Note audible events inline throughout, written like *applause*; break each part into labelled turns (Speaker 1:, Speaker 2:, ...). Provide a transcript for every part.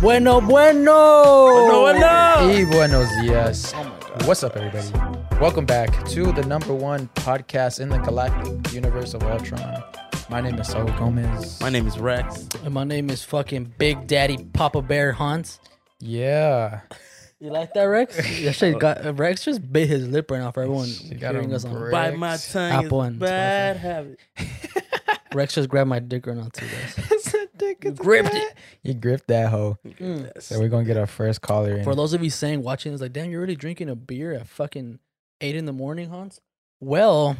Speaker 1: Bueno, bueno.
Speaker 2: Bueno, bueno.
Speaker 3: Hey, buenos dias. What's up, everybody? Welcome back to the number one podcast in the galactic universe of Ultron. My name is Saul Gomez.
Speaker 2: My name is Rex.
Speaker 1: And my name is fucking Big Daddy Papa Bear Hans.
Speaker 3: yeah,
Speaker 1: You like that, Rex? *laughs* that shit got uh, Rex just bit his lip right off. for Everyone
Speaker 3: got
Speaker 1: hearing
Speaker 3: him
Speaker 1: us on.
Speaker 3: brick.
Speaker 2: By my tongue
Speaker 1: Apple
Speaker 2: is
Speaker 1: and
Speaker 2: bad habit.
Speaker 1: Rex just grabbed my dick right now too, guys.
Speaker 3: it's a dick. It's
Speaker 1: Gripped
Speaker 3: it. You gripped that hoe.
Speaker 2: Mm.
Speaker 3: So we're gonna get our first caller in.
Speaker 1: For those of you saying, watching, it's like, damn, you're already drinking a beer at fucking eight in the morning, Hans. Well,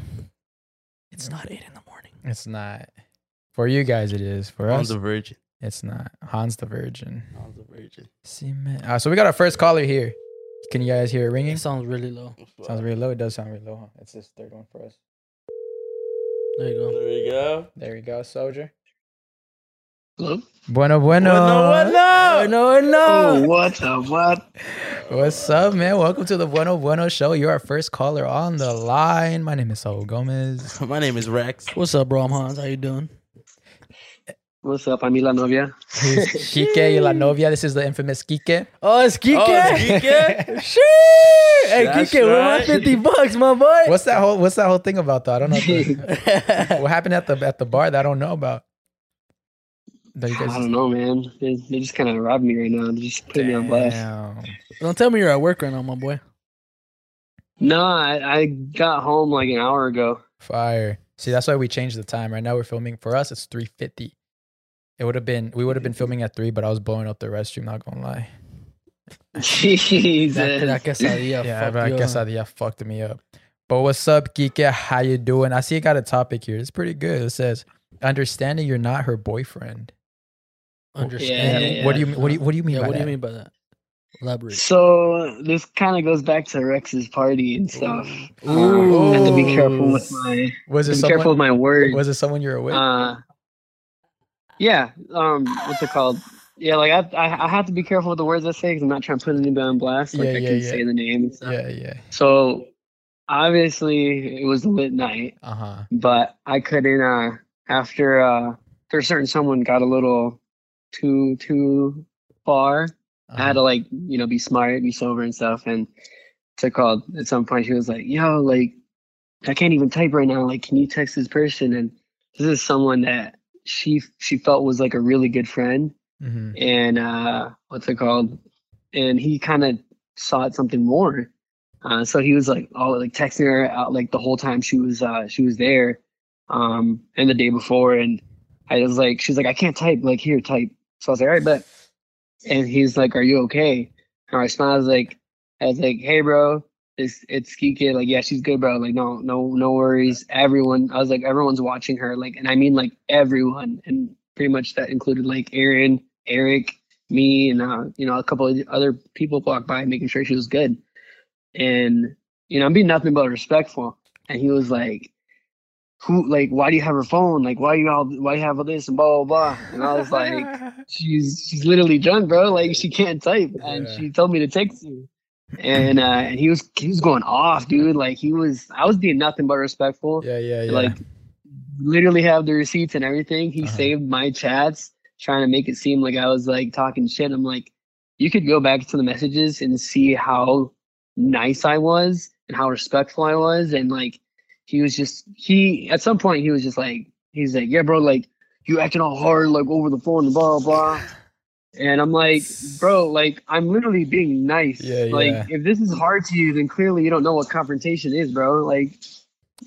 Speaker 1: it's not eight in the morning.
Speaker 3: it's not for you guys. It is for
Speaker 2: On
Speaker 3: us.
Speaker 2: the virgin.
Speaker 3: it's not. Hans the Virgin.
Speaker 2: On the virgin.
Speaker 3: See, man. Uh, so we got our first caller here. Can you guys hear it ringing?
Speaker 1: It sounds really low.
Speaker 3: Sounds really low. It does sound really low. Huh? It's this third one for us.
Speaker 1: There you go.
Speaker 2: There we go.
Speaker 3: There we go, soldier.
Speaker 4: Hello?
Speaker 3: Bueno, bueno.
Speaker 2: Bueno, bueno.
Speaker 1: No,
Speaker 4: Oh,
Speaker 1: no.
Speaker 4: what the what?
Speaker 3: What's up, man? Welcome to the Bueno Bueno Show. You're our first caller on the line. My name is Saul Gomez.
Speaker 2: My name is Rex.
Speaker 1: What's up, bro? I'm Hans. How you doing?
Speaker 4: What's up? I'm Mila Novia.
Speaker 3: *laughs* Here's Kike y la novia. This is the infamous Kike.
Speaker 1: Oh, it's Kike. *laughs* Shit! Hey,
Speaker 2: That's
Speaker 1: Kike, where my
Speaker 2: right.
Speaker 1: 50 bucks, my boy?
Speaker 3: What's that whole What's that whole thing about though? I don't know. *laughs* if-
Speaker 1: *laughs*
Speaker 3: what happened at the at the bar that I don't know about? That you
Speaker 4: I
Speaker 3: guys
Speaker 4: don't know, man. They, they just kind of robbed me right now. They just put me on blast.
Speaker 3: Damn.
Speaker 1: Don't tell me you're at work right now, my boy.
Speaker 4: *laughs* No, I, I got home like an
Speaker 3: *laughs*
Speaker 4: hour ago. *laughs*
Speaker 3: Fire. See, that's why we changed the time. Right now we're filming for us. It's three fifty. It would have been we would
Speaker 4: Mm-hmm.
Speaker 3: have been filming at three, but I was blowing up the restroom. Not gonna lie.
Speaker 4: Jesus.
Speaker 1: That, that quesadilla
Speaker 3: yeah,
Speaker 1: fucked
Speaker 3: but I
Speaker 1: you
Speaker 3: guess
Speaker 1: up.
Speaker 3: that yeah fucked me up. But what's up, Kike? How you doing? I see you got a topic here. It's pretty good. It says understanding you're not her boyfriend.
Speaker 1: understand.
Speaker 4: Yeah,
Speaker 3: What do you what do you, what do you mean
Speaker 1: Yeah,
Speaker 3: by
Speaker 1: what do
Speaker 3: that?
Speaker 1: you mean by that? Elaborate.
Speaker 4: so this kind of goes back to Rex's party and stuff. Um,
Speaker 3: Ooh.
Speaker 4: I have to be careful with my
Speaker 3: Was it
Speaker 4: be
Speaker 3: someone?
Speaker 4: careful with my words.
Speaker 3: Was it someone you were with?
Speaker 4: Uh, yeah. Um, what's it called? Yeah, like I, I, I have to be careful with the words I say because I'm not trying to put anybody on blast. Like
Speaker 3: Yeah,
Speaker 4: I
Speaker 3: yeah,
Speaker 4: can
Speaker 3: yeah.
Speaker 4: say the name and stuff.
Speaker 3: yeah, yeah.
Speaker 4: So obviously it was a lit night,
Speaker 3: Uh huh.
Speaker 4: but I couldn't. Uh, after uh, after a certain someone got a little too too far, I
Speaker 3: Uh-huh.
Speaker 4: had to like you know be smart, be sober and stuff. And to call at some point, she was like, "Yo, like I can't even type right now. Like, can you text this person?" And this is someone that she she felt was like a really good friend,
Speaker 3: hmm
Speaker 4: and uh, what's it called? And he kind of sought something more. Uh, so he was like all like texting her out like the whole time she was uh, she was there, um, and the day before. And I was like, she's like, I can't type. Like here, type. So I was like, all right, but. And he's like, are you okay? And I smiled. I was like, I was like, hey, bro. It's it's ski kid. Like, yeah, she's good, bro. Like, no, no, no worries. Everyone, I was like, everyone's watching her. Like, and I mean, like everyone, and pretty much that included like Aaron, Eric, me, and uh, you know, a couple of other people walked by, making sure she was good. And you know, I'm being nothing but respectful. And he was like, "Who? Like, why do you have her phone? Like, why you all? Why you have all this and blah blah blah?" *laughs* And I
Speaker 1: *laughs*
Speaker 4: was like she's she's literally drunk, bro. Like she can't type, and
Speaker 3: Yeah.
Speaker 4: she told me to text you. And uh, and he was he was going off, dude. Like he was, I was being nothing but respectful.
Speaker 3: yeah, yeah, yeah.
Speaker 4: Like literally have the receipts and everything. He
Speaker 3: Uh-huh.
Speaker 4: saved my chats, trying to make it seem like I was like talking shit. I'm like, you could go back to the messages and see how nice I was and how respectful I was, and like he was just he at some point he was just like he's like yeah bro like you acting all hard like over the phone and blah blah. And I'm like, bro, like I'm literally being nice.
Speaker 3: Yeah,
Speaker 4: like
Speaker 3: yeah.
Speaker 4: if this is hard to you, then clearly you don't know what confrontation is, bro. Like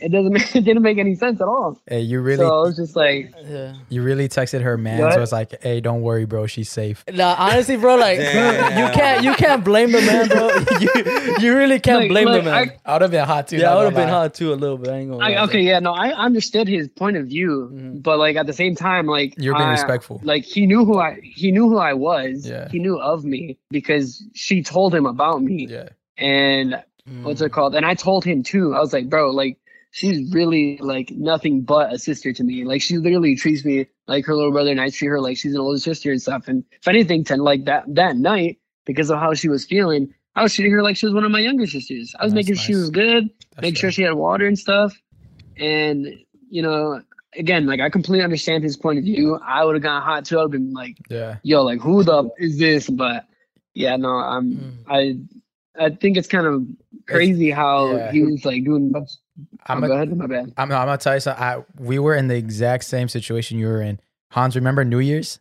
Speaker 4: it doesn't *laughs* make, it didn't make any sense at all.
Speaker 3: hey, you really
Speaker 4: So I was just like,
Speaker 1: Yeah.
Speaker 3: you really texted her man. So
Speaker 4: What?
Speaker 3: it's like, hey, don't worry, bro. She's safe.
Speaker 1: Nah, honestly, bro, like you
Speaker 2: Damn.
Speaker 1: can't you can't blame the man, bro. *laughs* you, you really can't
Speaker 4: Like,
Speaker 1: blame
Speaker 4: like,
Speaker 1: the man.
Speaker 3: I would have been hot too.
Speaker 1: yeah, I
Speaker 3: not
Speaker 1: would have
Speaker 3: gonna
Speaker 1: been
Speaker 3: lie.
Speaker 1: hot too a little bit. I ain't gonna.
Speaker 4: I,
Speaker 1: lie.
Speaker 4: okay, yeah, no, I understood his point of view,
Speaker 1: Mhm.
Speaker 4: but like at the same time, like
Speaker 3: Mm-hmm. You're being
Speaker 4: I-
Speaker 3: respectful.
Speaker 4: Like he knew who I he knew who I was.
Speaker 3: Yeah.
Speaker 4: He knew of me because she told him about me,
Speaker 3: yeah.
Speaker 4: and
Speaker 1: Mm.
Speaker 4: what's it
Speaker 3: Mm-hmm.
Speaker 4: called? And I told him too. I was like, bro, like she's really like nothing but a sister to me. Like she literally treats me like her little brother, and I treat her like she's an older sister and stuff. And if anything, to like that that night because of how she was feeling, I was treating her like she was one of my younger sisters. I was
Speaker 3: Nice,
Speaker 4: making sure she
Speaker 3: nice.
Speaker 4: was good,
Speaker 3: That's
Speaker 4: make
Speaker 3: fair.
Speaker 4: sure she had water and stuff, and you know. again, like I completely understand his point of view. I would have gone hot too. I'd been like,
Speaker 3: Yeah.
Speaker 4: yo, like who the f- is this? But yeah, no,
Speaker 1: mm.
Speaker 4: I'm I I think it's kind of crazy how
Speaker 3: yeah.
Speaker 4: he was like doing. a bunch- Oh,
Speaker 3: I'm
Speaker 4: go
Speaker 3: a,
Speaker 4: ahead, my bad.
Speaker 3: I'm, I'm gonna tell you something. I, we were in the exact same situation you were in. Hans, remember New Year's?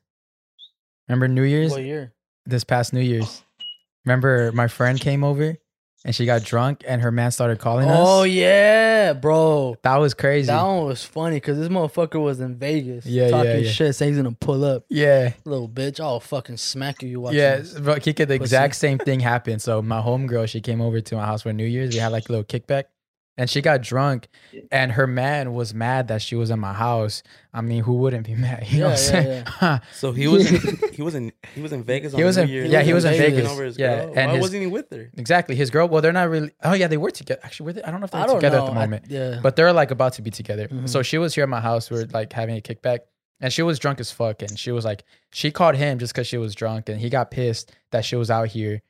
Speaker 3: Remember New Year's?
Speaker 1: What year?
Speaker 3: This past New Year's. Remember my friend came over and she got drunk and her man started calling us?
Speaker 1: Oh yeah, bro.
Speaker 3: That was crazy.
Speaker 1: That one was funny because this motherfucker was in Vegas
Speaker 3: Yeah, yeah,
Speaker 1: talking
Speaker 3: yeah.
Speaker 1: shit, saying he's gonna pull up.
Speaker 3: yeah.
Speaker 1: Little bitch, I'll fucking smack you. you watching
Speaker 3: Yeah,
Speaker 1: this.
Speaker 3: but Kika, the
Speaker 1: Pussy.
Speaker 3: exact same thing happened. So my homegirl, she came over to my house for New Year's. We had like a little kickback, and she got drunk, and her man was mad that she was in my house. I mean, who wouldn't be mad? *laughs* You know what
Speaker 1: Yeah,
Speaker 3: I'm
Speaker 1: yeah,
Speaker 3: saying? Huh.
Speaker 2: So he was
Speaker 3: *laughs*
Speaker 2: in, he was in he was in Vegas.
Speaker 3: He
Speaker 2: on
Speaker 3: was
Speaker 2: New
Speaker 3: in-
Speaker 2: Year's
Speaker 1: yeah,
Speaker 2: Eve
Speaker 1: he was in
Speaker 2: taking
Speaker 1: Vegas.
Speaker 2: over his
Speaker 3: Yeah,
Speaker 2: girl.
Speaker 3: and
Speaker 2: why
Speaker 3: his-
Speaker 2: wasn't he with her?
Speaker 3: Exactly. His girl. Well, they're not really. Oh yeah, they were together. Actually, were they? I don't know if they're
Speaker 1: I don't
Speaker 3: together
Speaker 1: know.
Speaker 3: at the
Speaker 1: I- *laughs*
Speaker 3: moment,
Speaker 1: yeah,
Speaker 3: but they're like about to be together.
Speaker 1: Mhm.
Speaker 3: So she was here at my house. We were like having a kickback, and she was drunk as fuck. And she was like, she called him just because she was drunk, and he got pissed that she was out here.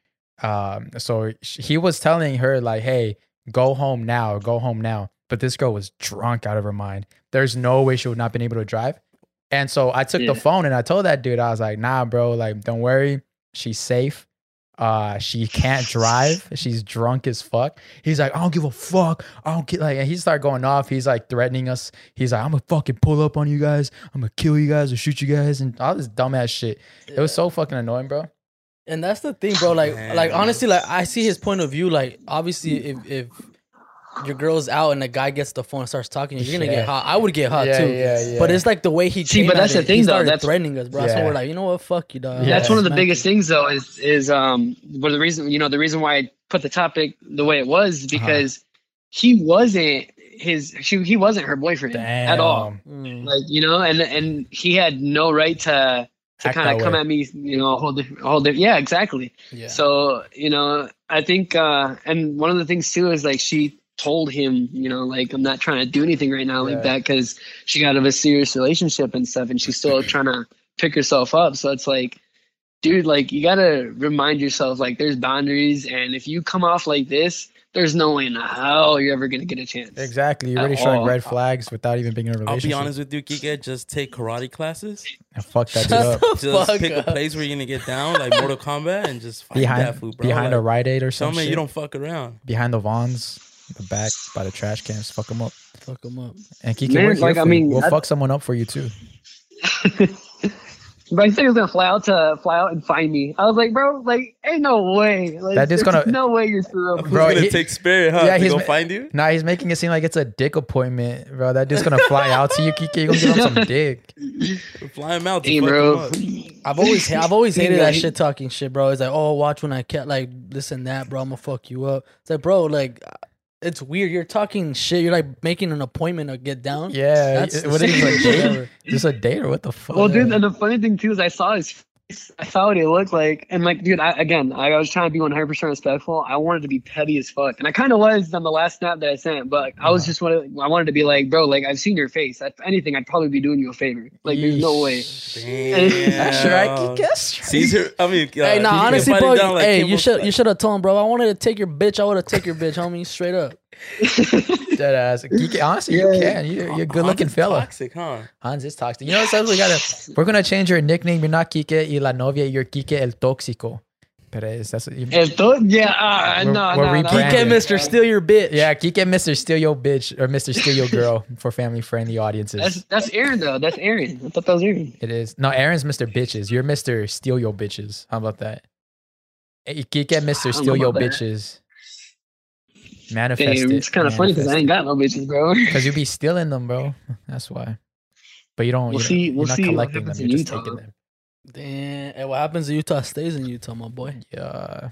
Speaker 3: Um, so sh- he was telling her like, "Hey, go home now, go home now." But this girl was drunk out of her mind. There's no way she would not been able to drive. And so I took the
Speaker 4: Yeah.
Speaker 3: phone and I told that dude, I was like, "Nah, bro, like, don't worry, she's safe." uh she can't
Speaker 1: *laughs*
Speaker 3: drive she's drunk as fuck he's like i don't give a fuck i don't get like and he started going off he's like threatening us he's like i'm gonna fucking pull up on you guys i'm gonna kill you guys or shoot you guys and all this dumbass shit it was
Speaker 1: yeah.
Speaker 3: so fucking annoying bro
Speaker 1: And that's the thing, bro. Like,
Speaker 2: Man.
Speaker 1: like honestly, like I see his point of view. Like, obviously, if if your girl's out and a guy gets the phone and starts talking, to you, you're gonna
Speaker 3: Yeah.
Speaker 1: get hot. I would get hot
Speaker 3: yeah,
Speaker 1: too.
Speaker 3: yeah yeah
Speaker 1: But it's like the way he
Speaker 4: See,
Speaker 1: came
Speaker 4: but
Speaker 1: at
Speaker 4: that's the
Speaker 1: it,
Speaker 4: thing,
Speaker 1: he
Speaker 4: though.
Speaker 1: started
Speaker 4: That's-
Speaker 1: threatening us, bro. So
Speaker 3: Yeah.
Speaker 1: we're like, you know what? Fuck you, dog.
Speaker 3: Yeah.
Speaker 4: That's one of the
Speaker 1: Smack
Speaker 4: biggest
Speaker 1: you.
Speaker 4: things though is is um well the reason you know the reason why I put the topic the way it was is
Speaker 3: Uh-huh.
Speaker 4: because he wasn't his she he wasn't her boyfriend at all.
Speaker 1: Mm.
Speaker 4: Like you know, and and he had no right to to
Speaker 3: Act
Speaker 4: kind
Speaker 3: that
Speaker 4: of come
Speaker 3: way.
Speaker 4: at me, you know, a whole different, whole different. Yeah, exactly.
Speaker 1: Yeah.
Speaker 4: So, you know, I think, uh, and one of the things too is like she told him, you know, like, I'm not trying to do anything right now
Speaker 3: Yeah.
Speaker 4: like that because she got out of a serious relationship and stuff and
Speaker 3: *laughs*
Speaker 4: she's still trying to pick herself up. So it's like, dude, like, you got to remind yourself, like, there's boundaries. And if you come off like this, there's no way in hell you're ever going to get a chance.
Speaker 3: exactly you're
Speaker 4: At
Speaker 3: already showing
Speaker 4: all.
Speaker 3: red flags without even being in a
Speaker 2: I'll
Speaker 3: relationship
Speaker 2: be honest with you, Kika. Just take karate
Speaker 3: *laughs*
Speaker 2: classes.
Speaker 3: and fuck
Speaker 1: Shut
Speaker 2: *laughs*
Speaker 3: that dude up
Speaker 1: the
Speaker 2: Just
Speaker 1: fuck
Speaker 2: pick
Speaker 1: up.
Speaker 2: a place where you're gonna get down, like
Speaker 3: *laughs*
Speaker 2: Mortal Kombat, and just fight that
Speaker 3: behind
Speaker 2: food, bro.
Speaker 3: behind
Speaker 2: like,
Speaker 3: a Rite Aid or
Speaker 2: Tell
Speaker 3: something
Speaker 2: me you don't fuck around.
Speaker 3: behind the Vons the back by the trash cans fuck them up
Speaker 1: Fuck him up.
Speaker 3: and Kiki
Speaker 4: Man,
Speaker 3: we're here
Speaker 4: like, I
Speaker 3: for you.
Speaker 4: mean,
Speaker 3: we'll
Speaker 4: that-
Speaker 3: fuck someone up for you too
Speaker 4: But I think he was gonna fly out to fly out and find me. I was like, bro, like, ain't no way. Like,
Speaker 3: That dude's
Speaker 4: there's
Speaker 3: gonna-
Speaker 4: no way you're through.
Speaker 2: Who's
Speaker 3: Bro,
Speaker 2: gonna
Speaker 3: he-
Speaker 2: take spirit, huh?
Speaker 3: yeah,
Speaker 2: to
Speaker 3: he's
Speaker 2: go
Speaker 3: ma-
Speaker 2: find you.
Speaker 3: Nah, he's making it seem like it's a dick appointment, bro. That dude's gonna fly out to you, Kiki. You're gonna give
Speaker 4: *laughs*
Speaker 3: him some dick.
Speaker 2: Fly him out. To
Speaker 4: Hey,
Speaker 2: fuck
Speaker 4: bro.
Speaker 2: Him up.
Speaker 1: I've always, ha- I've always
Speaker 4: Yeah,
Speaker 1: hated that
Speaker 4: he-
Speaker 1: shit talking shit, bro. It's like, oh, watch when I cat like this and that, bro. I'm gonna fuck you up. It's like, bro, like it's weird. You're talking shit. You're like making an appointment to get down.
Speaker 3: Yeah.
Speaker 1: That's
Speaker 3: what is
Speaker 1: disgusting.
Speaker 3: this, a date? Just a date or what the fuck?
Speaker 4: Well, dude, and the funny thing too is I saw his face. I saw what he looked like, and like, dude, I, again, I was trying to be one hundred percent respectful. I wanted to be petty as fuck, and I kind of was on the last snap that I sent. But like, I was
Speaker 3: Uh-huh.
Speaker 4: just wanted, I wanted to be like, bro, like I've seen your face. If anything, I'd probably be doing you a favor. Like, there's no way.
Speaker 2: Damn.
Speaker 3: *laughs* That's right, Kiki. That's right.
Speaker 2: Caesar. I mean, uh,
Speaker 1: Hey, nah,
Speaker 2: Kika
Speaker 1: honestly,
Speaker 2: fighting
Speaker 1: bro.
Speaker 2: down like
Speaker 1: hey,
Speaker 2: Kimbo
Speaker 1: you should,
Speaker 2: Slice.
Speaker 1: you should have told him, bro. I wanted to take your bitch. I would have take your bitch, homie. Straight up.
Speaker 3: Dead ass. Kiki, honestly, you
Speaker 4: Yeah.
Speaker 3: can. You're, you're a good
Speaker 2: Hans
Speaker 3: looking
Speaker 2: is
Speaker 3: fella.
Speaker 2: Toxic, huh?
Speaker 3: Hans is toxic. You know what says we gotta we're gonna change your nickname. You're not Kike y la novia, you're Kike el Toxico. Perez. That's what you
Speaker 4: Esto, yeah, uh,
Speaker 3: We're-
Speaker 4: no,
Speaker 3: we're
Speaker 4: no, no,
Speaker 3: rebranding.
Speaker 1: Kike,
Speaker 3: Brandon.
Speaker 1: Mister, steal your bitch.
Speaker 3: Yeah, Kike Mr. Steal Your Bitch or Mr. Steal Your
Speaker 4: *laughs*
Speaker 3: Girl for family friendly
Speaker 4: That's
Speaker 3: audiences.
Speaker 4: that's Aaron though. That's Aaron. I thought that was Aaron.
Speaker 3: It is. No, Aaron's Mr. Bitches. You're Mr. Steal Your Bitches. How about that? Hey, Kike Mr.
Speaker 4: don't
Speaker 3: Steal
Speaker 4: know
Speaker 3: Your
Speaker 4: about that.
Speaker 3: Bitches. Manifest
Speaker 4: Damn,
Speaker 3: it.
Speaker 4: it's kind of funny because I ain't got no bitches, bro. *laughs*
Speaker 3: Because you be stealing them, bro. That's why. But you don't. you
Speaker 4: We'll see-
Speaker 3: You're
Speaker 4: we'll
Speaker 3: not
Speaker 4: see what
Speaker 3: collecting them.
Speaker 4: happens
Speaker 3: You're
Speaker 4: in
Speaker 3: just
Speaker 4: Utah.
Speaker 3: taking them.
Speaker 1: Damn. Hey, what happens in Utah stays in Utah, my
Speaker 3: *laughs*
Speaker 1: boy. *laughs*
Speaker 3: Yeah.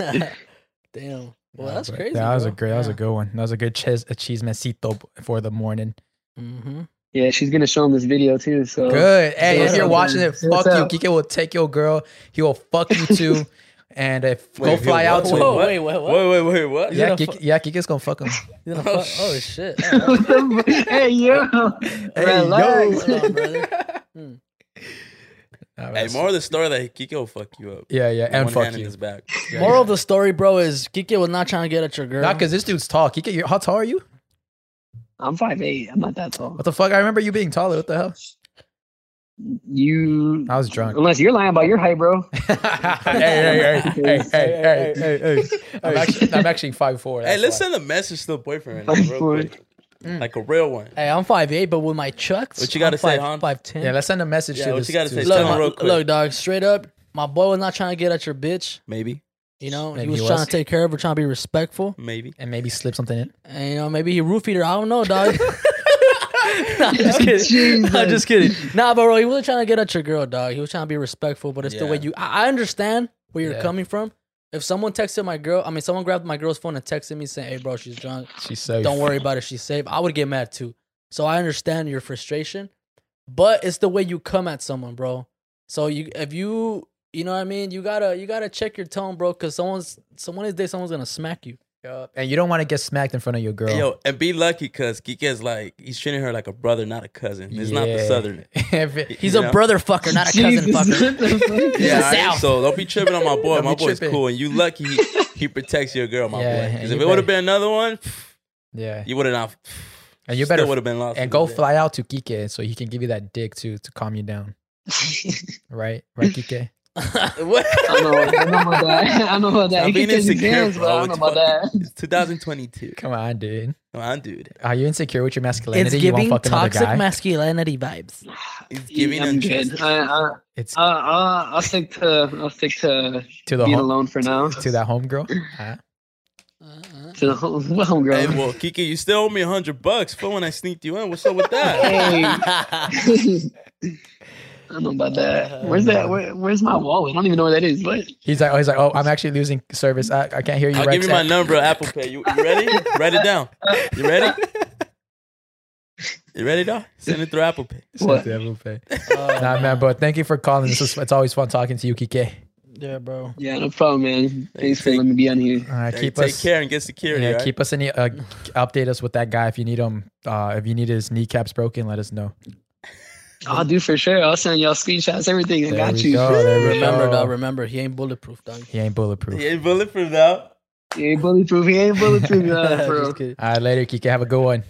Speaker 1: Damn.
Speaker 3: Yeah,
Speaker 1: Well, that's
Speaker 3: but
Speaker 1: crazy.
Speaker 3: That was a great. That was a good one. That was a good cheese a cheese mesito for the morning. *laughs*
Speaker 1: Mm-hmm.
Speaker 4: yeah, she's gonna show him this video too. So
Speaker 3: Good. Hey, if
Speaker 4: What's
Speaker 3: you're
Speaker 4: up,
Speaker 3: watching it,
Speaker 4: man?
Speaker 3: fuck
Speaker 4: What's
Speaker 3: you.
Speaker 4: up?
Speaker 3: Kike will take your girl. He will fuck you too. and if go
Speaker 2: Wait, he'll
Speaker 3: fly out
Speaker 2: what?
Speaker 3: to
Speaker 1: Whoa,
Speaker 3: him.
Speaker 2: What?
Speaker 1: wait, what? what?
Speaker 2: Wait, wait, wait, what?
Speaker 1: You're
Speaker 3: Yeah,
Speaker 1: gonna
Speaker 3: Kike, yeah, Kike's gonna fuck him.
Speaker 1: You're gonna
Speaker 2: Oh,
Speaker 1: fuck- Oh,
Speaker 2: shit.
Speaker 1: shit.
Speaker 4: *laughs* hey yo, relax.
Speaker 1: Hold on, brother.
Speaker 3: Hmm. Nah,
Speaker 2: Hey,
Speaker 3: that's-
Speaker 2: more of the story that Kika will fuck you up.
Speaker 3: yeah, yeah,
Speaker 2: With
Speaker 3: and
Speaker 2: one
Speaker 3: fuck
Speaker 2: hand in
Speaker 3: you.
Speaker 2: his back.
Speaker 3: Yeah,
Speaker 1: Moral
Speaker 3: yeah.
Speaker 1: of the story, bro, is Kike was not trying to get at your girl.
Speaker 3: Not because this dude's tall. Kike, you're, how tall are you?
Speaker 4: I'm five eight. I'm not that tall.
Speaker 3: What the fuck? I remember you being taller. What the hell?
Speaker 4: You
Speaker 3: I was drunk.
Speaker 4: unless you're lying about your
Speaker 2: *laughs*
Speaker 4: height, bro.
Speaker 3: *laughs* hey, hey, hey, hey, hey, hey, *laughs* hey, hey. I'm actually, I'm actually five four.
Speaker 2: Hey, let's send a message to the boyfriend right now, real quick.
Speaker 1: Mm.
Speaker 2: Like a real one.
Speaker 1: Hey, I'm 5'8", but with my chucks,
Speaker 2: What you gotta
Speaker 1: I'm
Speaker 2: say,
Speaker 1: five,
Speaker 2: hon?
Speaker 1: 5'10".
Speaker 3: Yeah, let's send a message
Speaker 2: Yeah,
Speaker 3: to
Speaker 2: what
Speaker 3: this.
Speaker 2: you gotta
Speaker 3: to
Speaker 2: say?
Speaker 3: this
Speaker 2: Tell
Speaker 1: look,
Speaker 2: him
Speaker 3: guy.
Speaker 1: my-
Speaker 2: real quick.
Speaker 1: look, dog, straight up, my boy was not trying to get at your bitch.
Speaker 2: Maybe.
Speaker 1: You know,
Speaker 3: Maybe
Speaker 1: he was
Speaker 3: he
Speaker 1: trying
Speaker 3: was.
Speaker 1: to take care of her, trying to be respectful.
Speaker 2: Maybe.
Speaker 3: and maybe slip something in.
Speaker 1: And you know, maybe he roofied her. I don't know, dog.
Speaker 2: *laughs*
Speaker 1: Nah, I'm just kidding.
Speaker 4: Jesus.
Speaker 1: I'm just kidding. Nah, but bro, he wasn't trying to get at your girl, dog. He was trying to be respectful, but it's the way
Speaker 2: Yeah.
Speaker 1: you. I, I understand where you're
Speaker 3: Yeah.
Speaker 1: coming from. If someone texted my girl, I mean, someone grabbed my girl's phone and texted me saying, "Hey, bro, she's drunk.
Speaker 3: She's safe.
Speaker 1: Don't worry about it. She's safe." I would get mad too. So I understand your frustration, but it's the way you come at someone, bro. So you, if you, you know what I mean, you gotta, you gotta check your tone, bro, because someone's, someone this day, someone's gonna smack you.
Speaker 3: And you don't want to get smacked in front of your girl.
Speaker 2: Hey, yo, and be lucky because Kike's like, he's treating her like a brother, not a cousin. It's not the
Speaker 3: Yeah. *laughs*
Speaker 2: southern.
Speaker 3: *laughs* If it-
Speaker 1: He's
Speaker 2: you
Speaker 1: a
Speaker 2: know?
Speaker 1: brother fucker, not a cousin
Speaker 4: Jesus. *laughs*
Speaker 1: fucker.
Speaker 2: Yeah,
Speaker 1: the
Speaker 2: all right?
Speaker 1: South.
Speaker 2: so don't be tripping on my boy.
Speaker 3: Don't
Speaker 2: my
Speaker 3: be
Speaker 2: boy's
Speaker 3: tripping.
Speaker 2: cool, and you lucky he, he protects your girl, my
Speaker 3: Yeah,
Speaker 2: boy. Because
Speaker 3: and
Speaker 2: if
Speaker 3: you
Speaker 2: it would have
Speaker 3: better-
Speaker 2: been another one,
Speaker 3: yeah,
Speaker 2: you would have not.
Speaker 3: *sighs* and you better
Speaker 2: would have been lost.
Speaker 3: and
Speaker 2: to
Speaker 3: go
Speaker 2: the-
Speaker 3: fly out to Kike so he can give you that dick to to calm you down. Right, right, Kike.
Speaker 1: *laughs*
Speaker 2: What?
Speaker 4: I know, I know about that. I know about that.
Speaker 2: Stop
Speaker 4: He can
Speaker 2: being
Speaker 4: take his
Speaker 2: insecure,
Speaker 4: hands, but
Speaker 2: bro.
Speaker 4: I don't know
Speaker 2: It's
Speaker 4: about that.
Speaker 2: fucking- it's *laughs* 2022.
Speaker 3: Come on, dude.
Speaker 2: Come on, dude.
Speaker 3: Are you insecure with your
Speaker 1: It's
Speaker 3: masculinity? You want
Speaker 1: giving
Speaker 3: fuck another
Speaker 1: toxic
Speaker 3: guy?
Speaker 1: masculinity *laughs* vibes.
Speaker 2: He's giving
Speaker 4: I'm
Speaker 2: him
Speaker 4: good.
Speaker 2: just-
Speaker 4: I, I,
Speaker 3: it's
Speaker 4: I, I, I'll stick to I'll stick to
Speaker 3: to the
Speaker 4: being
Speaker 3: home,
Speaker 4: alone for now.
Speaker 3: to that homegirl. Huh?
Speaker 4: To the home, *laughs* homegirl.
Speaker 2: Hey, well, Kiki, you still owe me a hundred bucks for when I sneaked you in. What's up with
Speaker 4: *laughs*
Speaker 2: that?
Speaker 4: Hey. *laughs* I don't know about that. Where's that? Where, where's my wallet? I don't even know where that is. But
Speaker 3: He's like, oh, he's like, oh, I'm actually losing service. I, I can't hear you.
Speaker 2: I'll
Speaker 3: right
Speaker 2: give you my number, Apple Pay. You, you ready? Write it down. You ready? You ready, dog? Send it through Apple Pay.
Speaker 4: What?
Speaker 1: Uh,
Speaker 3: Nah, man, bro. Thank you for calling. This is, it's always fun talking to you, Kike.
Speaker 1: yeah, bro.
Speaker 4: yeah, no problem, man. Thanks for
Speaker 2: take-
Speaker 4: letting me be on here.
Speaker 3: All right,
Speaker 2: Hey,
Speaker 3: keep
Speaker 2: take
Speaker 3: us.
Speaker 2: care and get security.
Speaker 3: yeah,
Speaker 2: all right?
Speaker 3: keep us in the, uh, g- update us with that guy if you need him. Uh, if you need his kneecaps broken, let us know.
Speaker 4: I'll do for sure. I'll send y'all screenshots, everything. I
Speaker 3: There
Speaker 4: got
Speaker 3: we
Speaker 4: you.
Speaker 3: go, there we
Speaker 1: Remember,
Speaker 3: go.
Speaker 1: dog. Remember, he ain't bulletproof, dog.
Speaker 3: He ain't bulletproof.
Speaker 2: He ain't bulletproof now.
Speaker 4: He ain't bulletproof. He
Speaker 3: *laughs*
Speaker 4: ain't bulletproof, uh,
Speaker 1: *laughs*
Speaker 4: bro.
Speaker 1: Just kidding.
Speaker 3: All right, later, Kike. Have a good one.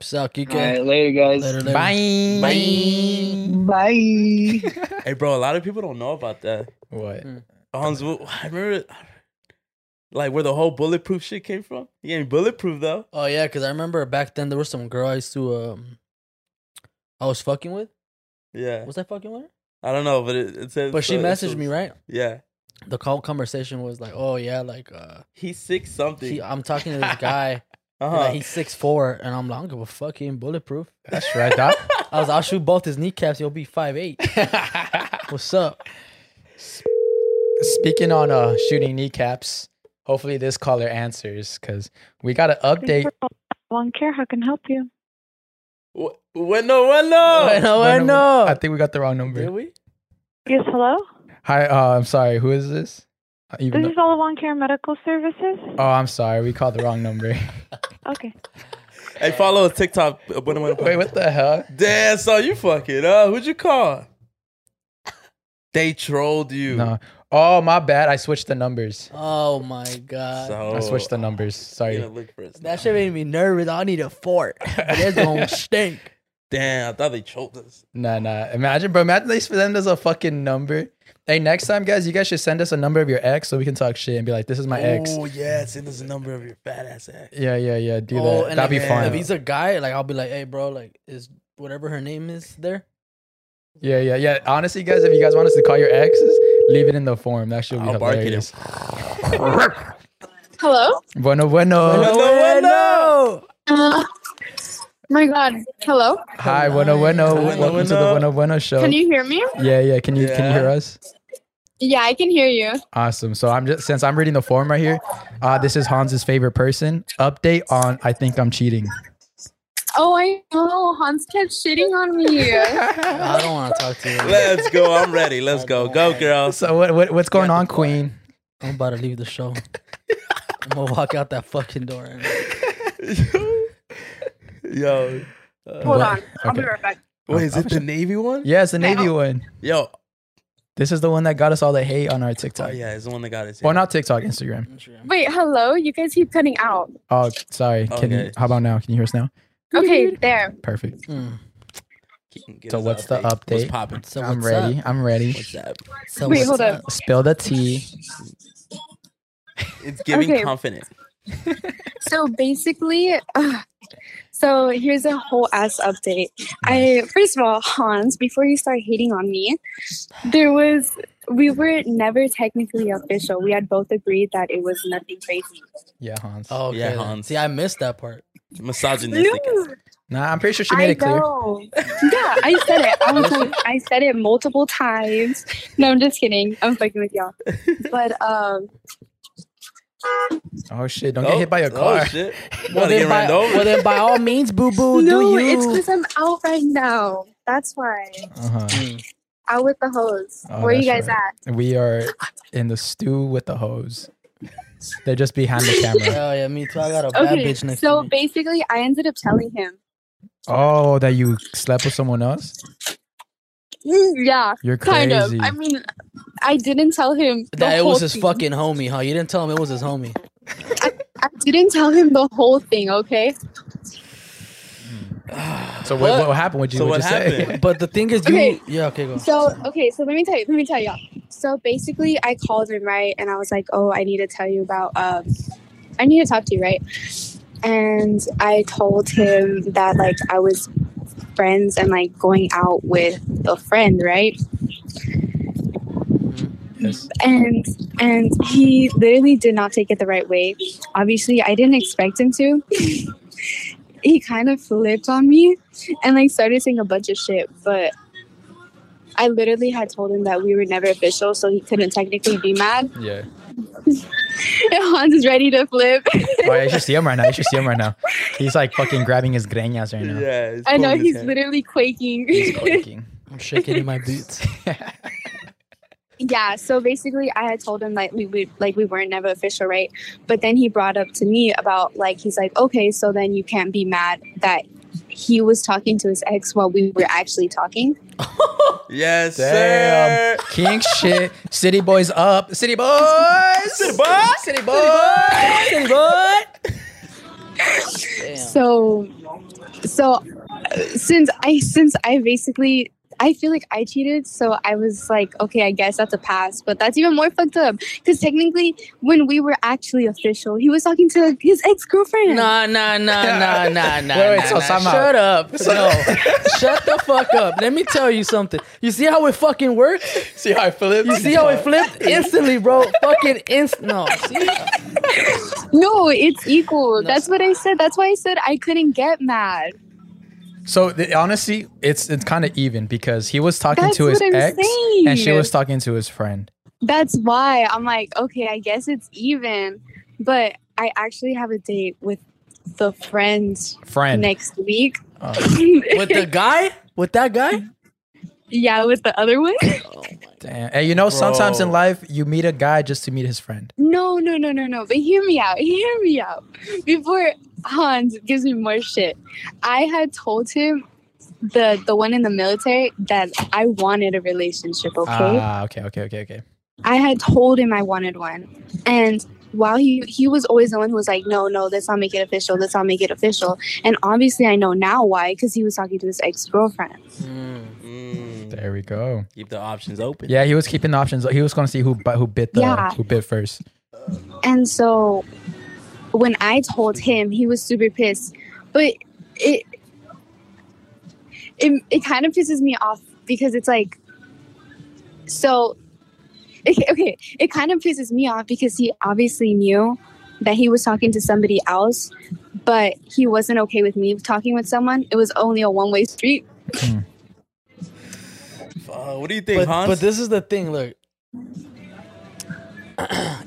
Speaker 1: Peace out, Kike.
Speaker 4: All right, later, guys.
Speaker 1: Later, later.
Speaker 3: Bye.
Speaker 2: Bye.
Speaker 4: Bye.
Speaker 2: Hey, bro, a lot of people don't know about that.
Speaker 3: What?
Speaker 2: Hans, Wu- I remember, like, where the whole bulletproof shit came from. He ain't bulletproof though.
Speaker 1: Oh yeah, because I remember back then there was some girl I used to um, I was fucking with.
Speaker 2: Yeah,
Speaker 1: Was I fucking with her?
Speaker 2: I don't know, but it, Eh. it says.
Speaker 1: But she
Speaker 2: so-
Speaker 1: messaged
Speaker 2: so-
Speaker 1: me right.
Speaker 2: Yeah,
Speaker 1: The call conversation was like, oh yeah, like uh,
Speaker 2: he's six something.
Speaker 1: he, I'm talking to this guy. and,
Speaker 2: uh-huh.
Speaker 1: like, he's six four, and I'm like, I don't give a fuck. He ain't bulletproof.
Speaker 3: That's right, Doc.
Speaker 1: I was, I'll shoot both his kneecaps. He'll be five eight. What's up?
Speaker 3: Speaking on uh, shooting kneecaps, hopefully this caller answers because we got an update.
Speaker 5: One care, how can I help you?
Speaker 2: Wh- Bueno, bueno.
Speaker 1: Bueno,
Speaker 3: Wait, no,
Speaker 1: bueno.
Speaker 3: I think we got the wrong
Speaker 1: Did
Speaker 3: number.
Speaker 1: we?
Speaker 5: Yes, hello.
Speaker 3: Hi, uh, I'm sorry. Who is this? Uh, even
Speaker 5: This
Speaker 3: though-
Speaker 5: is all One Care Medical Services.
Speaker 3: oh, I'm sorry. We called the wrong number. *laughs*
Speaker 5: Okay.
Speaker 2: Hey, follow us TikTok. uh, Bueno, bueno.
Speaker 3: Wait, what the hell?
Speaker 2: Damn, so you fucking up. Who'd you call? They trolled you.
Speaker 3: No. Oh, my bad. I switched the numbers.
Speaker 1: Oh my god.
Speaker 2: So
Speaker 3: I switched the numbers.
Speaker 2: I'm gonna
Speaker 3: *laughs* Sorry.
Speaker 2: look for us now.
Speaker 1: That shit made me nervous. I need a fort. That's gonna
Speaker 2: *laughs*
Speaker 1: stink.
Speaker 2: Damn, I thought they trolled us.
Speaker 3: Nah, nah. Imagine, bro. Imagine they send us a fucking number. Hey, next time, guys, you guys should send us a number of your ex so we can talk shit and be like, "This is my ex."
Speaker 2: Oh yeah, send us a number of your fat ass ass.
Speaker 3: Yeah, yeah, yeah. Do
Speaker 1: Oh,
Speaker 3: that.
Speaker 1: and
Speaker 3: That'd
Speaker 1: like,
Speaker 3: be
Speaker 1: if-
Speaker 2: fun.
Speaker 1: If
Speaker 3: fun.
Speaker 1: he's a guy, like I'll be like, hey, bro, like is whatever her name is there.
Speaker 3: Yeah, yeah, yeah. Honestly, guys, if you guys want us to call your exes, leave it in the form. That should be
Speaker 2: I'll bark at him.
Speaker 3: hilarious.
Speaker 6: Hello?
Speaker 3: Bueno, bueno.
Speaker 2: Bueno, bueno.
Speaker 6: Uh, my God. Hello?
Speaker 3: Hi, bueno, bueno.
Speaker 1: Hi.
Speaker 3: Welcome to the
Speaker 2: Bueno.
Speaker 3: Bueno, bueno show.
Speaker 6: Can you hear me?
Speaker 3: yeah, yeah. Can you can you
Speaker 2: Yeah.
Speaker 3: hear us?
Speaker 6: Yeah, I can hear you.
Speaker 3: Awesome. So I'm just since I'm reading the form right here. Uh, this is Hans's favorite person. Update on I think I'm cheating.
Speaker 6: Oh, I know. Hans kept shitting on me.
Speaker 1: I don't want to talk to you.
Speaker 2: Let's go. *laughs* I'm ready. Let's go. Go, *laughs* girl.
Speaker 3: So what, what what's going on, Queen?
Speaker 1: I'm about to leave the show. I'm gonna walk out that fucking door. And
Speaker 2: Yo.
Speaker 3: What- okay.
Speaker 6: right back.
Speaker 2: Wait, is it the Navy one?
Speaker 3: Yeah, it's the Navy one.
Speaker 2: Yo.
Speaker 3: This is the one that got us all the hate on our
Speaker 2: Oh
Speaker 3: TikTok.
Speaker 2: yeah, it's the one that got us.
Speaker 3: Well, not TikTok, Instagram.
Speaker 1: Instagram.
Speaker 6: Wait, hello? You guys keep cutting out.
Speaker 3: Oh, sorry. Can you,
Speaker 2: Okay.
Speaker 3: how about now? Can you hear us now?
Speaker 6: Okay, there.
Speaker 3: Perfect.
Speaker 1: Mm.
Speaker 2: Get
Speaker 3: So
Speaker 2: us
Speaker 3: what's the
Speaker 2: What's
Speaker 3: update?
Speaker 2: popping?
Speaker 1: So
Speaker 3: I'm
Speaker 1: what's
Speaker 3: ready.
Speaker 1: Up?
Speaker 3: I'm ready.
Speaker 2: What's up?
Speaker 1: So
Speaker 6: Wait,
Speaker 1: what's
Speaker 6: hold up.
Speaker 3: Spill the tea.
Speaker 2: *laughs* It's giving
Speaker 6: Okay.
Speaker 2: confident.
Speaker 6: So basically, uh, so here's a whole ass update. I first of all, Hans, before you start hating on me, there was we were never technically official. We had both agreed that it was nothing crazy.
Speaker 3: Yeah, Hans.
Speaker 1: Oh, okay.
Speaker 2: Yeah,
Speaker 1: then.
Speaker 2: Hans.
Speaker 1: See, I missed that part.
Speaker 2: Misogynistic.
Speaker 3: Nah, I'm pretty sure she made it clear.
Speaker 6: know. yeah, I said it. I was like, I said it multiple times. No, I'm just kidding. I'm fucking with y'all. But um,
Speaker 3: Oh shit! Don't get hit by a car.
Speaker 2: Oh
Speaker 3: *laughs*
Speaker 2: shit!
Speaker 1: Well
Speaker 2: Wanna
Speaker 1: then,
Speaker 2: get
Speaker 1: by,
Speaker 6: Oh.
Speaker 2: ran over?
Speaker 1: well, then by all means, boo boo,
Speaker 6: no,
Speaker 1: do you?
Speaker 6: it's because I'm out right now. That's why
Speaker 3: uh-huh.
Speaker 1: Mm.
Speaker 6: out with the hose.
Speaker 3: Oh,
Speaker 6: Where you
Speaker 3: that's
Speaker 6: guys
Speaker 3: right.
Speaker 6: at?
Speaker 3: We are in the stew with the hose. They're just behind the
Speaker 1: *laughs*
Speaker 3: camera.
Speaker 1: Hell yeah, me too. I got a bad bitch next
Speaker 6: so
Speaker 1: to me.
Speaker 6: basically, I ended up telling him.
Speaker 3: Oh, that you slept with someone else?
Speaker 6: Mm, Yeah,
Speaker 3: You're
Speaker 6: kind
Speaker 3: crazy.
Speaker 6: of. I mean, I didn't tell him. The
Speaker 1: That it
Speaker 6: whole
Speaker 1: was his
Speaker 6: thing.
Speaker 1: fucking homie, huh? You didn't tell him it was his homie.
Speaker 6: I didn't tell him the whole thing. Okay.
Speaker 3: so what,
Speaker 1: What?
Speaker 3: what happened? What you
Speaker 2: So
Speaker 3: would
Speaker 2: what
Speaker 3: you
Speaker 1: *laughs*
Speaker 3: say?
Speaker 2: happened?
Speaker 1: But the thing is, you
Speaker 6: Okay.
Speaker 1: yeah, okay, go.
Speaker 6: So okay, so let me tell you. Let me tell y'all. So basically, I called him right, and I was like, "Oh, I need to tell you about. Um, I need to talk to you, right?" And I told him that like I was friends and like going out with a friend, right?
Speaker 3: Yes.
Speaker 6: and and he literally did not take it the right way obviously i didn't expect him to *laughs* he kind of flipped on me and like started saying a bunch of shit but i literally had told him that we were never official so he couldn't technically be mad *laughs*
Speaker 3: Yeah.
Speaker 6: and hans is ready to flip *laughs*
Speaker 3: Oh, yeah, you should see him right now. You should see him right now. He's like fucking grabbing his granas right now.
Speaker 2: Yeah, it's
Speaker 6: i know
Speaker 2: pulling his
Speaker 6: he's
Speaker 2: hand.
Speaker 6: literally
Speaker 3: He's
Speaker 6: quaking
Speaker 3: quaking.
Speaker 1: *laughs* I'm shaking in my boots.
Speaker 6: yeah so basically i had told him like we would like we weren't never official right but then he brought up to me about like he's like okay so then you can't be mad that he was talking to his ex while we were actually talking
Speaker 2: Yes,
Speaker 3: Damn.
Speaker 2: sir.
Speaker 3: *laughs* King shit. City boys up. City boys.
Speaker 2: City boy.
Speaker 3: City boy. City boy.
Speaker 1: Damn.
Speaker 6: so so uh, since i since i basically i feel like i cheated so i was like okay i guess that's a pass but that's even more fucked up because technically when we were actually official he was talking to his ex-girlfriend
Speaker 1: Nah, nah, nah,
Speaker 3: *laughs*
Speaker 1: nah, nah, nah.
Speaker 3: Wait, wait,
Speaker 1: nah,
Speaker 3: so
Speaker 1: nah.
Speaker 3: somehow-
Speaker 1: Shut up.
Speaker 3: *laughs*
Speaker 1: No. Shut the fuck up. Let me tell you something. You see how it fucking works?
Speaker 3: See how I flip?
Speaker 1: You see how it flipped instantly, bro? Fucking inst. No. See?
Speaker 6: No, it's equal.
Speaker 1: No.
Speaker 6: That's what I said. That's why I said I couldn't get mad.
Speaker 3: So the, honestly, it's it's kind of even because he was talking
Speaker 6: That's
Speaker 3: to his
Speaker 6: what I'm
Speaker 3: ex
Speaker 6: saying.
Speaker 3: and she was talking to his friend.
Speaker 6: That's why I'm like, okay, I guess it's even. But I actually have a date with the friends
Speaker 3: Friend.
Speaker 6: next week. *laughs*
Speaker 3: Oh.
Speaker 1: With the guy? With that guy?
Speaker 6: yeah, with the other one.
Speaker 3: Damn. And you know, sometimes in
Speaker 2: Bro.
Speaker 3: life you meet a guy just to meet his friend.
Speaker 6: No, no, no, no, no. But hear me out. Hear me out. Before Hans gives me more shit, I had told him the the one in the military that I wanted a relationship. Okay.
Speaker 3: Ah, okay, okay, okay, okay.
Speaker 6: I had told him I wanted one. And while he he was always the one who was like, no, no, let's not make it official. Let's not make it official. And obviously, I know now why because he was talking to his ex girlfriend.
Speaker 2: Mm,
Speaker 3: There we go.
Speaker 2: keep the options open.
Speaker 3: Yeah, he was keeping the options. He was going to see who bu- who bit the
Speaker 6: Yeah.
Speaker 3: who bit first.
Speaker 6: And so when I told him, he was super pissed. But it it, it kind of pisses me off because it's like so okay, okay, it kind of pisses me off because he obviously knew that he was talking to somebody else, but he wasn't okay with me talking with someone. It was only a one-way street.
Speaker 2: Uh, what do you think,
Speaker 1: But,
Speaker 2: Hans?
Speaker 1: but this is the thing, look. *clears throat*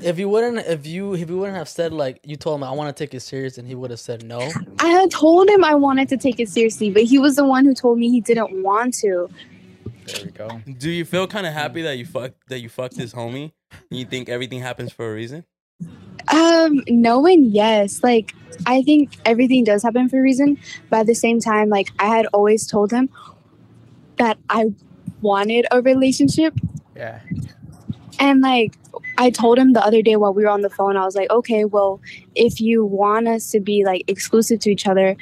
Speaker 1: if you wouldn't if you if you wouldn't have said like you told him I want to take it serious and he would have said no.
Speaker 6: I had told him I wanted to take it seriously, but he was the one who told me he didn't want to.
Speaker 3: There we go.
Speaker 2: do you feel kind of
Speaker 3: Mm.
Speaker 2: happy that you fucked that you fucked this homie? And you think everything happens for a reason?
Speaker 6: Um, no and yes. Like, I think everything does happen for a reason, but at the same time, like, I had always told him that I wanted a relationship.
Speaker 3: Yeah.
Speaker 6: And, like, I told him the other day while we were on the phone, I was like, okay, well, if you want us to be like exclusive to each other,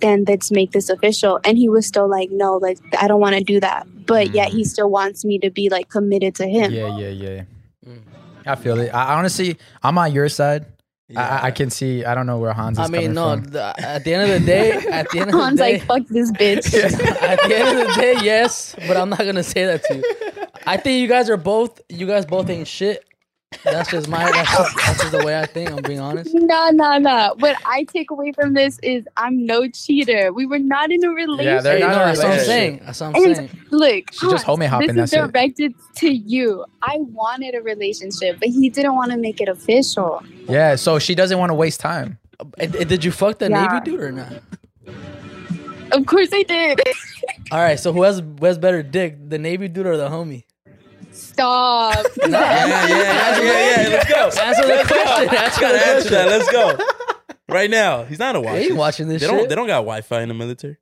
Speaker 6: then let's make this official. And he was still like, no, like, I don't want to do that. But yet he still wants me to be like committed to him. *laughs*
Speaker 3: Yeah, yeah, yeah.
Speaker 1: Mm.
Speaker 3: I feel it. I honestly, I'm on your side. I- I, I
Speaker 2: Yeah.
Speaker 3: can see. I don't know where Hans is
Speaker 1: I mean,
Speaker 3: coming
Speaker 1: no.
Speaker 3: from.
Speaker 1: The, at the end of the day, at the end of
Speaker 6: Han's
Speaker 1: the day, *laughs*
Speaker 6: like, fuck this *laughs* bitch.
Speaker 1: at the end of the day, yes, but I'm not gonna say that to you. I think you guys are both. You guys both ain't shit. That's just my. That's just, that's just the way I think. I'm being honest.
Speaker 6: No, no, no. What I take away from this is I'm no cheater. We were not in a relationship.
Speaker 3: Yeah, they're
Speaker 1: Hey,
Speaker 3: not
Speaker 1: no,
Speaker 3: in a
Speaker 1: that's what I'm
Speaker 3: relationship.
Speaker 1: saying. That's what I'm
Speaker 6: And-
Speaker 1: saying.
Speaker 6: Look,
Speaker 3: She just
Speaker 6: Hans,
Speaker 3: homie hopping,
Speaker 6: This is
Speaker 3: that's it.
Speaker 6: directed to you. I wanted a relationship, but he didn't want to make it official.
Speaker 3: Yeah, so she doesn't want to waste time.
Speaker 1: And- and Did you fuck the
Speaker 6: Yeah.
Speaker 1: Navy dude or not?
Speaker 6: Of course, I did.
Speaker 1: All right. So who has who has better dick, the Navy dude or the homie? *laughs*
Speaker 6: Stop.
Speaker 2: *laughs* Yeah, yeah, yeah, yeah, yeah. Let's go.
Speaker 1: Answer the
Speaker 3: *laughs*
Speaker 1: question. Answer
Speaker 2: Gotta
Speaker 1: the
Speaker 2: answer
Speaker 1: question.
Speaker 2: that. Let's go. Right now, he's not a
Speaker 1: They ain't
Speaker 2: watcher.
Speaker 1: watching
Speaker 2: They
Speaker 1: this
Speaker 2: don't.
Speaker 1: shit.
Speaker 2: They don't got Wi-Fi in the
Speaker 3: *laughs*
Speaker 2: military.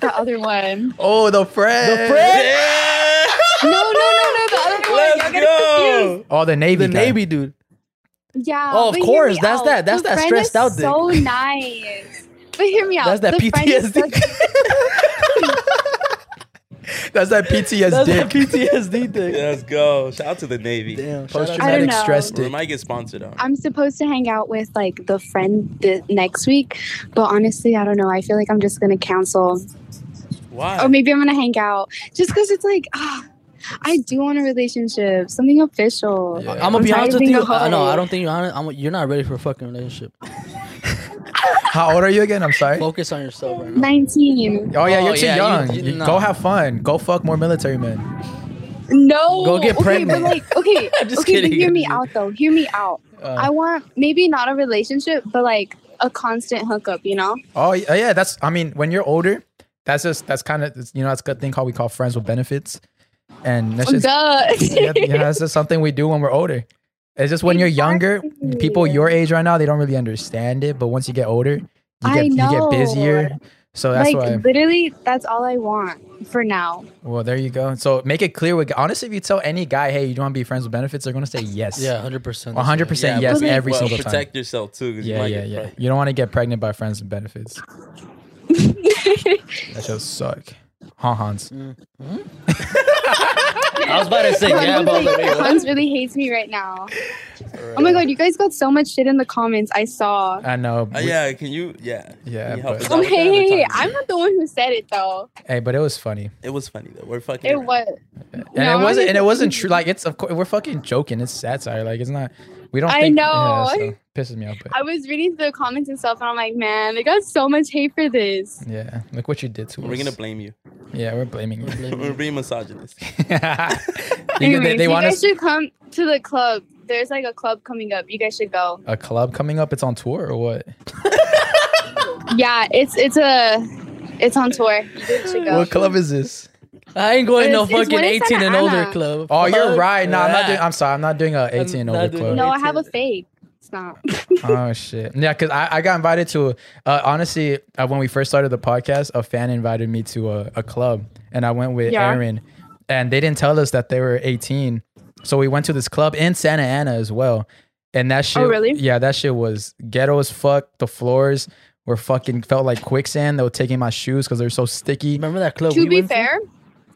Speaker 6: the other one.
Speaker 3: Oh, the friend.
Speaker 1: The friend?
Speaker 2: Yeah.
Speaker 6: No, no, no, no. The other one. Y'all
Speaker 2: Let's
Speaker 6: get
Speaker 2: go.
Speaker 3: Oh, the Navy.
Speaker 1: the
Speaker 3: guy.
Speaker 1: Navy dude.
Speaker 6: confused. Yeah.
Speaker 1: Oh, of
Speaker 6: but hear
Speaker 1: course,
Speaker 6: me
Speaker 1: that's
Speaker 6: out.
Speaker 1: that- that's
Speaker 6: The
Speaker 1: that
Speaker 6: friend
Speaker 1: stressed
Speaker 6: is
Speaker 1: out dick.
Speaker 6: So
Speaker 1: *laughs*
Speaker 6: nice. But hear me out.
Speaker 1: That's that
Speaker 6: the friend is
Speaker 1: PTSD.
Speaker 6: such-
Speaker 3: That's that
Speaker 1: *laughs*
Speaker 3: PTSD.
Speaker 1: That's the PTSD thing.
Speaker 2: Yeah, Let's go. Shout out to the Navy.
Speaker 1: Damn. shout out
Speaker 3: Post
Speaker 1: to-
Speaker 6: I don't
Speaker 3: traumatic
Speaker 6: know.
Speaker 3: stress
Speaker 2: We
Speaker 3: dick.
Speaker 2: might get sponsored on.
Speaker 6: I'm supposed to hang out with like the friend the next week, but honestly, I don't know. I feel like I'm just gonna cancel,
Speaker 2: Why?
Speaker 6: or maybe I'm gonna hang out just because it's like, ah, I do want a relationship, something official.
Speaker 1: I- I'm gonna be
Speaker 6: tired
Speaker 1: honest with
Speaker 6: of being
Speaker 1: you.
Speaker 6: a hoe.
Speaker 1: I know. I don't think you're honest. I'm, you're not ready for a fucking relationship.
Speaker 3: How old are you again? I'm sorry. Oh
Speaker 1: Focus on yourself right now.
Speaker 6: Nineteen.
Speaker 3: yeah,
Speaker 1: Oh,
Speaker 3: you're too
Speaker 1: yeah, you-
Speaker 3: young.
Speaker 1: you-
Speaker 3: You-
Speaker 1: no.
Speaker 3: Go have fun. Go fuck more military men.
Speaker 6: No.
Speaker 1: Go get
Speaker 6: okay,
Speaker 1: pregnant.
Speaker 6: But like, okay,
Speaker 1: *laughs* I'm just
Speaker 6: okay,
Speaker 1: kidding.
Speaker 6: but hear me out though. Hear me out.
Speaker 1: Uh,
Speaker 6: I want maybe not a relationship, but like a constant hookup. You know?
Speaker 3: Oh yeah, yeah, that's. I mean, when you're older, that's just that's kind of you know that's a good thing called we call friends with benefits, and that's just
Speaker 1: *laughs*
Speaker 6: Duh.
Speaker 3: yeah, yeah, that's just something we do when we're older. It's just when you're younger, people your age right now they don't really understand it, but once you get older, you
Speaker 6: I
Speaker 3: get you get
Speaker 6: know.
Speaker 3: busier. So that's
Speaker 6: *laughs* like
Speaker 3: why.
Speaker 6: literally, that's all I want for now.
Speaker 1: *laughs*
Speaker 3: Well, there you go. So make it clear. With, honestly, if you tell any guy, hey, you don't want to be friends with benefits, they're gonna say yes.
Speaker 1: Yeah, hundred percent.
Speaker 3: 100%
Speaker 2: but
Speaker 3: yes
Speaker 2: be-
Speaker 3: every
Speaker 2: well,
Speaker 3: single
Speaker 2: protect
Speaker 3: time.
Speaker 2: yourself too. 'cause you
Speaker 3: Yeah,
Speaker 2: might
Speaker 3: yeah,
Speaker 2: get
Speaker 3: yeah.
Speaker 2: pregnant.
Speaker 3: You don't want to get pregnant by friends with benefits. That should suck. Huh, Hans?
Speaker 1: I was about to say yeah,
Speaker 6: Hans
Speaker 1: but I was like, wait,
Speaker 6: really,
Speaker 1: what?
Speaker 6: Hans really hates me
Speaker 1: *laughs*
Speaker 6: right now. Oh my god, you guys got so much shit in the comments. I saw.
Speaker 3: I know.
Speaker 2: Uh,
Speaker 3: We-
Speaker 2: yeah, can you? Yeah,
Speaker 3: Yeah,
Speaker 2: Can you help
Speaker 3: but-
Speaker 2: us out with that? They're
Speaker 6: Okay,
Speaker 2: talking
Speaker 6: I'm
Speaker 2: shit.
Speaker 6: not the one who said it though.
Speaker 3: Hey, but it was funny,
Speaker 2: It was funny though. We're fucking.
Speaker 6: It
Speaker 2: around.
Speaker 6: was.
Speaker 3: and
Speaker 6: No,
Speaker 3: it wasn't. And it
Speaker 6: I'm-
Speaker 3: wasn't true. Like it's of course we're fucking joking. It's satire. Like it's not. We don't.
Speaker 6: I
Speaker 3: think,
Speaker 6: know.
Speaker 3: Yeah, so, pisses me off. But
Speaker 6: I was reading the comments and stuff, and I'm like, man, they got so much hate for this.
Speaker 3: yeah, look what you did to us.
Speaker 2: We're gonna blame
Speaker 3: *laughs*
Speaker 2: you.
Speaker 3: Yeah, we're blaming *laughs*
Speaker 6: *laughs*
Speaker 3: you.
Speaker 2: We're being misogynist.
Speaker 3: You get-
Speaker 6: Anyways,
Speaker 3: they they
Speaker 6: you
Speaker 3: want
Speaker 6: guys
Speaker 3: us
Speaker 6: should come to the club. There's like a club coming up. You guys should go.
Speaker 3: a club coming up. It's on tour or what?
Speaker 6: Yeah, it's it's a it's on tour. You guys should go.
Speaker 3: What club is this?
Speaker 1: I ain't going no
Speaker 6: It's- it's
Speaker 1: fucking
Speaker 6: when it's at
Speaker 1: eighteen and older
Speaker 6: Anna.
Speaker 1: club.
Speaker 3: Oh, you're
Speaker 1: Fuck
Speaker 3: right. No, I'm not
Speaker 1: that.
Speaker 3: doing. I'm sorry. I'm not doing a 18 and
Speaker 1: not
Speaker 3: older
Speaker 1: doing
Speaker 3: club.
Speaker 6: No, I have a fake. It's not.
Speaker 3: oh shit yeah because I, I got invited to uh, honestly uh, when we first started the podcast a fan invited me to a, a club and i went with
Speaker 6: Yeah.
Speaker 3: aaron and they didn't tell us that they were 18 so we went to this club in santa ana as well and that shit
Speaker 6: Oh, really?
Speaker 3: yeah that shit was ghetto as fuck the floors were fucking felt like quicksand they were taking my shoes because they're so sticky
Speaker 1: Remember that club?
Speaker 6: to
Speaker 1: we
Speaker 6: be
Speaker 1: went
Speaker 6: fair,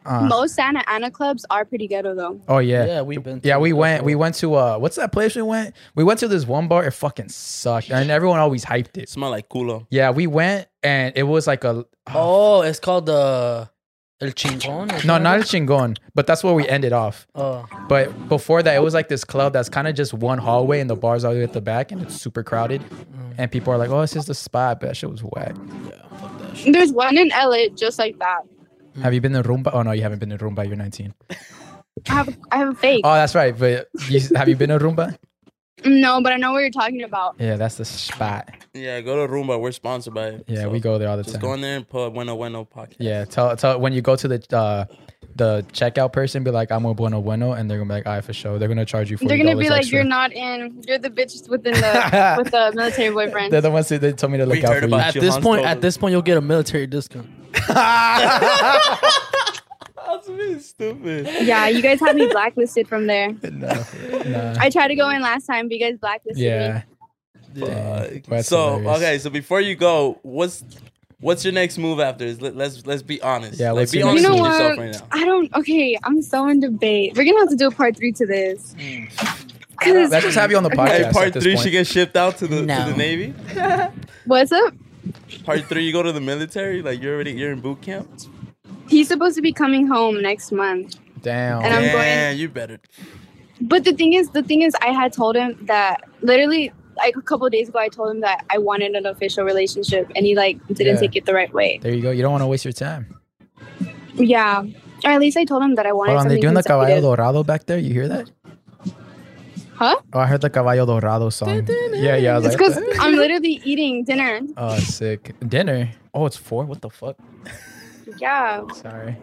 Speaker 3: Uh,
Speaker 6: most Santa Ana clubs are pretty ghetto though.
Speaker 3: oh
Speaker 1: To?
Speaker 3: yeah
Speaker 1: Yeah, we've been.
Speaker 3: yeah,
Speaker 1: to
Speaker 3: we
Speaker 1: it
Speaker 3: went. We
Speaker 1: before.
Speaker 3: went to uh, what's that place we went? We went to this one bar. It fucking sucked, and everyone always hyped it.
Speaker 2: It smell like culo.
Speaker 3: Yeah, we went and it was like a
Speaker 1: Oh, it's called the El Chingon. or
Speaker 3: no,
Speaker 1: something
Speaker 3: not a
Speaker 1: like
Speaker 3: chingon, but that's where we ended off.
Speaker 1: that? Oh,
Speaker 3: But before that, it was like this club that's kind of just one hallway and the bars all the way at the back and it's super crowded.
Speaker 2: Mm.
Speaker 3: And people are like, "Oh, this is the spot," but that shit was whack.
Speaker 6: There's one in LA just like that.
Speaker 3: Have you been to Rumba? Oh no, you haven't been to Rumba. You're 19.
Speaker 6: I have I have a fake.
Speaker 3: Oh, that's right. But you, have you been to Rumba?
Speaker 6: no, but I know what you're talking about.
Speaker 3: Yeah, that's the spot.
Speaker 2: Yeah, go to Roomba. We're sponsored by it.
Speaker 3: Yeah,
Speaker 2: so
Speaker 3: we go there all the
Speaker 2: Just
Speaker 3: time.
Speaker 2: go in there and put bueno bueno podcast.
Speaker 3: *laughs* Yeah, tell tell when you go to the uh, the checkout person, be like, "I'm a bueno bueno," and they're gonna be like, "All right, for sure." They're gonna charge you. $40
Speaker 6: They're gonna be like,
Speaker 3: extra.
Speaker 6: you're not in. You're the bitch within
Speaker 3: *laughs*
Speaker 6: the with the military boyfriend.
Speaker 3: They're the ones that they told me to look
Speaker 2: We
Speaker 3: out
Speaker 2: heard
Speaker 3: for you.
Speaker 2: about
Speaker 1: at this
Speaker 2: Johan's
Speaker 1: point,
Speaker 2: told
Speaker 1: at
Speaker 2: us.
Speaker 1: this point, you'll get a military discount.
Speaker 2: That's really *laughs* stupid.
Speaker 6: yeah, you guys had me blacklisted from
Speaker 3: *laughs*
Speaker 6: there.
Speaker 3: Nah.
Speaker 6: I tried to go in last time, but you guys blacklisted me.
Speaker 3: Yeah.
Speaker 2: Fuck.
Speaker 3: That's
Speaker 2: so
Speaker 3: hilarious.
Speaker 2: okay, so before you go, what's What's your next move after this? Let, let's let's be honest.
Speaker 3: Yeah,
Speaker 2: like,
Speaker 3: what's
Speaker 2: be
Speaker 3: your
Speaker 2: honest with
Speaker 3: next move?
Speaker 2: yourself right now.
Speaker 6: I don't. Okay, I'm so in debate. We're gonna have to do a part three to this.
Speaker 3: Mm.
Speaker 6: Cause
Speaker 3: Let's just have you
Speaker 6: *laughs*
Speaker 3: on the podcast.
Speaker 2: Hey, part
Speaker 3: at this
Speaker 2: three,
Speaker 3: point.
Speaker 2: she gets shipped out to the to
Speaker 1: No.
Speaker 2: the navy.
Speaker 6: what's up?
Speaker 3: *laughs*
Speaker 2: Part three, you go to the military. Like you're already you're in boot camp.
Speaker 6: He's supposed to be coming home next month.
Speaker 3: Damn.
Speaker 6: And I'm
Speaker 2: Damn,
Speaker 6: going-
Speaker 2: you better.
Speaker 6: But the thing is, the thing is, I had told him that literally like a couple of days ago, I told him that I wanted an official relationship, and he like didn't
Speaker 3: Yeah.
Speaker 6: take it the right way.
Speaker 3: there you go. You don't want to waste your time.
Speaker 6: Yeah, or at least I told him that I wanted.
Speaker 3: Hold on, they
Speaker 6: something
Speaker 3: doing the Caballo
Speaker 6: consecutive.
Speaker 3: Dorado back there. You hear that?
Speaker 6: Huh?
Speaker 3: Oh, I heard the Caballo Dorado song. yeah, yeah. I was
Speaker 6: It's
Speaker 3: like,
Speaker 6: because I'm literally eating dinner.
Speaker 3: oh, sick. Dinner. Oh, it's four. What the fuck?
Speaker 6: Yeah,
Speaker 3: Sorry.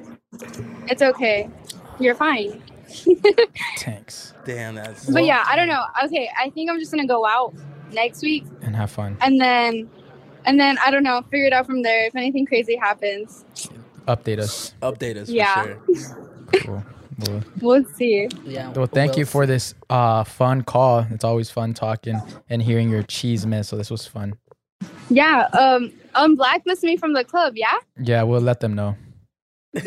Speaker 6: it's okay. You're fine.
Speaker 3: Thanks.
Speaker 2: Damn, that's.
Speaker 6: But yeah, I don't know. Okay, I think I'm just gonna go out next week
Speaker 3: And have fun.
Speaker 6: and then and then I don't know, figure it out from there if anything crazy happens.
Speaker 3: Update
Speaker 6: *laughs*
Speaker 3: us.
Speaker 2: Update us
Speaker 6: Yeah.
Speaker 2: for sure.
Speaker 3: Cool. Well,
Speaker 6: We'll see.
Speaker 1: Yeah.
Speaker 3: well, thank you
Speaker 1: well,
Speaker 3: for this uh fun call. It's always fun talking and hearing your cheese man. So this was fun.
Speaker 6: Yeah, um um blacklist me from the club, yeah?
Speaker 3: Yeah, we'll let them know.
Speaker 6: *laughs*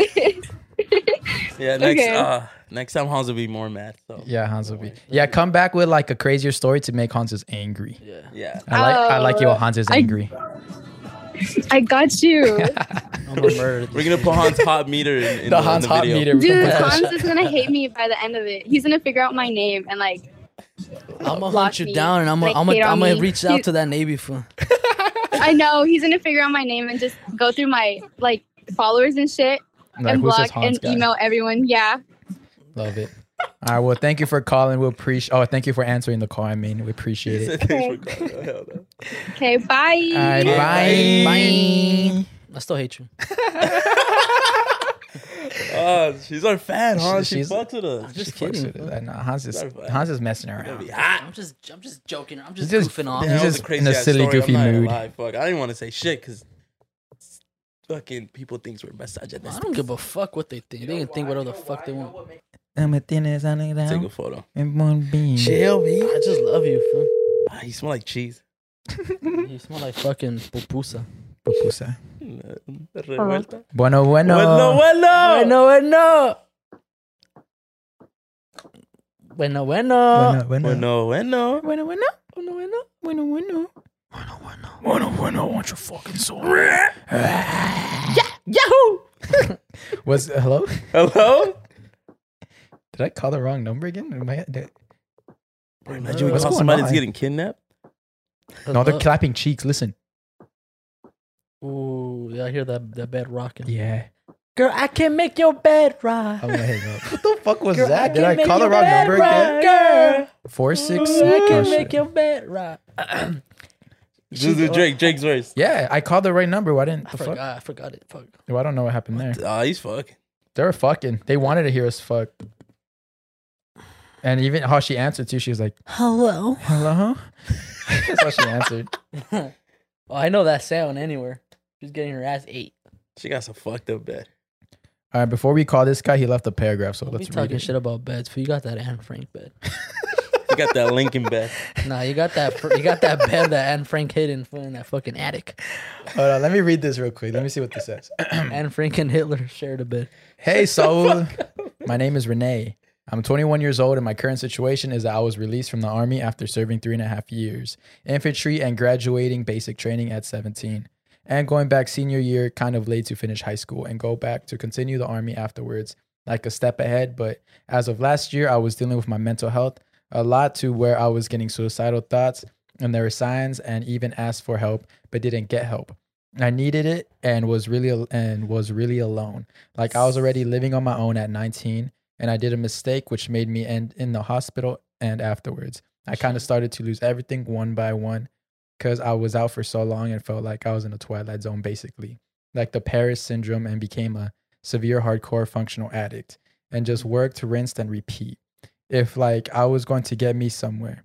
Speaker 2: Yeah, next
Speaker 6: Okay.
Speaker 2: uh next time Hans will be more mad. So
Speaker 3: Yeah, Hans will be. Yeah, come back with like a crazier story to make Hans is angry.
Speaker 2: yeah. Yeah.
Speaker 3: I like I like you. when Hans is
Speaker 6: Oh. I-
Speaker 3: angry. *laughs*
Speaker 6: I got you.
Speaker 1: I'm gonna murder
Speaker 2: We're
Speaker 1: this
Speaker 2: gonna
Speaker 1: bitch.
Speaker 2: put Hans hot meter in, in the, in the video. *laughs*
Speaker 3: *laughs*
Speaker 6: Dude, Hans is gonna hate me by the end of it. He's gonna figure out my name and like
Speaker 1: I'm gonna
Speaker 6: Block
Speaker 1: hunt you
Speaker 6: me.
Speaker 1: down, and I'm gonna
Speaker 6: Like,
Speaker 1: I'm
Speaker 6: hate
Speaker 1: gonna
Speaker 6: on
Speaker 1: I'm gonna
Speaker 6: me.
Speaker 1: reach out to that Navy fool.
Speaker 6: I know he's gonna figure out my name and just go through my like followers and shit
Speaker 3: Like,
Speaker 6: and
Speaker 3: who's
Speaker 6: block
Speaker 3: this Hans
Speaker 6: and
Speaker 3: guy?
Speaker 6: email everyone. Yeah.
Speaker 3: Love it. All right. Well, thank you for calling. We appreciate. Oh, thank you for answering the call. I mean, we appreciate it.
Speaker 2: Thanks for calling. Oh, hell no.
Speaker 6: Okay, bye.
Speaker 3: All right. Bye.
Speaker 1: Bye. Bye. I still hate you.
Speaker 2: Oh, she's our fan, Hans. She
Speaker 3: She's-
Speaker 2: fucks with us.
Speaker 1: Just
Speaker 3: Fucks
Speaker 1: kidding.
Speaker 3: with it. I know, Hans is
Speaker 2: Sorry, bud.
Speaker 3: Hans is messing
Speaker 2: It's gonna
Speaker 3: around.
Speaker 2: be hot.
Speaker 1: I'm just I'm just joking. I'm
Speaker 3: He's
Speaker 1: just,
Speaker 3: just-
Speaker 1: goofing off.
Speaker 3: He's
Speaker 2: That was
Speaker 3: just in
Speaker 2: crazy
Speaker 3: a
Speaker 2: ass
Speaker 3: silly, goofy
Speaker 2: I'm not gonna
Speaker 3: mood.
Speaker 2: lie, Fuck, I didn't want to say shit because fucking people think we're
Speaker 1: I
Speaker 2: misogynistic.
Speaker 1: don't give a fuck what they think. They can think whatever the fuck they want.
Speaker 3: I'm a thin as I lay
Speaker 2: Take a
Speaker 3: down
Speaker 2: photo.
Speaker 3: in one beam.
Speaker 1: Chill, me. I just love you, fool.
Speaker 2: Ah, you smell like cheese.
Speaker 1: You smell like fucking pupusa.
Speaker 3: Pupusa.
Speaker 2: Mm, uh, Revuelta.
Speaker 3: Bueno, bueno.
Speaker 2: Bueno, bueno.
Speaker 1: Bueno, bueno. Bueno, bueno.
Speaker 3: bueno, bueno,
Speaker 2: Bueno, bueno.
Speaker 3: bueno, bueno,
Speaker 1: Bueno, bueno.
Speaker 3: bueno, bueno. Bueno, bueno, want your fucking soul.
Speaker 1: Yahoo!
Speaker 3: Was hello?
Speaker 2: Hello?
Speaker 3: Did I call the wrong number again? Am I- did-
Speaker 2: Imagine we
Speaker 3: What's
Speaker 2: call
Speaker 3: going
Speaker 2: somebody
Speaker 3: on?
Speaker 2: that's getting kidnapped.
Speaker 3: No, they're clapping cheeks. Listen.
Speaker 1: Ooh, yeah, I hear that that bed rocking.
Speaker 3: Yeah.
Speaker 1: Girl, I can make your bed rock.
Speaker 3: I'm gonna hang up. what the fuck was that? Did
Speaker 1: can
Speaker 3: I
Speaker 1: make
Speaker 3: call the
Speaker 1: your
Speaker 3: wrong
Speaker 1: bed
Speaker 3: number again?
Speaker 1: rock,
Speaker 3: Four six.
Speaker 1: Girl, I
Speaker 3: Oh,
Speaker 1: can
Speaker 3: shit.
Speaker 1: make your bed rock.
Speaker 2: Do the Drake. Drake's worse.
Speaker 3: Yeah, I called the right number. Why didn't
Speaker 1: I
Speaker 3: the fuck?
Speaker 1: forgot. I forgot it. Fuck. *laughs*
Speaker 3: Well, I don't know what happened there.
Speaker 2: Oh, he's fucking.
Speaker 3: They were fucking. They wanted to hear us fuck. And even how she answered too, she was like,
Speaker 1: Hello.
Speaker 3: "Hello." *laughs* That's how
Speaker 1: *laughs*
Speaker 3: she answered.
Speaker 1: oh, I know that sound anywhere. She's getting her ass ate.
Speaker 2: She got some fucked up bed.
Speaker 3: All right, before we call this guy, he left a paragraph, so
Speaker 1: Don't
Speaker 3: let's
Speaker 1: be
Speaker 3: read
Speaker 1: talking
Speaker 3: it.
Speaker 1: shit about beds, but you got that Anne Frank
Speaker 3: *laughs*
Speaker 1: bed.
Speaker 2: She got that Lincoln bed.
Speaker 1: nah, you got that. fr- You got that bed that Anne Frank hid in, in that fucking
Speaker 3: *clears throat*
Speaker 1: attic.
Speaker 3: Hold on, let me read this real quick. Let me see what this says.
Speaker 1: Anne Frank and Hitler shared a bed.
Speaker 3: Hey, Saul. My name is Renee. I'm 21 years old, and my current situation is that I was released from the Army after serving three and a half years, infantry, and graduating basic training at 17. And going back senior year, kind of late to finish high school and go back to continue the Army afterwards, like a step ahead. But as of last year, I was dealing with my mental health a lot to where I was getting suicidal thoughts, and there were signs, and even asked for help, but didn't get help. I needed it and was really al- and was really alone. Like I was already living on my own at 19 and I did a mistake which made me end in the hospital and afterwards. I kind of started to lose everything one by one cuz I was out for so long and felt like I was in a twilight zone basically. Like the Paris syndrome and became a severe hardcore functional addict and just worked, rinsed and repeat. If like I was going to get me somewhere.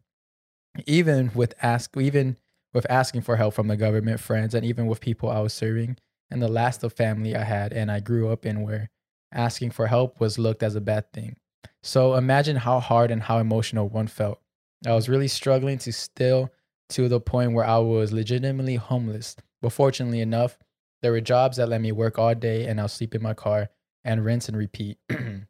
Speaker 3: Even with ask even with asking for help from the government, friends, and even with people I was serving, and the last of family I had and I grew up in where asking for help was looked as a bad thing. So imagine how hard and how emotional one felt. I was really struggling to still to the point where I was legitimately homeless. But fortunately enough, There were jobs that let me work all day and I'll sleep in my car and rinse and repeat. *clears throat* and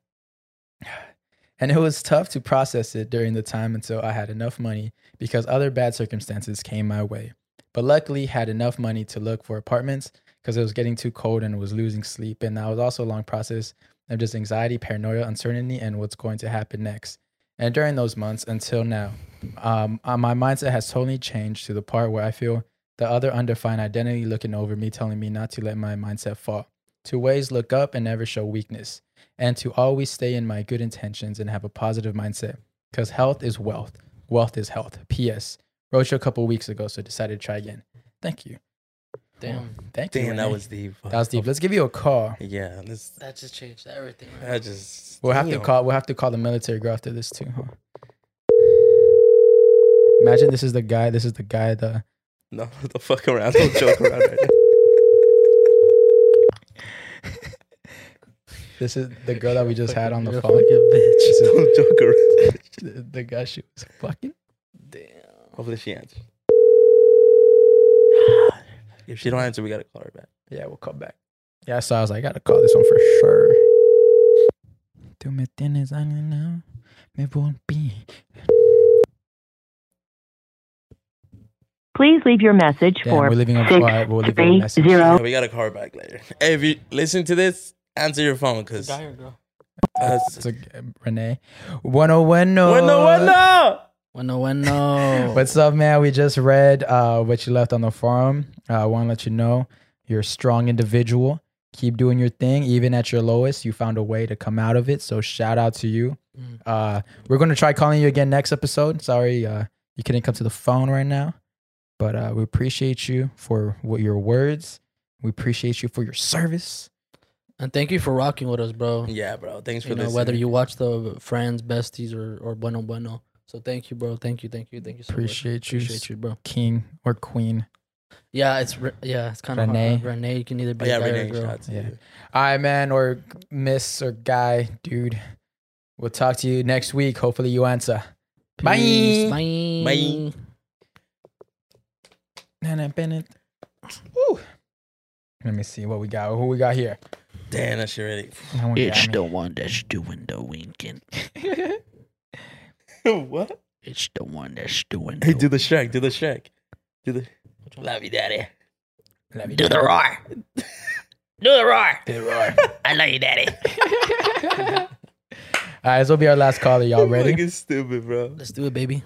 Speaker 3: it was tough to process it during the time until I had enough money because other bad circumstances came my way. But luckily had enough money to look for apartments because it was getting too cold and was losing sleep and that was also a long process of just anxiety, paranoia, uncertainty and what's going to happen next. And during those months until now, um, uh, my mindset has totally changed to the part where I feel the other undefined identity looking over me, telling me not to let my mindset fall, to always look up and never show weakness, and to always stay in my good intentions and have a positive mindset. Because health is wealth, wealth is health. P.S. Wrote you a couple weeks ago, so decided to try again. Thank you.
Speaker 1: Damn.
Speaker 3: Thank you.
Speaker 2: Damn, that
Speaker 3: Renee.
Speaker 2: was deep.
Speaker 3: that was deep. Let's give you a call.
Speaker 2: Yeah, this
Speaker 1: That just changed everything.
Speaker 2: that just.
Speaker 3: We'll have to
Speaker 2: damn.
Speaker 3: call. We'll have to call the military girl after this too. Huh? Imagine this is the guy. This is the guy. The
Speaker 2: No, don't fuck around. *laughs* Don't joke around. Right now. *laughs*
Speaker 3: *laughs* this is the girl that we just had on the
Speaker 1: You're a
Speaker 3: phone.
Speaker 1: fucking
Speaker 3: This is-
Speaker 2: Don't joke around. *laughs*
Speaker 3: the, the guy she was fucking.
Speaker 1: Damn.
Speaker 2: Hopefully she answers. If she don't answer, we gotta call her back.
Speaker 3: Yeah, we'll call back. Yeah, so I was like, I gotta call this one for sure. Tú me tienes alienado, me volví.
Speaker 7: Please leave your message
Speaker 3: Damn,
Speaker 7: for
Speaker 3: we're leaving on
Speaker 7: six,
Speaker 3: quiet. We'll leave a
Speaker 7: three,
Speaker 3: message.
Speaker 7: zero.
Speaker 2: Yeah, we gotta call her back later. Hey, if you listen to this, answer your phone, cause
Speaker 1: Guy or girl?
Speaker 2: uh,
Speaker 3: It's like, uh, Renee. oh Bueno, bueno.
Speaker 2: Bueno, bueno.
Speaker 1: Bueno, bueno.
Speaker 3: *laughs* What's up, man? We just read uh, what you left on the forum. Uh, I want to let you know you're a strong individual. Keep doing your thing, even at your lowest. You found a way to come out of it. So shout out to you.
Speaker 1: Mm.
Speaker 3: Uh, we're gonna try calling you again next episode. Sorry, uh, you couldn't come to the phone right now, but uh, we appreciate you for what your words. We appreciate you for your service.
Speaker 1: and thank you for rocking with us, bro.
Speaker 2: Yeah, bro. Thanks for
Speaker 1: you know,
Speaker 2: listening.
Speaker 1: whether you watch the Friends, Besties, or or Bueno Bueno. So thank you, bro. Thank you, thank you, thank you so
Speaker 3: Appreciate
Speaker 1: much.
Speaker 3: you.
Speaker 1: Appreciate you, bro.
Speaker 3: King or queen.
Speaker 1: Yeah, it's re- yeah, it's kind of
Speaker 3: Renee.
Speaker 1: Hard. Renee, you can either
Speaker 2: Oh,
Speaker 1: be
Speaker 2: yeah,
Speaker 1: a guy
Speaker 2: Renee.
Speaker 1: or a girl.
Speaker 2: shout out to
Speaker 3: Yeah.
Speaker 2: you.
Speaker 3: All right, man, or miss or guy, dude. We'll talk to you next week. Hopefully, you answer. Bye.
Speaker 1: Peace.
Speaker 2: Bye.
Speaker 3: Nana Bennett. Woo. Let me see what we got. Who we got here?
Speaker 2: Damn, that shit really.
Speaker 3: No one got me.
Speaker 1: one that's doing the winking.
Speaker 2: *laughs* what?
Speaker 1: It's the one that's doing.
Speaker 2: Hey, do the Shrek. Do the Shrek. Do the. Love you, daddy.
Speaker 3: Let me
Speaker 8: Do the roar. Do the roar.
Speaker 3: do the roar.
Speaker 2: *laughs*
Speaker 8: I love you, Daddy.
Speaker 3: All right, this will be our last caller.
Speaker 1: *laughs* Oh
Speaker 3: Y'all ready?
Speaker 2: Fucking stupid, bro.
Speaker 1: Let's do it, baby.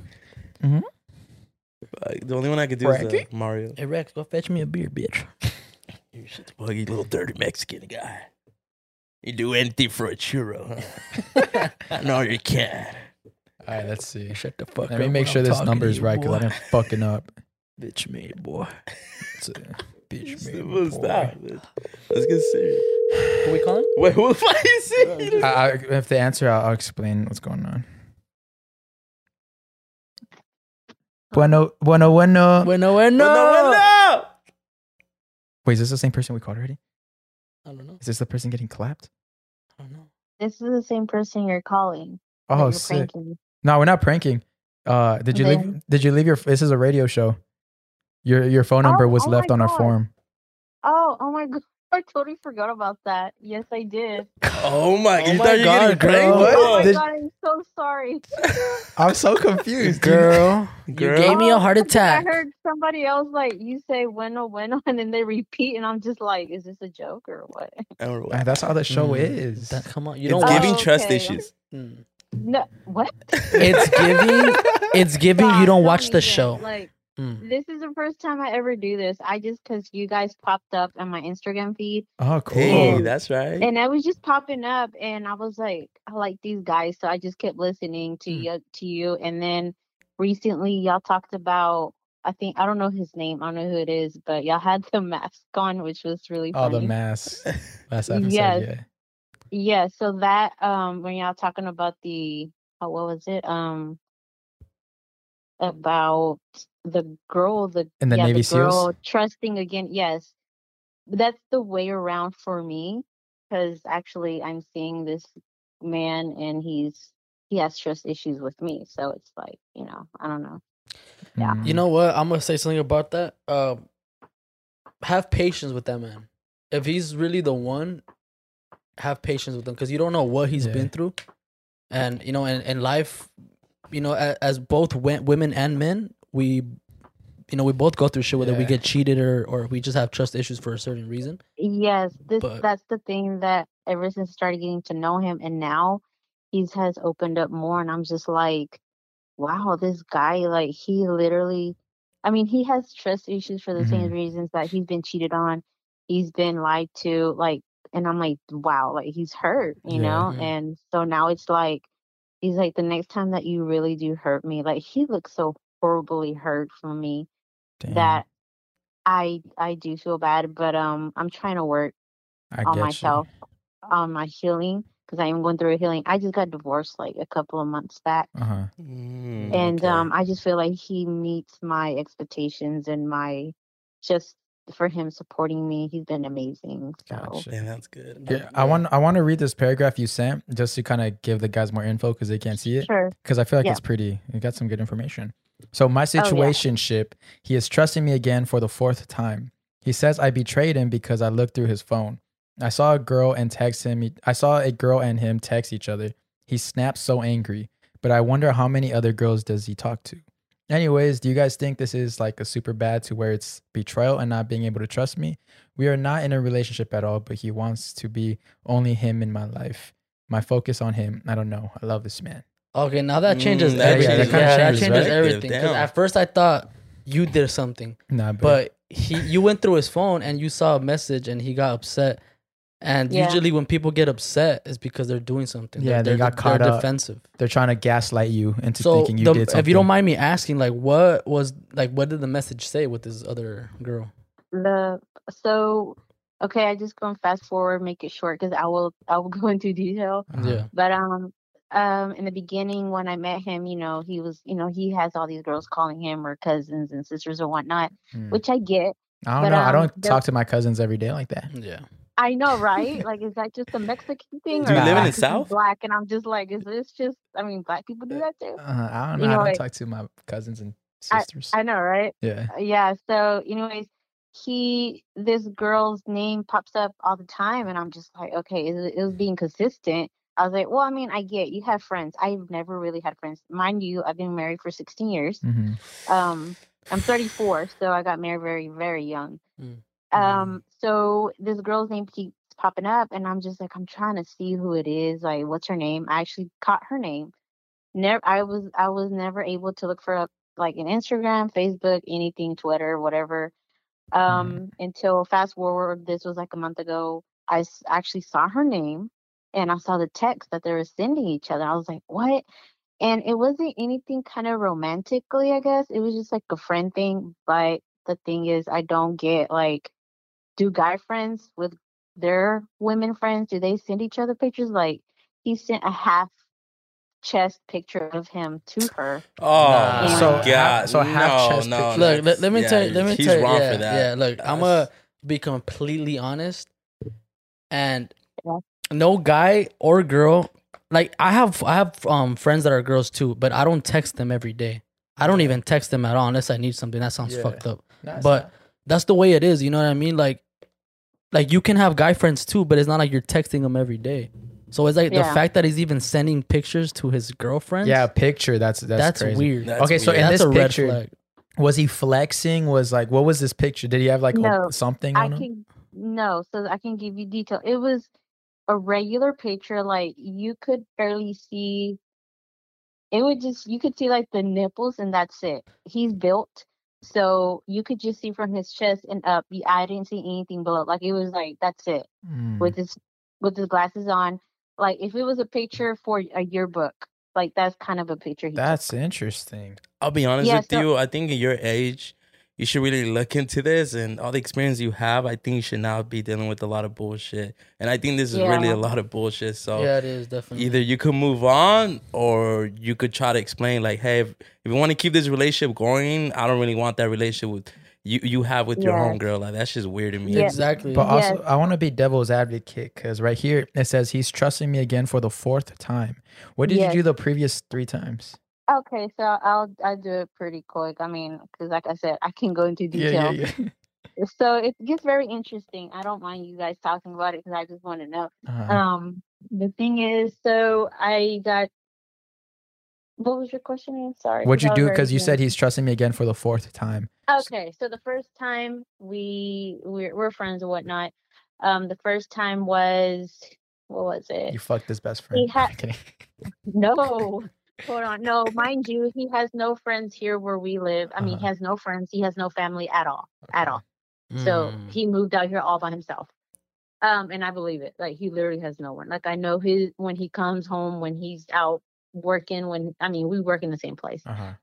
Speaker 2: Like, the only one I could do is uh,
Speaker 3: Frankie?
Speaker 2: Mario.
Speaker 1: Hey Rex, go fetch me a beer, bitch.
Speaker 2: You shit buggy little dirty Mexican guy. You do anything for a churro, *laughs* huh? no, you can't.
Speaker 3: All right, let's see.
Speaker 1: Shut the fuck
Speaker 3: Let me make sure this number is right because I'm fucking up.
Speaker 1: *laughs* bitch me, boy.
Speaker 3: It's a
Speaker 1: *laughs*
Speaker 3: bitch made
Speaker 2: Stupid,
Speaker 3: boy.
Speaker 2: Stop. Let's get serious.
Speaker 1: Who we calling?
Speaker 2: Wait, who the fuck is serious?
Speaker 3: I, I, if the answer, I'll, I'll explain what's going
Speaker 9: Um,
Speaker 3: on. Bueno, bueno, bueno.
Speaker 1: Bueno, bueno.
Speaker 2: no.
Speaker 3: Wait, is this the same person we called already?
Speaker 1: I don't know.
Speaker 3: Is this the person getting clapped?
Speaker 1: I don't know.
Speaker 9: This is the same person you're calling. that
Speaker 3: Oh,
Speaker 9: you're
Speaker 3: sick.
Speaker 9: pranking.
Speaker 3: No, we're not pranking. Uh, did you leave?
Speaker 9: Then-
Speaker 3: Did you leave your? This is a radio show. Your your phone number
Speaker 9: Oh,
Speaker 3: was
Speaker 9: oh my
Speaker 3: left on our
Speaker 9: God.
Speaker 3: form.
Speaker 9: Oh, oh my *laughs* god. I totally forgot about that. Yes, I did.
Speaker 2: Oh my!
Speaker 1: Oh
Speaker 2: you
Speaker 1: my
Speaker 2: thought you were getting
Speaker 1: God, girl.
Speaker 2: pranked?
Speaker 9: Oh my
Speaker 3: Did-
Speaker 9: god, I'm so sorry.
Speaker 3: I'm so confused,
Speaker 1: Girl,
Speaker 2: *laughs* Girl.
Speaker 1: you gave me a heart
Speaker 9: Oh, because
Speaker 1: attack.
Speaker 9: I heard somebody else like you say bueno *laughs* bueno oh, and then they repeat and I'm just like, is this a joke or what? *laughs*
Speaker 2: Or what?
Speaker 3: Man, that's how the show
Speaker 1: Mm,
Speaker 3: is.
Speaker 1: That, come on, you
Speaker 2: It's
Speaker 1: don't
Speaker 9: Oh,
Speaker 2: giving
Speaker 1: watch.
Speaker 2: trust
Speaker 9: okay.
Speaker 2: issues.
Speaker 1: Mm.
Speaker 9: No what?
Speaker 1: *laughs* It's
Speaker 2: *laughs*
Speaker 1: giving. It's giving.
Speaker 9: Nah,
Speaker 1: You don't
Speaker 9: no,
Speaker 1: watch the
Speaker 9: even.
Speaker 1: show.
Speaker 9: Like
Speaker 1: Mm.
Speaker 9: this is the first time I ever do this. I just cause you guys popped up on my Instagram feed
Speaker 3: oh, cool.
Speaker 2: Hey, that's right.
Speaker 9: and I was just popping up, and I was like, I like these guys, so I just kept listening to
Speaker 3: Hmm.
Speaker 1: Mm.
Speaker 9: you, to you. And then recently, y'all talked about, I think I don't know his name, I don't know who it is, but y'all had the *laughs* mask on, which was really
Speaker 3: oh,
Speaker 9: funny.
Speaker 3: the mask. Last episode,
Speaker 9: Yes.
Speaker 3: yeah.
Speaker 9: Yeah, so that um, when y'all talking about the, oh, what was it? Um, about the girl, the
Speaker 3: And the
Speaker 9: yeah,
Speaker 3: Navy
Speaker 9: the girl
Speaker 3: SEALs.
Speaker 9: trusting again. Yes, that's the way around for me because actually I'm seeing this man and he's he has trust issues with me, so it's like you know I don't know. Yeah.
Speaker 3: Mm.
Speaker 1: You know what? I'm gonna say something about that. Um, have patience with that man. if he's really the one, have patience with him because you don't know what he's
Speaker 3: Yeah.
Speaker 1: been through, and you know, and in life, you know, as, as both we- women and men, we, you know, we both go through shit whether we
Speaker 3: Yeah.
Speaker 1: get cheated or or we just have trust issues for a certain reason.
Speaker 9: Yes, this
Speaker 1: But-
Speaker 9: that's the thing that ever since I started getting to know him and now he's has opened up more and I'm just like, wow, this guy like he literally I mean, he has trust issues for the
Speaker 3: Mm-hmm.
Speaker 9: same reasons that he's been cheated on, he's been lied to, like and I'm like, wow, like he's hurt, you
Speaker 3: Yeah.
Speaker 9: know?
Speaker 1: Mhm.
Speaker 9: And so now it's like he's like the next time that you really do hurt me, like he looks so horribly hurt from me
Speaker 3: Damn,
Speaker 9: that I I do feel bad, but um I'm trying to work
Speaker 3: I
Speaker 9: on
Speaker 3: get you.
Speaker 9: myself on my healing because I am going through a healing. I just got divorced like a couple of months back,
Speaker 3: Uh-huh.
Speaker 2: Mm,
Speaker 9: and
Speaker 2: okay.
Speaker 9: um I just feel like he meets my expectations and my just for him supporting me. He's been amazing. So
Speaker 3: Gotcha.
Speaker 2: Damn, that's good.
Speaker 3: Yeah, I want I want to read this paragraph you sent just to kind of give the guys more info because they can't see it.
Speaker 9: sure,
Speaker 3: because I feel like
Speaker 9: Yeah.
Speaker 3: it's
Speaker 9: Oh,
Speaker 3: pretty. It got some good information. So my
Speaker 9: yeah.
Speaker 3: situationship, he is trusting me again for the fourth time. He says I betrayed him because I looked through his phone. I saw a girl and text him. I saw a girl and him text each other. He snaps so angry, but I wonder how many other girls does he talk to. Anyways, do you guys think this is like a super bad to where it's betrayal and not being able to trust me? We are not in a relationship at all, but he wants to be only him in my life. My focus on him. I don't know. I love this man.
Speaker 1: Okay, now that changes
Speaker 2: Mm, that
Speaker 1: everything.
Speaker 3: changes- that kinda
Speaker 1: yeah,
Speaker 3: changes,
Speaker 1: that changes
Speaker 2: right?
Speaker 1: everything.
Speaker 2: Damn.
Speaker 1: Because at first I thought you did something,
Speaker 3: Nah,
Speaker 1: but he you went through his phone and you saw a message and he got upset. And
Speaker 9: Yeah.
Speaker 1: usually when people get upset, it's because they're doing something.
Speaker 3: Yeah,
Speaker 1: they're,
Speaker 3: they
Speaker 1: they're-
Speaker 3: got caught
Speaker 1: they're
Speaker 3: up.
Speaker 1: defensive.
Speaker 3: they're trying to gaslight you into
Speaker 1: so
Speaker 3: thinking you
Speaker 1: the-
Speaker 3: did something.
Speaker 1: if you don't mind me asking, like what was like what did the message say with this other girl?
Speaker 9: the so okay. I just gonna fast forward, make it short because I will I will go *laughs* into detail.
Speaker 3: Uh-huh.
Speaker 1: Yeah.
Speaker 9: But um um in the beginning when I met him, you know, he was you know, he has all these girls calling him or cousins and sisters and whatnot,
Speaker 2: Mm.
Speaker 3: Hmm.
Speaker 9: which I get.
Speaker 3: I don't
Speaker 9: but,
Speaker 3: know. I
Speaker 9: um,
Speaker 3: don't
Speaker 9: there-
Speaker 3: talk to my cousins every day like that.
Speaker 1: Yeah.
Speaker 9: I know, right? like is that just a Mexican thing
Speaker 2: Do
Speaker 9: or
Speaker 2: you
Speaker 9: is
Speaker 2: live in
Speaker 9: that
Speaker 2: the
Speaker 9: because he's
Speaker 2: South?
Speaker 9: black and I'm just like, is this just I mean black people do that too?
Speaker 3: Uh, I don't know.
Speaker 9: You know,
Speaker 3: I don't
Speaker 9: like-
Speaker 3: talk to my cousins and sisters.
Speaker 9: I know, right? Uh,
Speaker 3: yeah.
Speaker 9: Yeah. So anyways, he this girl's name pops up all the time and I'm just like, okay, it, was- it was being consistent. I was like, well, I mean, I get you have friends. I've never really had friends. Mind you, I've been married for 16 years.
Speaker 3: hmm
Speaker 9: um i'm 34 so i got married very very young
Speaker 1: Mm.
Speaker 9: um so this girl's name keeps popping up and i'm just like i'm trying to see who it is like what's her name i actually caught her name never i was i was never able to look for up like an instagram facebook anything twitter whatever um until fast forward this was like a month ago i s- actually saw her name and i saw the text that they were sending each other i was like what and it wasn't anything kind of romantically i guess it was just like a friend thing but the thing is i don't get like do guy friends with their women friends do they send each other pictures like he sent a half chest picture of him to her
Speaker 2: Oh
Speaker 1: Nah.
Speaker 2: my
Speaker 9: So
Speaker 2: god!
Speaker 9: half-
Speaker 3: so half
Speaker 2: no,
Speaker 3: chest
Speaker 2: no,
Speaker 3: pictures.
Speaker 2: no,
Speaker 1: look, let, let me
Speaker 2: Oh, yeah,
Speaker 1: tell you. Let me
Speaker 2: he's
Speaker 1: tell you.
Speaker 2: wrong
Speaker 1: yeah,
Speaker 2: for that.
Speaker 1: Yeah, look, I'm
Speaker 2: That's-
Speaker 1: gonna be completely honest, and
Speaker 9: Yeah.
Speaker 1: no guy or girl. Like I have, I have um friends that are girls too, but I don't text them every day. I don't even text them at all unless I need something. That sounds
Speaker 3: Yeah.
Speaker 1: fucked up.
Speaker 3: No, it's
Speaker 1: but
Speaker 3: not.
Speaker 1: that's the way it is. You know what I mean? Like, like you can have guy friends too, but it's not like you're texting them every day. So it's like the
Speaker 9: Yeah.
Speaker 1: fact that he's even sending pictures to his girlfriend.
Speaker 3: yeah, picture. That's that's,
Speaker 1: that's,
Speaker 3: crazy.
Speaker 1: weird.
Speaker 2: That's
Speaker 3: okay, so
Speaker 2: weird.
Speaker 3: in
Speaker 1: that's
Speaker 3: this
Speaker 1: a red
Speaker 3: picture,
Speaker 1: flag.
Speaker 3: was he flexing? Was like, what was this picture? Did he have like a-
Speaker 9: No,
Speaker 3: something
Speaker 9: I
Speaker 3: on him?
Speaker 9: can no, so I can give you detail. It was a regular picture, like you could barely see. It would just you could see like the nipples and that's it. He's built, so you could just see from his chest and up. y- I didn't see anything below. Like it was like that's it
Speaker 3: Mm.
Speaker 9: with his with his glasses on. Like if it was a picture for a yearbook, like that's kind of a picture he took.
Speaker 3: That's interesting.
Speaker 2: I'll be honest
Speaker 9: Yeah,
Speaker 2: with
Speaker 9: so-
Speaker 2: you. I think at your age, you should really look into this and all the experience you have. I think you should not be dealing with a lot of bullshit. And I think this is really
Speaker 9: Yeah.
Speaker 2: a lot of bullshit. So
Speaker 1: yeah, it is definitely.
Speaker 2: Mm-hmm. either you could move on or you could try to explain, like, hey, if, if you want to keep this relationship going, I don't really want that relationship with you you have with your
Speaker 9: Yeah.
Speaker 2: homegirl. Like that's just weird to me.
Speaker 9: Yeah.
Speaker 1: Exactly.
Speaker 3: But
Speaker 9: Yes.
Speaker 3: also, I want to be devil's advocate because right here it says he's trusting me again for the fourth time. What did
Speaker 9: Yes.
Speaker 3: you do the previous three times?
Speaker 9: Okay, so I'll I'll do it pretty quick. I mean, because like I said, I can go into detail. *laughs*
Speaker 3: yeah.
Speaker 9: so it gets very interesting. I don't mind you guys talking about it because I just want to know.
Speaker 3: Uh-huh.
Speaker 9: Um, the thing is, so I got. What was your question? again? sorry.
Speaker 3: What'd you
Speaker 9: I was
Speaker 3: do?
Speaker 9: already
Speaker 3: Because you
Speaker 9: doing-
Speaker 3: said he's trusting me again for the fourth time.
Speaker 9: Okay, so the first time we we're, we're friends and whatnot. Um, the first time was what was it?
Speaker 3: You fucked his best friend.
Speaker 9: *laughs* ha-
Speaker 3: I'm kidding.
Speaker 9: No. *laughs* Hold on. No, mind you, he has no friends here where we live. I mean, he
Speaker 3: Uh-huh.
Speaker 9: has no friends. He has no family at all. At
Speaker 3: Okay.
Speaker 9: all. So
Speaker 1: Mm.
Speaker 9: he moved out here all by himself. Um, and I believe it. Like he literally has no one. Like I know his when he comes home, when he's out working, when I mean we work in the same place. *laughs*
Speaker 3: Uh-huh.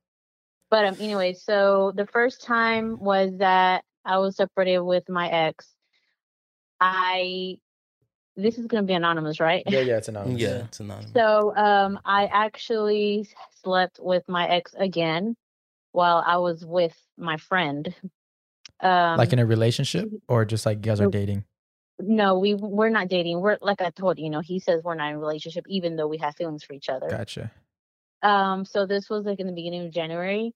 Speaker 9: But um, anyway, so the first time was that I was separated with my ex. I this is gonna be anonymous, right? *laughs*
Speaker 3: Yeah, yeah, it's anonymous.
Speaker 2: Yeah, it's anonymous.
Speaker 9: So um, I actually slept with my ex again while I was with my friend. Um,
Speaker 3: like in a relationship or just like you guys are
Speaker 9: Nope.
Speaker 3: dating?
Speaker 9: no, we we're not dating. We're like I told you, you know, he says we're not in a relationship, even though we have feelings for each other.
Speaker 3: Gotcha.
Speaker 9: Um, so this was like in the beginning of January.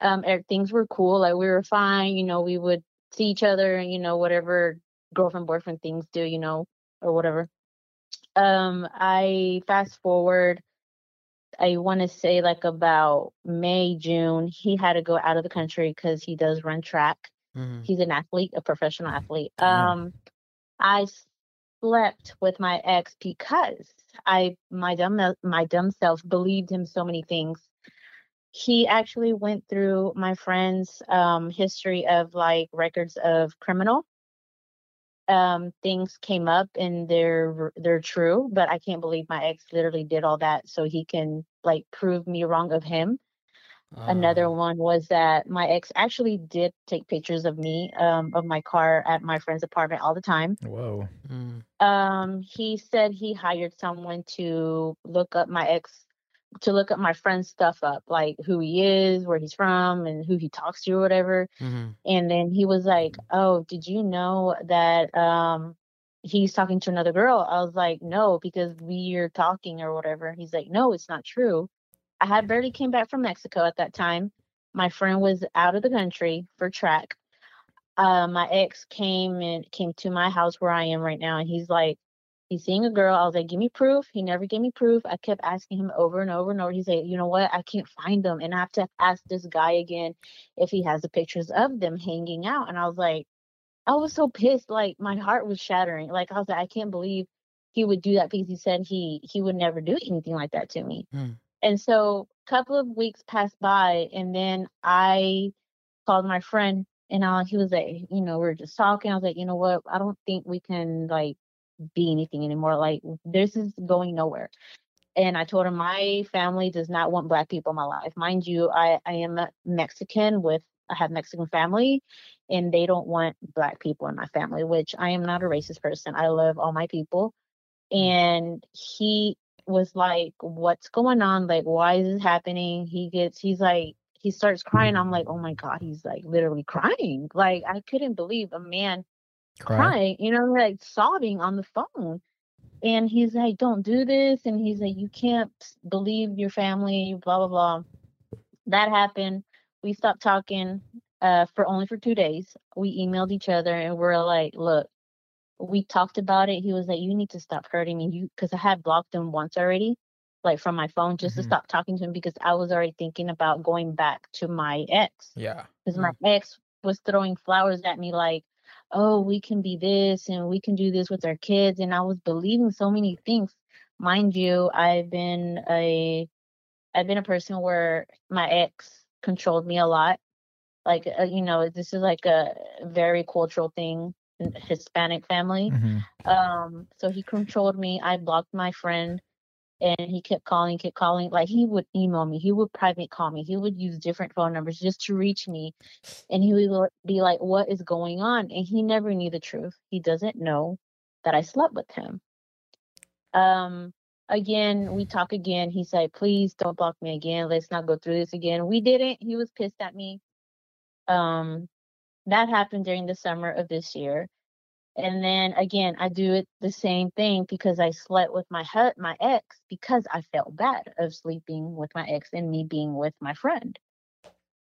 Speaker 9: Um, er- things were cool, like we were fine, you know, we would see each other, you know, whatever girlfriend, boyfriend things do, you know, or whatever. Um, I fast forward, I want to say like about May, June, he had to go out of the country because he does run track.
Speaker 1: Mhm.
Speaker 9: He's an athlete, a professional athlete.
Speaker 1: Damn.
Speaker 9: Um, I slept with my ex because I my dumb my dumb self believed him so many things. He actually went through my friend's um, history of like records of criminal. Um, things came up and they're they're true, but I can't believe my ex literally did all that so he can like prove me wrong of him another
Speaker 1: Ah.
Speaker 9: one was that my ex actually did take pictures of me um, of my car at my friend's apartment all the time
Speaker 3: Whoa.
Speaker 1: Mm.
Speaker 9: um, he said he hired someone to look up my ex to look up my friend's stuff up like who he is where he's from and who he talks to or whatever
Speaker 1: Mhm.
Speaker 9: and then he was like oh did you know that um, he's talking to another girl i was like no because we're talking or whatever he's like no it's not true I had barely came back from Mexico at that time. My friend was out of the country for track. Uh, my ex came and came to my house where I am right now, and he's like, he's seeing a girl. I was like, give me proof. He never gave me proof. I kept asking him over and over and over. He's like, you know what? I can't find them, and I have to ask this guy again if he has the pictures of them hanging out. And I was like, I was so pissed. Like my heart was shattering. Like I was like, I can't believe he would do that because he said he he would never do anything like that to me.
Speaker 1: Mm.
Speaker 9: And so a couple of weeks passed by, and then I called my friend, and I, he was like, you know, we were just talking. I was like, you know what? I don't think we can like be anything anymore. Like this is going nowhere. And I told him my family does not want black people in my life. Mind you, I I am a Mexican with I have Mexican family, and they don't want black people in my family. Which I am not a racist person. I love all my people. And he was like, "What's going on? Like, why is this happening?" He gets, he's like, he starts crying. I'm like, "Oh my god!" He's like, literally crying. Like, I couldn't believe a man
Speaker 3: Cry.
Speaker 9: crying, you know, like sobbing on the phone. And he's like, "Don't do this," and he's like, "You can't believe your family." Blah blah blah. That happened. We stopped talking uh, for only for two days. We emailed each other, and we're like, "Look." we talked about it. He was like, "You need to stop hurting me," you because I had blocked him once already, like from my phone, just
Speaker 3: Mhm.
Speaker 9: to stop talking to him because I was already thinking about going back to my ex
Speaker 3: Yeah.
Speaker 9: because my ex was throwing flowers at me like, "Oh, we can be this and we can do this with our kids," and I was believing so many things. Mind you, I've been a I've been a person where my ex controlled me a lot. Like uh, you know, this is like a very cultural thing, in Hispanic family.
Speaker 3: Mhm.
Speaker 9: Um, so he controlled me. I blocked my friend and he kept calling, kept calling. Like he would email me, he would private call me, he would use different phone numbers just to reach me. And he would lo- be like, What is going on? And he never knew the truth. He doesn't know that I slept with him. Um, again, we talk again. He said, Please don't block me again. Let's not go through this again. We didn't. He was pissed at me. Um, that happened during the summer of this year. And then again, I do it the same thing because I slept with my hu- my ex because I felt bad of sleeping with my ex and me being with my friend.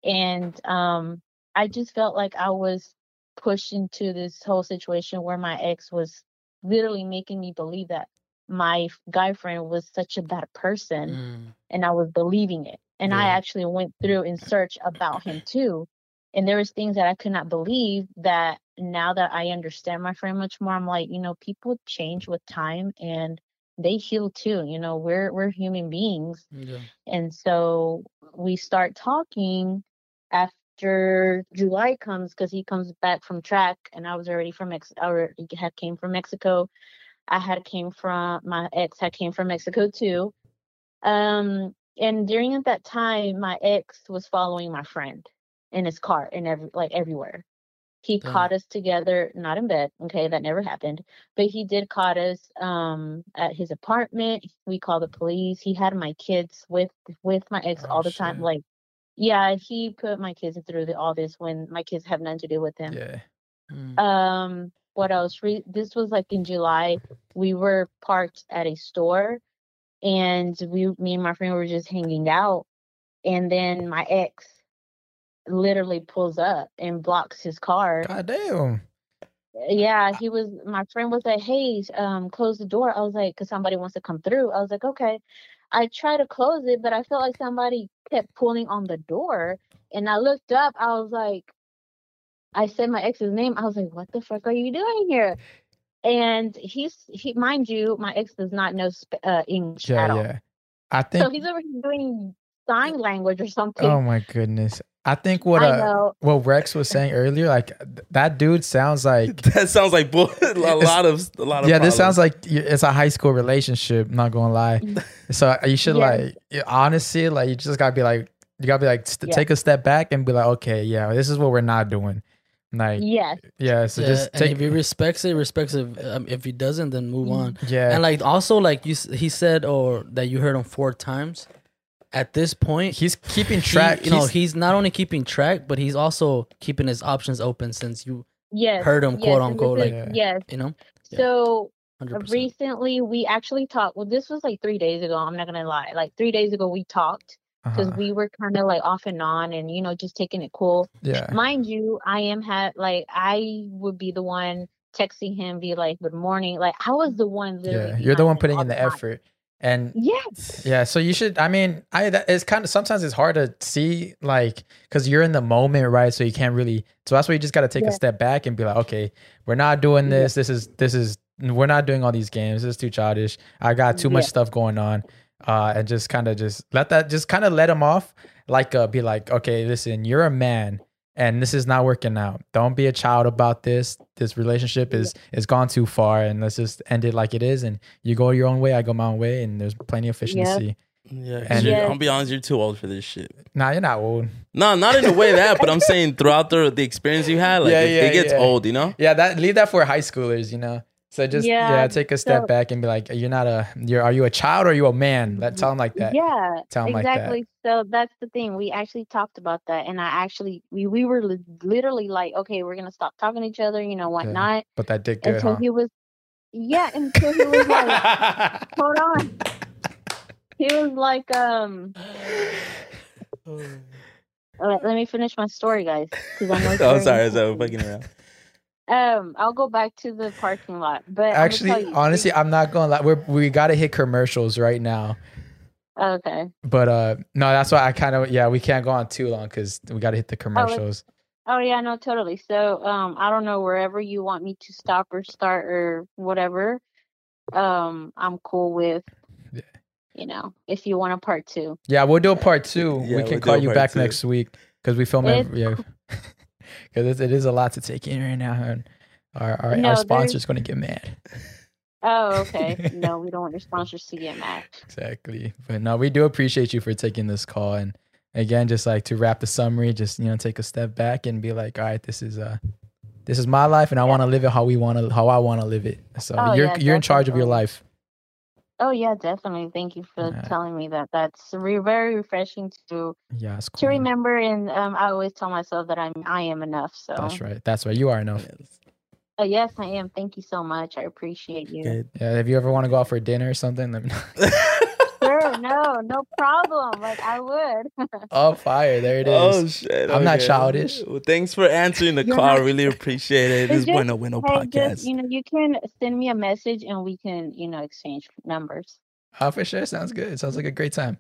Speaker 9: And um, I just felt like I was pushed into this whole situation where my ex was literally making me believe that my f- guy friend was such a bad person
Speaker 1: Mm.
Speaker 9: and I was believing it. And I
Speaker 1: Yeah.
Speaker 9: actually went through and searched about him too. And there was things that I could not believe that now that I understand my friend much more, I'm like, you know, people change with time and they heal too. You know, we're we're human beings.
Speaker 1: Yeah.
Speaker 9: And so we start talking after July comes because he comes back from track, and I was already from Mex. I already had came from Mexico. I had came from my ex had came from Mexico too. Um, and during that time, my ex was following my friend in his car and every like everywhere. He
Speaker 1: Dang.
Speaker 9: caught us together, not in bed. Okay, that never happened. But he did caught us um at his apartment. We called the police. He had my kids with with my ex
Speaker 1: Oh,
Speaker 9: all the time.
Speaker 1: shit.
Speaker 9: Like, yeah, he put my kids through the, all this when my kids have nothing to do with him.
Speaker 3: Yeah.
Speaker 1: Mm.
Speaker 9: Um, what else? Re- this was like in July. We were parked at a store, and we, me and my friend, were just hanging out. And then my ex literally pulls up and blocks his car.
Speaker 3: God damn.
Speaker 9: Yeah, he was. My friend was like, "Hey, um, close the door." I was like, "Cause somebody wants to come through." I was like, "Okay." I tried to close it, but I felt like somebody kept pulling on the door, and I looked up. I was like, I said my ex's name. I was like, "What the fuck are you doing here?" And he's he, mind you, my ex does not know sp- uh, English
Speaker 3: Yeah,
Speaker 9: at all,
Speaker 3: yeah. I
Speaker 9: so
Speaker 3: think.
Speaker 9: he's over here doing sign language or something.
Speaker 3: Oh my goodness. I think what
Speaker 9: I
Speaker 3: uh,
Speaker 9: know.
Speaker 3: what Rex was saying earlier, like th- that dude
Speaker 9: *laughs*
Speaker 3: sounds like
Speaker 2: *laughs* that sounds like bull- *laughs* a lot of a lot of.
Speaker 3: yeah, this sounds
Speaker 2: problems.
Speaker 3: like y- it's a high school relationship. Not gonna
Speaker 1: *laughs*
Speaker 3: lie, so you should
Speaker 9: Yeah.
Speaker 3: like y- honestly, like you just gotta be like you gotta be like st-
Speaker 9: Yeah.
Speaker 3: take a step back and be like, okay, yeah, this is what we're not doing. Like
Speaker 9: Yes,
Speaker 3: yeah, so
Speaker 1: yeah,
Speaker 3: just
Speaker 1: and
Speaker 3: take
Speaker 1: if he respects it, respects it. Um, if he doesn't, then move on.
Speaker 3: yeah.
Speaker 1: And like also like you, s- he said or that you heard him four times. At this point,
Speaker 3: he's keeping
Speaker 1: he-
Speaker 3: track.
Speaker 1: you know,
Speaker 3: he's-
Speaker 1: he's not only keeping track, but he's also keeping his options open since you,
Speaker 9: yes,
Speaker 1: Heard 'em,
Speaker 9: yes,
Speaker 1: quote,
Speaker 9: and this
Speaker 1: unquote,
Speaker 9: is-
Speaker 3: like-
Speaker 9: yes.
Speaker 1: you know, Yeah.
Speaker 9: So
Speaker 1: hundred percent.
Speaker 9: recently we actually talked well this was like three days ago i'm not gonna lie like three days ago we talked because
Speaker 3: uh-huh.
Speaker 9: we were kind of like off and on and you know just taking it cool
Speaker 3: yeah.
Speaker 9: mind you i am had like i would be the one texting him be like good morning like i was the one literally
Speaker 3: Yeah, you're the
Speaker 9: behind
Speaker 3: one
Speaker 9: him
Speaker 3: putting
Speaker 9: all
Speaker 3: in the
Speaker 9: time.
Speaker 3: effort, and
Speaker 9: yes
Speaker 3: yeah, so you should. I mean, I that, it's kind of sometimes it's hard to see, like, because you're in the moment, right? So you can't really. So that's why you just got to take a
Speaker 9: Yeah.
Speaker 3: step back and be like, okay, we're not doing
Speaker 9: Yeah.
Speaker 3: this. This is this is we're not doing all these games. This is too childish. I got too much
Speaker 9: Yeah.
Speaker 3: stuff going on, uh, and just kind of just let that just kind of let them off, like, uh, be like, okay, listen, you're a man. And this is not working out. Don't be a child about this. This relationship
Speaker 9: Yeah.
Speaker 3: is is gone too far, and let's just end it like it is. And you go your own way, I go my own way, and there's plenty of fish in the
Speaker 9: Yep.
Speaker 3: sea.
Speaker 2: Yeah, 'cause
Speaker 3: And-
Speaker 2: you're-
Speaker 9: Yes.
Speaker 2: I'll be honest, you're too old for this shit.
Speaker 3: Nah, you're not old.
Speaker 2: No, not in the way that, but I'm saying throughout the, the experience you had, like
Speaker 3: Yeah,
Speaker 2: it, it
Speaker 3: yeah,
Speaker 2: gets
Speaker 3: yeah.
Speaker 2: old, you know.
Speaker 3: Yeah, that leave that for high schoolers, you know. So just yeah,
Speaker 9: Yeah,
Speaker 3: take a step
Speaker 9: so-
Speaker 3: back and be like, you're not a, you're are you a child or are you a man? Let tell them like that.
Speaker 9: Yeah,
Speaker 3: Tell 'em like that.
Speaker 9: exactly. So that's the thing. We actually talked about that, and I actually we we were li- literally like, okay, we're gonna stop talking to each other, you know, whatnot.
Speaker 3: But that dick good,
Speaker 9: And until
Speaker 3: huh?
Speaker 9: he was, yeah, until he was
Speaker 3: *laughs*
Speaker 9: like, hold on. He was like, um, let, let me finish my story, guys,
Speaker 2: *laughs*
Speaker 9: because I know. it's
Speaker 2: I'm
Speaker 9: very
Speaker 2: Oh, sorry, I'm sorry, I'm
Speaker 9: important.
Speaker 2: fucking around.
Speaker 9: Um, I'll go back to the parking lot, but I'ma tell
Speaker 3: Actually,
Speaker 9: you-
Speaker 3: honestly, I'm not gonna lie. We're, we gotta hit commercials right now.
Speaker 9: okay.
Speaker 3: But uh no, that's why I kind of yeah, we can't go on too long because we gotta hit the commercials.
Speaker 9: Oh yeah, no, totally. So, um, I don't know wherever you want me to stop or start or whatever. Um, I'm cool with.
Speaker 3: Yeah.
Speaker 9: You know, if you want a part two,
Speaker 3: yeah, we'll do a part two.
Speaker 2: Yeah,
Speaker 3: we
Speaker 2: we'll
Speaker 3: can
Speaker 2: do a
Speaker 3: call you
Speaker 2: part
Speaker 3: back
Speaker 2: two.
Speaker 3: next week because we film every, yeah. *laughs*
Speaker 9: It's-
Speaker 3: Because it is a lot to take in right now, and our our,
Speaker 9: No,
Speaker 3: our
Speaker 9: there's-
Speaker 3: sponsor's gonna get mad.
Speaker 9: oh okay.
Speaker 3: *laughs*
Speaker 9: no, we don't want your sponsors to get mad.
Speaker 3: Exactly. But no, we do appreciate you for taking this call. And again, just like to wrap the summary, just you know, take a step back and be like, all right, this is uh this is my life and I wanna live it how we wanna how I wanna live it. So
Speaker 9: Oh,
Speaker 3: you're
Speaker 9: yeah,
Speaker 3: you're in charge of your
Speaker 9: definitely.
Speaker 3: life.
Speaker 9: Oh yeah, definitely. Thank you for
Speaker 3: Yeah.
Speaker 9: telling me that. That's re- very refreshing to
Speaker 3: Yeah, it's
Speaker 9: to
Speaker 3: cool.
Speaker 9: remember. And um, I always tell myself that I'm I am enough. So
Speaker 3: That's right. That's right. You are enough.
Speaker 9: Uh, yes, I am. Thank you so much. I appreciate you.
Speaker 2: Okay.
Speaker 3: Yeah, if you ever want to go out for dinner or something, let me know. *laughs*
Speaker 9: Sure, no, no, no problem. Like I would.
Speaker 3: Oh, fire. There it is.
Speaker 2: Oh shit!
Speaker 3: I'm not childish.
Speaker 2: Well, thanks for answering the
Speaker 9: You're
Speaker 2: call. I
Speaker 9: not-
Speaker 2: Really appreciate it. This is
Speaker 9: It's just-
Speaker 2: Bueno Bueno
Speaker 9: Hey,
Speaker 2: podcast.
Speaker 9: just, you know, you can send me a message and we can, you know, exchange numbers.
Speaker 3: Oh, for sure. Sounds good. Sounds like a great time.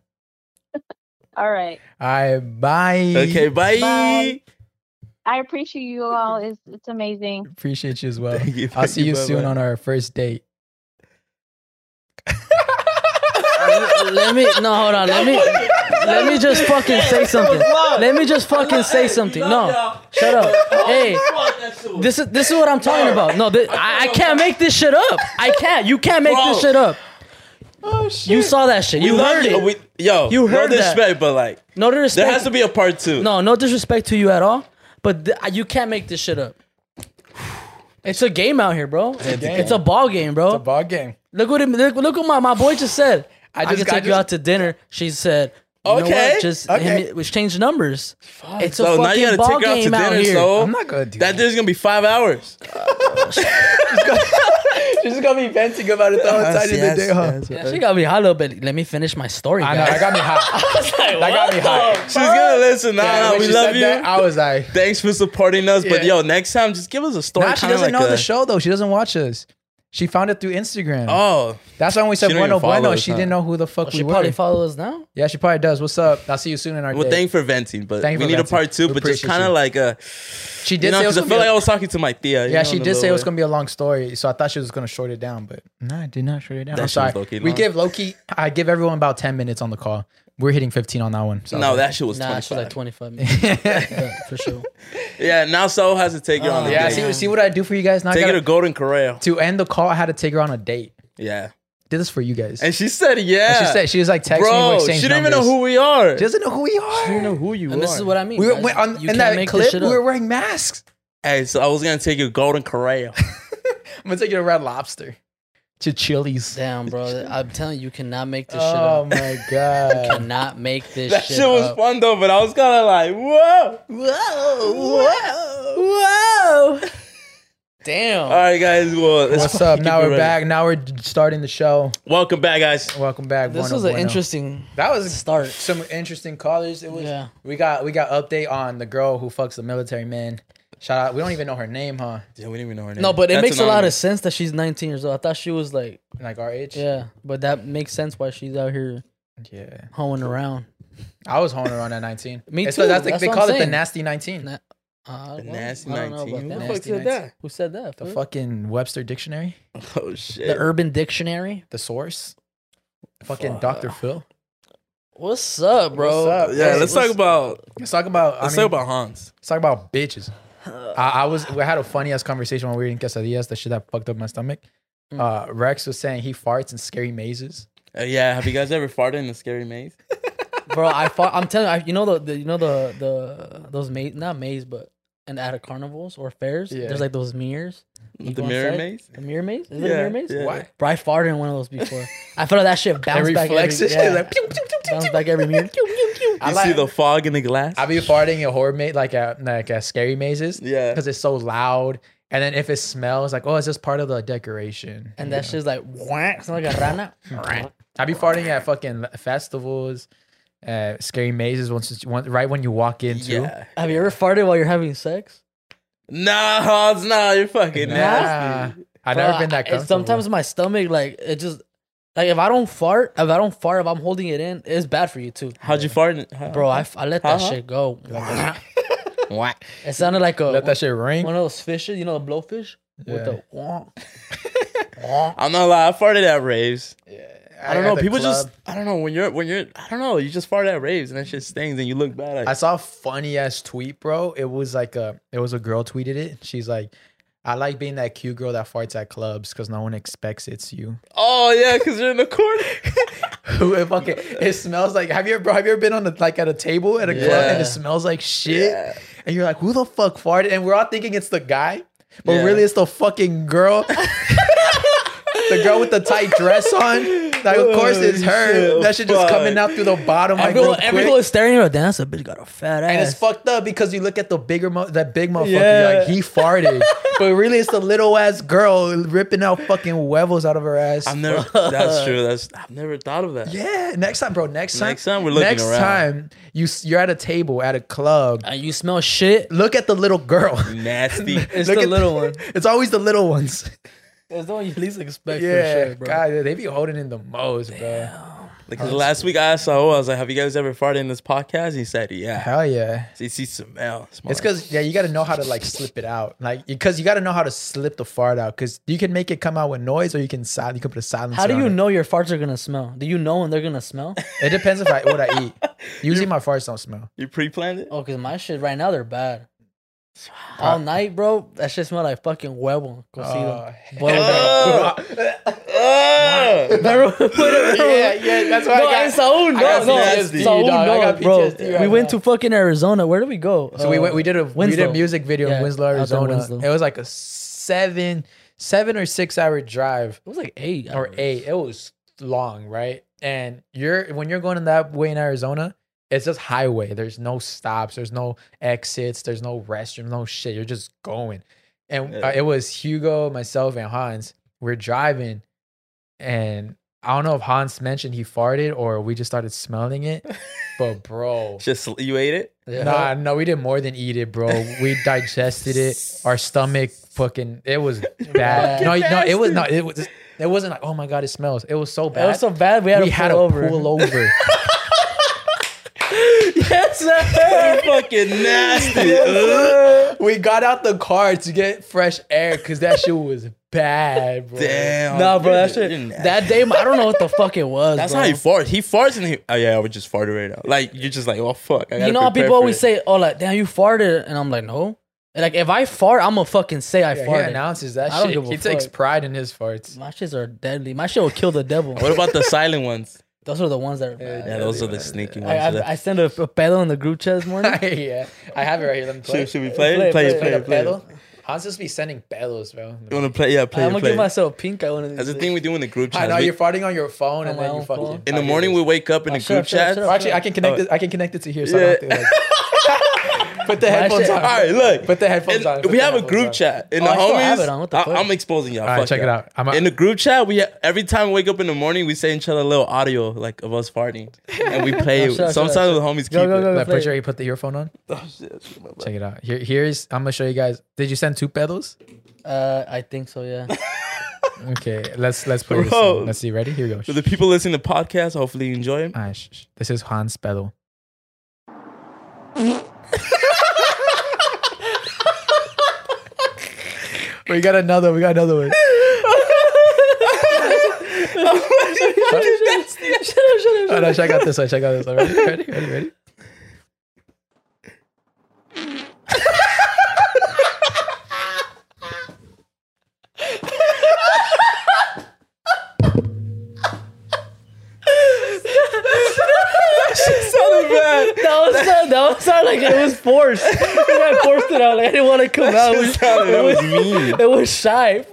Speaker 9: All right.
Speaker 3: All right. Bye.
Speaker 2: okay, bye.
Speaker 9: Bye. I appreciate you all. It's it's amazing.
Speaker 3: Appreciate you as well.
Speaker 2: Thank you,
Speaker 3: I'll
Speaker 2: thank
Speaker 3: see you soon
Speaker 2: bye-bye.
Speaker 3: on our first date.
Speaker 1: let me no hold on. Let me let me just fucking say something. Let me just fucking say something. No, shut
Speaker 3: *laughs*
Speaker 1: up. Hey, this is this is what I'm talking about. No, thi- I, I can't make this shit up. I can't. You can't make this
Speaker 2: Bro.
Speaker 1: shit up.
Speaker 2: Oh shit!
Speaker 1: You saw that shit. You
Speaker 2: We love
Speaker 1: heard
Speaker 2: you.
Speaker 1: it.
Speaker 2: We- yo,
Speaker 1: You heard
Speaker 2: no
Speaker 1: that.
Speaker 2: disrespect, but like
Speaker 1: No
Speaker 2: there has
Speaker 1: disrespect.
Speaker 2: to be a part two.
Speaker 1: No, no disrespect to you at all. But th- you can't make this shit up. It's a game out here, bro. It's a,
Speaker 3: game.
Speaker 1: ball game, bro.
Speaker 3: It's a ball game.
Speaker 1: Look what it, look, look what my, my boy just said. I
Speaker 3: I
Speaker 1: just
Speaker 3: just-
Speaker 1: can
Speaker 3: I
Speaker 1: take you
Speaker 3: just-
Speaker 1: out to dinner. She said, you know
Speaker 2: Okay,
Speaker 1: what? Just
Speaker 3: okay.
Speaker 1: hit me- we change numbers. It's a
Speaker 2: so now
Speaker 1: fucking
Speaker 2: you
Speaker 1: ball
Speaker 2: gotta take her out to
Speaker 1: game out
Speaker 2: dinner.
Speaker 1: here.
Speaker 2: So
Speaker 3: I'm not gonna do
Speaker 2: Oh, that *laughs*
Speaker 3: that.
Speaker 2: dinner's gonna be five hours.
Speaker 3: She's just gonna be venting about it the whole time in the day, huh?
Speaker 1: Yeah, she got me hollow, but let me finish my story.
Speaker 3: I know. I
Speaker 1: guys.
Speaker 3: got me
Speaker 2: *laughs*
Speaker 3: hot. that got me hot.
Speaker 2: She's gonna listen. Nah, nah,
Speaker 3: When
Speaker 2: we
Speaker 3: she
Speaker 2: love
Speaker 3: said
Speaker 2: you.
Speaker 3: that, I was like,
Speaker 2: Thanks for supporting us. But
Speaker 3: Yeah.
Speaker 2: yo, next time just give us a story.
Speaker 3: nah, she
Speaker 2: kinda
Speaker 3: doesn't
Speaker 2: like
Speaker 3: know the
Speaker 2: a-
Speaker 3: show though. She doesn't watch us. She found it through Instagram.
Speaker 2: Oh,
Speaker 3: That's why when we said
Speaker 2: she don't
Speaker 3: bueno
Speaker 2: even follow
Speaker 3: bueno,
Speaker 2: us,
Speaker 3: she
Speaker 2: huh?
Speaker 3: didn't know who the fuck
Speaker 1: Well,
Speaker 3: we
Speaker 1: she
Speaker 3: were.
Speaker 1: probably follows us now.
Speaker 3: yeah, she probably does. What's up? I'll see you soon in our
Speaker 2: well,
Speaker 3: date.
Speaker 2: thank you for venting, but
Speaker 3: Thank you
Speaker 2: we
Speaker 3: for
Speaker 2: need a
Speaker 3: venting.
Speaker 2: part two.
Speaker 3: We
Speaker 2: But just
Speaker 3: appreciate
Speaker 2: kind of
Speaker 3: you.
Speaker 2: like a,
Speaker 3: she did
Speaker 2: you know,
Speaker 3: say it
Speaker 2: because
Speaker 3: was
Speaker 2: I feel
Speaker 3: gonna be
Speaker 2: like
Speaker 3: a-
Speaker 2: I was talking to my tia.
Speaker 3: yeah, she did say it was gonna be a long story, so I thought she was gonna short it down, but nah, I did not short it down.
Speaker 2: That
Speaker 3: I'm
Speaker 2: shit was
Speaker 3: sorry.
Speaker 2: low-key
Speaker 3: We
Speaker 2: long.
Speaker 3: give Loki. I give everyone about ten minutes on the call. We're hitting fifteen on that one. So
Speaker 2: No, that shit was
Speaker 1: Nah,
Speaker 2: twenty
Speaker 1: she was like
Speaker 2: five.
Speaker 1: 25 minutes. Yeah, for sure.
Speaker 2: yeah, now Soul has to take her on the
Speaker 3: *laughs* Ah, yeah.
Speaker 2: yeah,
Speaker 3: See, see what I do for you guys. Now I
Speaker 2: Take her
Speaker 3: gotta-
Speaker 2: to Golden Corral.
Speaker 3: to end the call, I had to take her on a date.
Speaker 2: Yeah,
Speaker 3: Did this for you guys.
Speaker 2: and she said yeah.
Speaker 3: And she said she was like texting me. we
Speaker 2: Bro, she
Speaker 3: exchanged
Speaker 2: didn't even know
Speaker 3: numbers.
Speaker 2: who we are.
Speaker 3: She doesn't know who we are.
Speaker 2: She didn't know who you
Speaker 1: And
Speaker 2: are.
Speaker 1: this is what I mean.
Speaker 3: We were,
Speaker 1: guys.
Speaker 3: we- on,
Speaker 1: you
Speaker 3: in
Speaker 1: can't
Speaker 3: that
Speaker 1: make
Speaker 3: clip,
Speaker 1: this
Speaker 3: we
Speaker 1: shit up.
Speaker 3: were wearing masks. *laughs*
Speaker 2: Hey, so I was gonna take you to Golden Corral.
Speaker 3: I'm gonna take you to Red Lobster, to Chili's.
Speaker 1: Damn,
Speaker 3: *laughs*
Speaker 1: bro. I'm telling you, you cannot make this shit
Speaker 3: Oh
Speaker 1: up.
Speaker 3: my
Speaker 1: *laughs*
Speaker 3: god!
Speaker 1: Cannot make this
Speaker 2: that
Speaker 1: shit,
Speaker 2: shit was
Speaker 1: up.
Speaker 2: fun though, but I was kind of like, whoa, whoa, whoa, whoa.
Speaker 1: Damn.
Speaker 2: All right, guys. Well, let's
Speaker 3: What's
Speaker 2: fucking
Speaker 3: up?
Speaker 2: keep
Speaker 3: Now
Speaker 2: it
Speaker 3: we're
Speaker 2: running.
Speaker 3: back. Now we're starting the show.
Speaker 2: Welcome back, guys.
Speaker 3: Welcome back.
Speaker 1: This
Speaker 3: Bueno,
Speaker 1: was an
Speaker 3: bueno.
Speaker 1: interesting
Speaker 3: That was
Speaker 1: start.
Speaker 3: some interesting callers. It was.
Speaker 1: Yeah.
Speaker 3: We got we got update on the girl who fucks the military man. Shout out. We don't even know her name, huh?
Speaker 2: Yeah, we didn't even know her name.
Speaker 1: No, but it
Speaker 2: That's
Speaker 1: makes a lot of
Speaker 2: anonymous.
Speaker 1: sense that she's 19 years old. I thought she was like,
Speaker 3: Like our age.
Speaker 1: yeah, but that makes sense why she's out here
Speaker 3: Yeah.
Speaker 1: hoeing around.
Speaker 3: I was honing around at 19.
Speaker 1: *laughs* Me
Speaker 3: It's-
Speaker 1: too.
Speaker 3: That's, like
Speaker 1: That's
Speaker 3: they
Speaker 1: what
Speaker 3: call
Speaker 1: I'm
Speaker 3: it the
Speaker 1: saying.
Speaker 3: nasty 19.
Speaker 1: Na- Uh,
Speaker 2: The
Speaker 1: well,
Speaker 2: nasty
Speaker 1: I don't know about
Speaker 2: 19.
Speaker 1: that.
Speaker 2: Who the
Speaker 3: Nasty
Speaker 2: fuck said
Speaker 3: 19.
Speaker 2: that?
Speaker 1: Who said that?
Speaker 3: The
Speaker 1: fool?
Speaker 3: fucking Webster dictionary.
Speaker 2: *laughs* Oh shit.
Speaker 1: The Urban Dictionary.
Speaker 3: The source. Fucking Dr. Phil.
Speaker 1: What's up, bro?
Speaker 3: What's up?
Speaker 2: yeah,
Speaker 3: Hey,
Speaker 2: let's
Speaker 3: what's-
Speaker 2: talk about
Speaker 3: Let's talk about. I
Speaker 2: let's
Speaker 3: mean,
Speaker 2: talk about Hans.
Speaker 3: Let's talk about bitches. I, I was we had a funny ass conversation when we were in quesadillas. The shit that fucked up my stomach. Uh, Rex was saying he farts in scary mazes.
Speaker 2: Uh, yeah, have you guys ever farted in a scary maze?
Speaker 1: bro. I fought, I'm telling you, I, you know the, the you know the the those maze not maze but and out of carnivals or fairs.
Speaker 3: Yeah.
Speaker 1: There's like those mirrors. You
Speaker 2: the
Speaker 1: go
Speaker 2: mirror
Speaker 1: inside-
Speaker 2: maze?
Speaker 1: The mirror maze. Is it a
Speaker 2: Yeah,
Speaker 1: mirror maze?
Speaker 2: yeah.
Speaker 3: Why?
Speaker 1: Bro, I farted in one of those before. I felt that shit bounce
Speaker 3: and
Speaker 1: back.
Speaker 3: reflexes. *laughs*
Speaker 1: Every, yeah. *laughs*
Speaker 3: like, pew, pew, pew, pew,
Speaker 1: bounce
Speaker 3: pew.
Speaker 1: back every mirror.
Speaker 3: I
Speaker 2: you
Speaker 3: like-
Speaker 2: see the fog in the glass?
Speaker 3: I be farting in horror maze like at like at scary mazes.
Speaker 2: Yeah.
Speaker 3: because it's so loud. And then if it smells, like oh, it's just part of the decoration.
Speaker 1: And that shit's like, whack, it's like a rana.
Speaker 3: I be farting at fucking festivals, uh, scary mazes. Once, once right when you walk into.
Speaker 2: yeah.
Speaker 1: Have you ever farted while you're having sex?
Speaker 2: Nah, Hans, nah, you're fucking nasty.
Speaker 3: I've never
Speaker 1: Bro,
Speaker 3: been that
Speaker 1: I-
Speaker 3: comfortable.
Speaker 1: Sometimes my stomach, like, it just, like, if I don't fart, if I don't fart, if I'm holding it in, it's bad for you too.
Speaker 2: How'd you fart? in- How? *laughs*
Speaker 1: Bro, I, f- I let that
Speaker 3: Uh-huh.
Speaker 2: Huh?
Speaker 1: shit go.
Speaker 2: Whack.
Speaker 1: It sounded like a
Speaker 3: let that shit ring.
Speaker 1: one of those fishes, you know, the blowfish with the.
Speaker 2: I'm not lying. I farted at raves. I don't
Speaker 3: at
Speaker 2: know.
Speaker 3: the
Speaker 2: People
Speaker 3: club.
Speaker 2: just, I don't know. When you're, when you're, I don't know. You just fart at raves and that shit stings and you look bad.
Speaker 3: I
Speaker 2: Like,
Speaker 3: saw a funny ass tweet, bro. It was like a it was a girl tweeted it. She's like, I like being that cute girl that farts at clubs because no one expects it's you. *laughs*
Speaker 2: oh yeah, because you're in the corner.
Speaker 3: Who it fucking it smells like have you ever have you ever been on a, like at a table at a club and
Speaker 2: Yeah.
Speaker 3: it smells like shit?
Speaker 2: Yeah.
Speaker 3: And you're like, who the fuck farted? And we're all thinking it's the guy, but
Speaker 2: Yeah. *laughs*
Speaker 3: really it's the fucking girl. the girl with the tight dress on. Like, of course, it's her.
Speaker 2: Shit,
Speaker 3: that shit just
Speaker 2: fuck.
Speaker 3: coming out through the bottom. Like,
Speaker 1: Every
Speaker 3: real
Speaker 1: girl, every
Speaker 3: quick.
Speaker 1: girl is staring at her. Damn, that bitch got a fat ass.
Speaker 3: And it's fucked up because you look at the bigger, mo- that big motherfucker, you're
Speaker 1: Yeah.
Speaker 3: like, he
Speaker 1: *laughs*
Speaker 3: farted. but really, it's the little ass girl ripping out fucking huevos out of her ass.
Speaker 2: I've never. *laughs* That's true. That's I've never thought of that.
Speaker 3: yeah, next time, bro. Next time.
Speaker 2: Next time we're looking
Speaker 3: next
Speaker 2: around.
Speaker 3: time you s- you're at a table at a club,
Speaker 1: and you smell shit.
Speaker 3: look at the little girl.
Speaker 2: Nasty. *laughs*
Speaker 3: *laughs*
Speaker 1: It's
Speaker 3: Look
Speaker 1: the
Speaker 3: at-
Speaker 1: little one.
Speaker 3: It's always the little ones.
Speaker 1: It's the one you least expect
Speaker 3: yeah,
Speaker 1: for sure, bro.
Speaker 3: God, they be holding in the most, bro.
Speaker 2: Because last week I asked Saul, I was like, "Have you guys ever farted in this podcast?" He said, "Yeah."
Speaker 3: Hell yeah.
Speaker 2: He sees smell. smell.
Speaker 3: It's because yeah, you got to know how to like slip it out, like because you got to know how to slip the fart out, because you can make it come out with noise, or you can silence. You can put a silence.
Speaker 1: How do you know your farts are gonna smell? Do you know when they're gonna
Speaker 3: *laughs*
Speaker 1: smell?
Speaker 3: It depends if I what I eat. Usually my farts don't smell.
Speaker 2: you pre-planned it.
Speaker 1: Oh, cause my shit right now they're bad. All night, bro. That shit smell like fucking huevo.
Speaker 3: Oh.
Speaker 1: cocido. Boiled
Speaker 2: hell Oh!
Speaker 1: *laughs* Remember?
Speaker 3: *laughs* yeah, yeah, that's why
Speaker 1: no,
Speaker 3: I got.
Speaker 1: and Saul, no,
Speaker 3: I got
Speaker 1: no,
Speaker 2: PTSD,
Speaker 1: Saul,
Speaker 3: dog. I
Speaker 1: no,
Speaker 3: got
Speaker 1: bro.
Speaker 3: PTSD right
Speaker 1: we went
Speaker 3: now.
Speaker 1: to fucking Arizona. Where did we go?
Speaker 3: so we went, we did a we did a
Speaker 1: Winslow.
Speaker 3: music video
Speaker 1: Yeah,
Speaker 3: in Winslow,
Speaker 1: out there in
Speaker 3: Arizona.
Speaker 1: Winslow.
Speaker 3: It was like a seven seven or six hour drive
Speaker 1: It was like eight
Speaker 3: or
Speaker 1: hours.
Speaker 3: eight. It was long, right? And you're when you're going in that way in Arizona, it's just highway. There's no stops. There's no exits. There's no restroom. No shit. You're just going. And uh,
Speaker 2: Yeah.
Speaker 3: it was Hugo, myself, and Hans. We're driving, and I don't know if Hans mentioned he farted or we just started smelling it. But bro,
Speaker 2: *laughs* Just you ate it.
Speaker 3: Nah, no, we did more than eat it, bro. We digested it. Our stomach fucking it was bad. no, no, it was not. It was. It wasn't like, oh my god, it smells. It was so
Speaker 1: It
Speaker 3: bad.
Speaker 1: was so bad. We had
Speaker 3: we
Speaker 1: to
Speaker 3: had
Speaker 1: pull
Speaker 3: to
Speaker 1: over.
Speaker 3: pull *laughs* over.
Speaker 1: yes, sir.
Speaker 2: *laughs* You're fucking
Speaker 1: *laughs*
Speaker 2: nasty. Ugh.
Speaker 3: Ugh. we got out the car to get fresh air because that shit was bad, bro.
Speaker 2: Damn.
Speaker 1: Nah, bro,
Speaker 2: You're-
Speaker 1: that shit.
Speaker 2: you're nasty.
Speaker 1: That day, I don't know what the fuck it was.
Speaker 2: That's
Speaker 1: bro.
Speaker 2: how he farts. He farts and he. Oh yeah, I would just fart right now. Like you're just like, oh fuck. I
Speaker 1: You know how people always say, "Oh, like damn, you farted," and I'm like, "No." And, Like if I fart, I'm gonna fucking say I
Speaker 3: Yeah,
Speaker 1: farted.
Speaker 3: He announces that
Speaker 1: I don't
Speaker 3: shit.
Speaker 1: give a
Speaker 3: He takes
Speaker 1: fuck.
Speaker 3: pride in his farts.
Speaker 1: My shits are deadly. My shit will kill the devil.
Speaker 2: What about the silent ones?
Speaker 1: *laughs* Those are the ones that are bad.
Speaker 2: Yeah,
Speaker 3: Yeah,
Speaker 2: those
Speaker 3: they
Speaker 2: are the
Speaker 3: are.
Speaker 2: sneaky
Speaker 1: I,
Speaker 2: ones.
Speaker 1: I, I sent a, a pedo in the group chat this morning.
Speaker 3: *laughs* yeah, I have it right here. Let me play.
Speaker 2: Should, should we play?
Speaker 1: Play
Speaker 2: it?
Speaker 1: it,
Speaker 2: Play, it,
Speaker 1: play
Speaker 2: play,
Speaker 3: play,
Speaker 2: it, play. it.
Speaker 3: the pedal. Hans just be sending pedals, bro.
Speaker 2: You want to play? Yeah, *laughs* play.
Speaker 1: I'm
Speaker 2: it,
Speaker 1: gonna
Speaker 2: play.
Speaker 1: give
Speaker 2: it.
Speaker 1: myself pink eye one of these.
Speaker 2: That's the
Speaker 1: days.
Speaker 2: thing we do in the group
Speaker 3: I
Speaker 2: chat.
Speaker 3: know
Speaker 2: We-
Speaker 3: you're farting on your phone,
Speaker 1: On
Speaker 3: and
Speaker 1: my
Speaker 3: then you
Speaker 1: own
Speaker 3: fucking.
Speaker 1: phone.
Speaker 2: in the morning, we wake up in
Speaker 1: Oh,
Speaker 2: the
Speaker 1: shut
Speaker 2: group
Speaker 1: up, shut up,
Speaker 2: chat.
Speaker 1: shut
Speaker 3: Or
Speaker 1: up.
Speaker 3: actually, I can connect.
Speaker 2: Oh.
Speaker 3: It, I can connect it to here. So I don't have
Speaker 2: *laughs*
Speaker 3: to, like, put the
Speaker 1: Well,
Speaker 3: headphones
Speaker 1: actually-
Speaker 3: on.
Speaker 2: All right, look.
Speaker 3: Put the headphones
Speaker 2: And
Speaker 3: on. Put
Speaker 2: We
Speaker 3: the
Speaker 2: have a
Speaker 3: headphones
Speaker 2: group
Speaker 3: on.
Speaker 2: chat. In
Speaker 1: Oh,
Speaker 2: the
Speaker 1: I still
Speaker 2: homies,
Speaker 1: have it on. What the
Speaker 2: I-
Speaker 1: fuck?
Speaker 2: I'm exposing y'all.
Speaker 3: All right,
Speaker 2: Fuck
Speaker 3: check it
Speaker 2: y'all.
Speaker 3: out. I'm
Speaker 2: In the group chat, we every time we wake up in the morning, we send each other a little audio like of us farting, and we
Speaker 1: *laughs*
Speaker 2: play.
Speaker 1: Oh, shut
Speaker 2: it.
Speaker 1: up, shut up,
Speaker 2: Sometimes
Speaker 1: shut
Speaker 2: the homies keep
Speaker 1: Go, go,
Speaker 2: it.
Speaker 1: go.
Speaker 3: Like, put
Speaker 1: play.
Speaker 3: your, you put the earphone on.
Speaker 2: Oh, shit. My bad.
Speaker 3: Check it out. Here, here's. I'm gonna show you guys. Did you send two pedals?
Speaker 1: Uh, I think so.
Speaker 2: *laughs*
Speaker 1: Yeah. *laughs*
Speaker 3: Okay, let's let's play this.
Speaker 2: Bro.
Speaker 3: song. Let's see. Ready? Here we go.
Speaker 2: For the people listening to podcasts, hopefully you enjoy *laughs* them.
Speaker 3: All right, shh, shh. This is Hans pedal. *laughs* we got another. We got
Speaker 2: *laughs*
Speaker 3: another one. Oh, no, check out this one. Check out this one. Ready? Ready? Ready? Ready?
Speaker 2: Oh,
Speaker 1: *laughs* that was sound, that was sound like it was forced. I forced it out. Like, I didn't want to come out. It was,
Speaker 2: That
Speaker 1: it
Speaker 2: was
Speaker 1: was,
Speaker 2: mean.
Speaker 1: it was shy.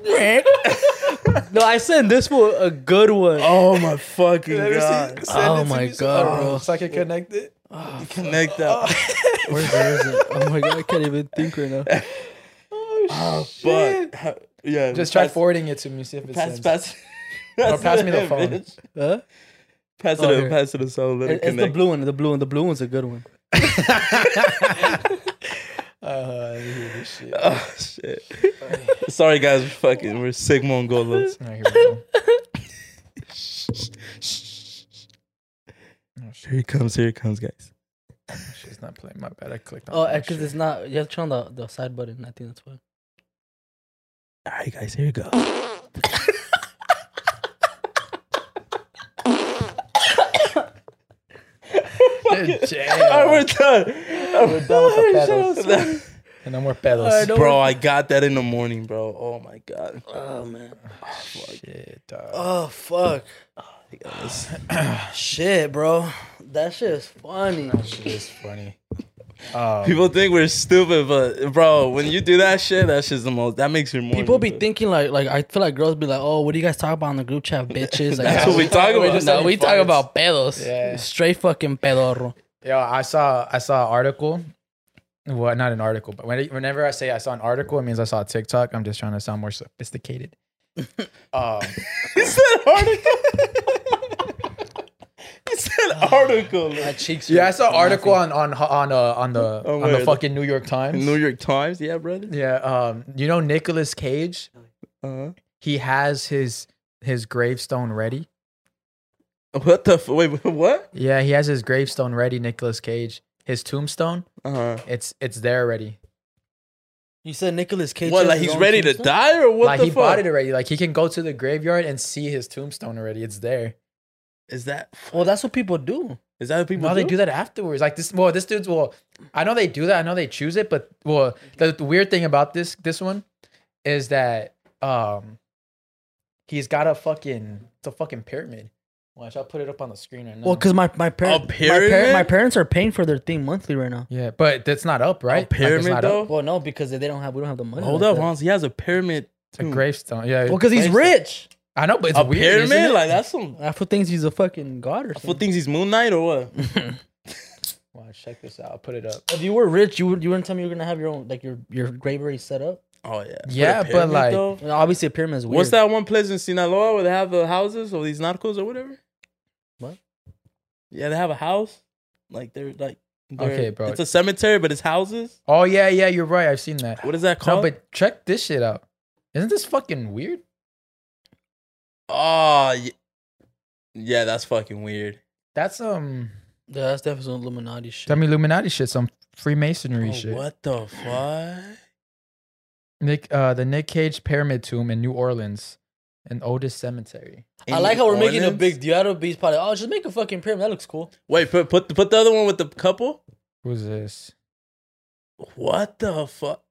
Speaker 1: no, I sent this for a good one.
Speaker 2: Oh my fucking god!
Speaker 1: Oh my god, bro.
Speaker 3: So I can connect it.
Speaker 2: Connect up.
Speaker 1: Where is it? Oh my god, I can't even think right now.
Speaker 2: Oh fuck. How- Yeah.
Speaker 3: Just try
Speaker 2: pass-
Speaker 3: forwarding it to me. See if it
Speaker 2: Pass,
Speaker 3: sends.
Speaker 2: pass.
Speaker 3: pass me
Speaker 2: it,
Speaker 3: the phone.
Speaker 2: bitch.
Speaker 1: Huh?
Speaker 2: Pass
Speaker 1: Oh,
Speaker 2: it up.
Speaker 1: here.
Speaker 2: Pass it up. So let it
Speaker 1: It's the
Speaker 2: connect.
Speaker 1: blue one. The blue one. The blue one's a good one.
Speaker 3: Uh, I hate this shit.
Speaker 2: Oh shit. Sorry guys, we're fucking we're sick
Speaker 3: *laughs*
Speaker 2: Mongolos.
Speaker 3: All right, here we go.
Speaker 2: Oh, Here he comes, here he comes, guys.
Speaker 3: She's not playing. My bad. I clicked on.
Speaker 1: Oh,
Speaker 3: that
Speaker 1: because
Speaker 3: shit.
Speaker 1: it's not. You have to turn on the, the side button. I think that's why.
Speaker 2: Alright guys, here you go. All
Speaker 3: *laughs*
Speaker 2: right, we're done. We're
Speaker 3: done with the pedals.
Speaker 2: pedals.
Speaker 3: And no more pedals.
Speaker 2: Bro, I got that in the morning, bro. Oh my god.
Speaker 1: Oh man.
Speaker 3: Shit, dog.
Speaker 1: Oh fuck. Shit, bro. That shit is funny.
Speaker 3: Shit is funny. Um,
Speaker 2: People think we're stupid, but bro, when you do that shit, that shit's the most. That makes you more.
Speaker 1: People be
Speaker 2: stupid.
Speaker 1: thinking like like I feel like girls be like, oh, what do you guys talk about in the group chat,
Speaker 2: *laughs*
Speaker 1: bitches? Like,
Speaker 2: That's
Speaker 1: no, *laughs*
Speaker 2: what we
Speaker 1: we
Speaker 2: talk about.
Speaker 1: just- no, we talk
Speaker 2: farts.
Speaker 1: about pedos,
Speaker 3: Yeah.
Speaker 1: straight fucking pedorro.
Speaker 3: Yo, I saw I saw an article. Well, not an article, but when, whenever I say I saw an article, it means I saw a TikTok. I'm just trying to sound more sophisticated. um,
Speaker 2: He said article. he said article.
Speaker 1: My cheeks.
Speaker 3: yeah, I
Speaker 1: hurt
Speaker 3: saw an
Speaker 1: from
Speaker 3: article
Speaker 1: laughing.
Speaker 3: on on on uh, on the
Speaker 2: Oh,
Speaker 3: on
Speaker 2: wait.
Speaker 3: the fucking New York Times.
Speaker 2: New York Times, yeah, brother.
Speaker 3: Yeah, um, you know Nicolas Cage,
Speaker 2: Uh-huh.
Speaker 3: he has his his gravestone ready.
Speaker 2: What the f- wait? What?
Speaker 3: Yeah, he has his gravestone ready. Nicolas Cage, his tombstone,
Speaker 2: Uh-huh.
Speaker 3: it's it's there already.
Speaker 1: You said Nicholas Cage.
Speaker 2: What?
Speaker 1: has
Speaker 2: Like
Speaker 1: his
Speaker 2: he's
Speaker 1: own
Speaker 2: ready to
Speaker 1: tombstone?
Speaker 2: die or what?
Speaker 3: like
Speaker 2: the
Speaker 3: he
Speaker 2: fuck?
Speaker 3: bought it already. Like he can go to the graveyard and see his tombstone already. It's there.
Speaker 2: Is that
Speaker 1: Well, that's what people do.
Speaker 2: is that what people?
Speaker 3: No, they do that afterwards. Like this, well, this dude's well, I know they do that. I know they choose it, but well, the, the weird thing about this this one is that um, he's got a fucking it's a fucking pyramid. Watch, I'll put it up on the screen right now.
Speaker 1: Well, because my my
Speaker 2: A
Speaker 1: parents my,
Speaker 2: pyramid?
Speaker 1: par- my parents are paying for their thing monthly right now.
Speaker 3: yeah, but that's not up, right?
Speaker 2: A pyramid
Speaker 3: like, it's not up.
Speaker 2: though.
Speaker 1: Well, no, because they don't have we don't have the money.
Speaker 2: Hold
Speaker 1: like
Speaker 2: up,
Speaker 1: that.
Speaker 2: Hans. He has a pyramid.
Speaker 3: It's a
Speaker 2: tomb.
Speaker 3: gravestone. Yeah,
Speaker 1: Well, because he's
Speaker 2: Thanks, though.
Speaker 1: rich.
Speaker 3: I know, but it's
Speaker 2: Hmm. a
Speaker 3: weird.
Speaker 2: pyramid?
Speaker 3: isn't it?
Speaker 2: Like that's some.
Speaker 1: I feel thinks he's a fucking god or
Speaker 2: Fool
Speaker 1: something.
Speaker 2: thinks he's Moon Knight or what?
Speaker 1: *laughs*
Speaker 3: Watch, check this out. I'll put it up.
Speaker 1: if you were rich, you would you wouldn't tell me you're gonna have your own like your your grave already set up.
Speaker 2: Oh yeah. a
Speaker 3: Yeah, but,
Speaker 2: pyramid,
Speaker 3: like-
Speaker 2: though?
Speaker 1: And obviously, a pyramid is weird.
Speaker 2: what's that one place in Sinaloa where they have the houses or these narcos or whatever?
Speaker 1: What?
Speaker 2: Yeah, they have a house. Like they're like. they're-
Speaker 3: Okay, bro.
Speaker 2: It's a cemetery, but it's houses.
Speaker 3: Oh yeah, yeah, you're right. I've seen that.
Speaker 2: What is that
Speaker 3: No,
Speaker 2: called?
Speaker 3: but check this shit out. Isn't this fucking weird?
Speaker 2: Oh, yeah. yeah, that's fucking weird.
Speaker 3: That's um,
Speaker 1: Yeah, that's definitely some Illuminati shit.
Speaker 3: I mean, Illuminati shit, some Freemasonry
Speaker 2: Oh,
Speaker 3: shit.
Speaker 2: what the fuck?
Speaker 3: Nick, uh, the Nick Cage Pyramid Tomb in New Orleans, an oldest cemetery.
Speaker 1: I like how we're making a
Speaker 2: Orleans?
Speaker 1: big deal out of bees. Probably, oh, just make a fucking pyramid. That looks cool.
Speaker 2: Wait, put put put the other one with the couple.
Speaker 3: Who's this?
Speaker 2: What the fuck?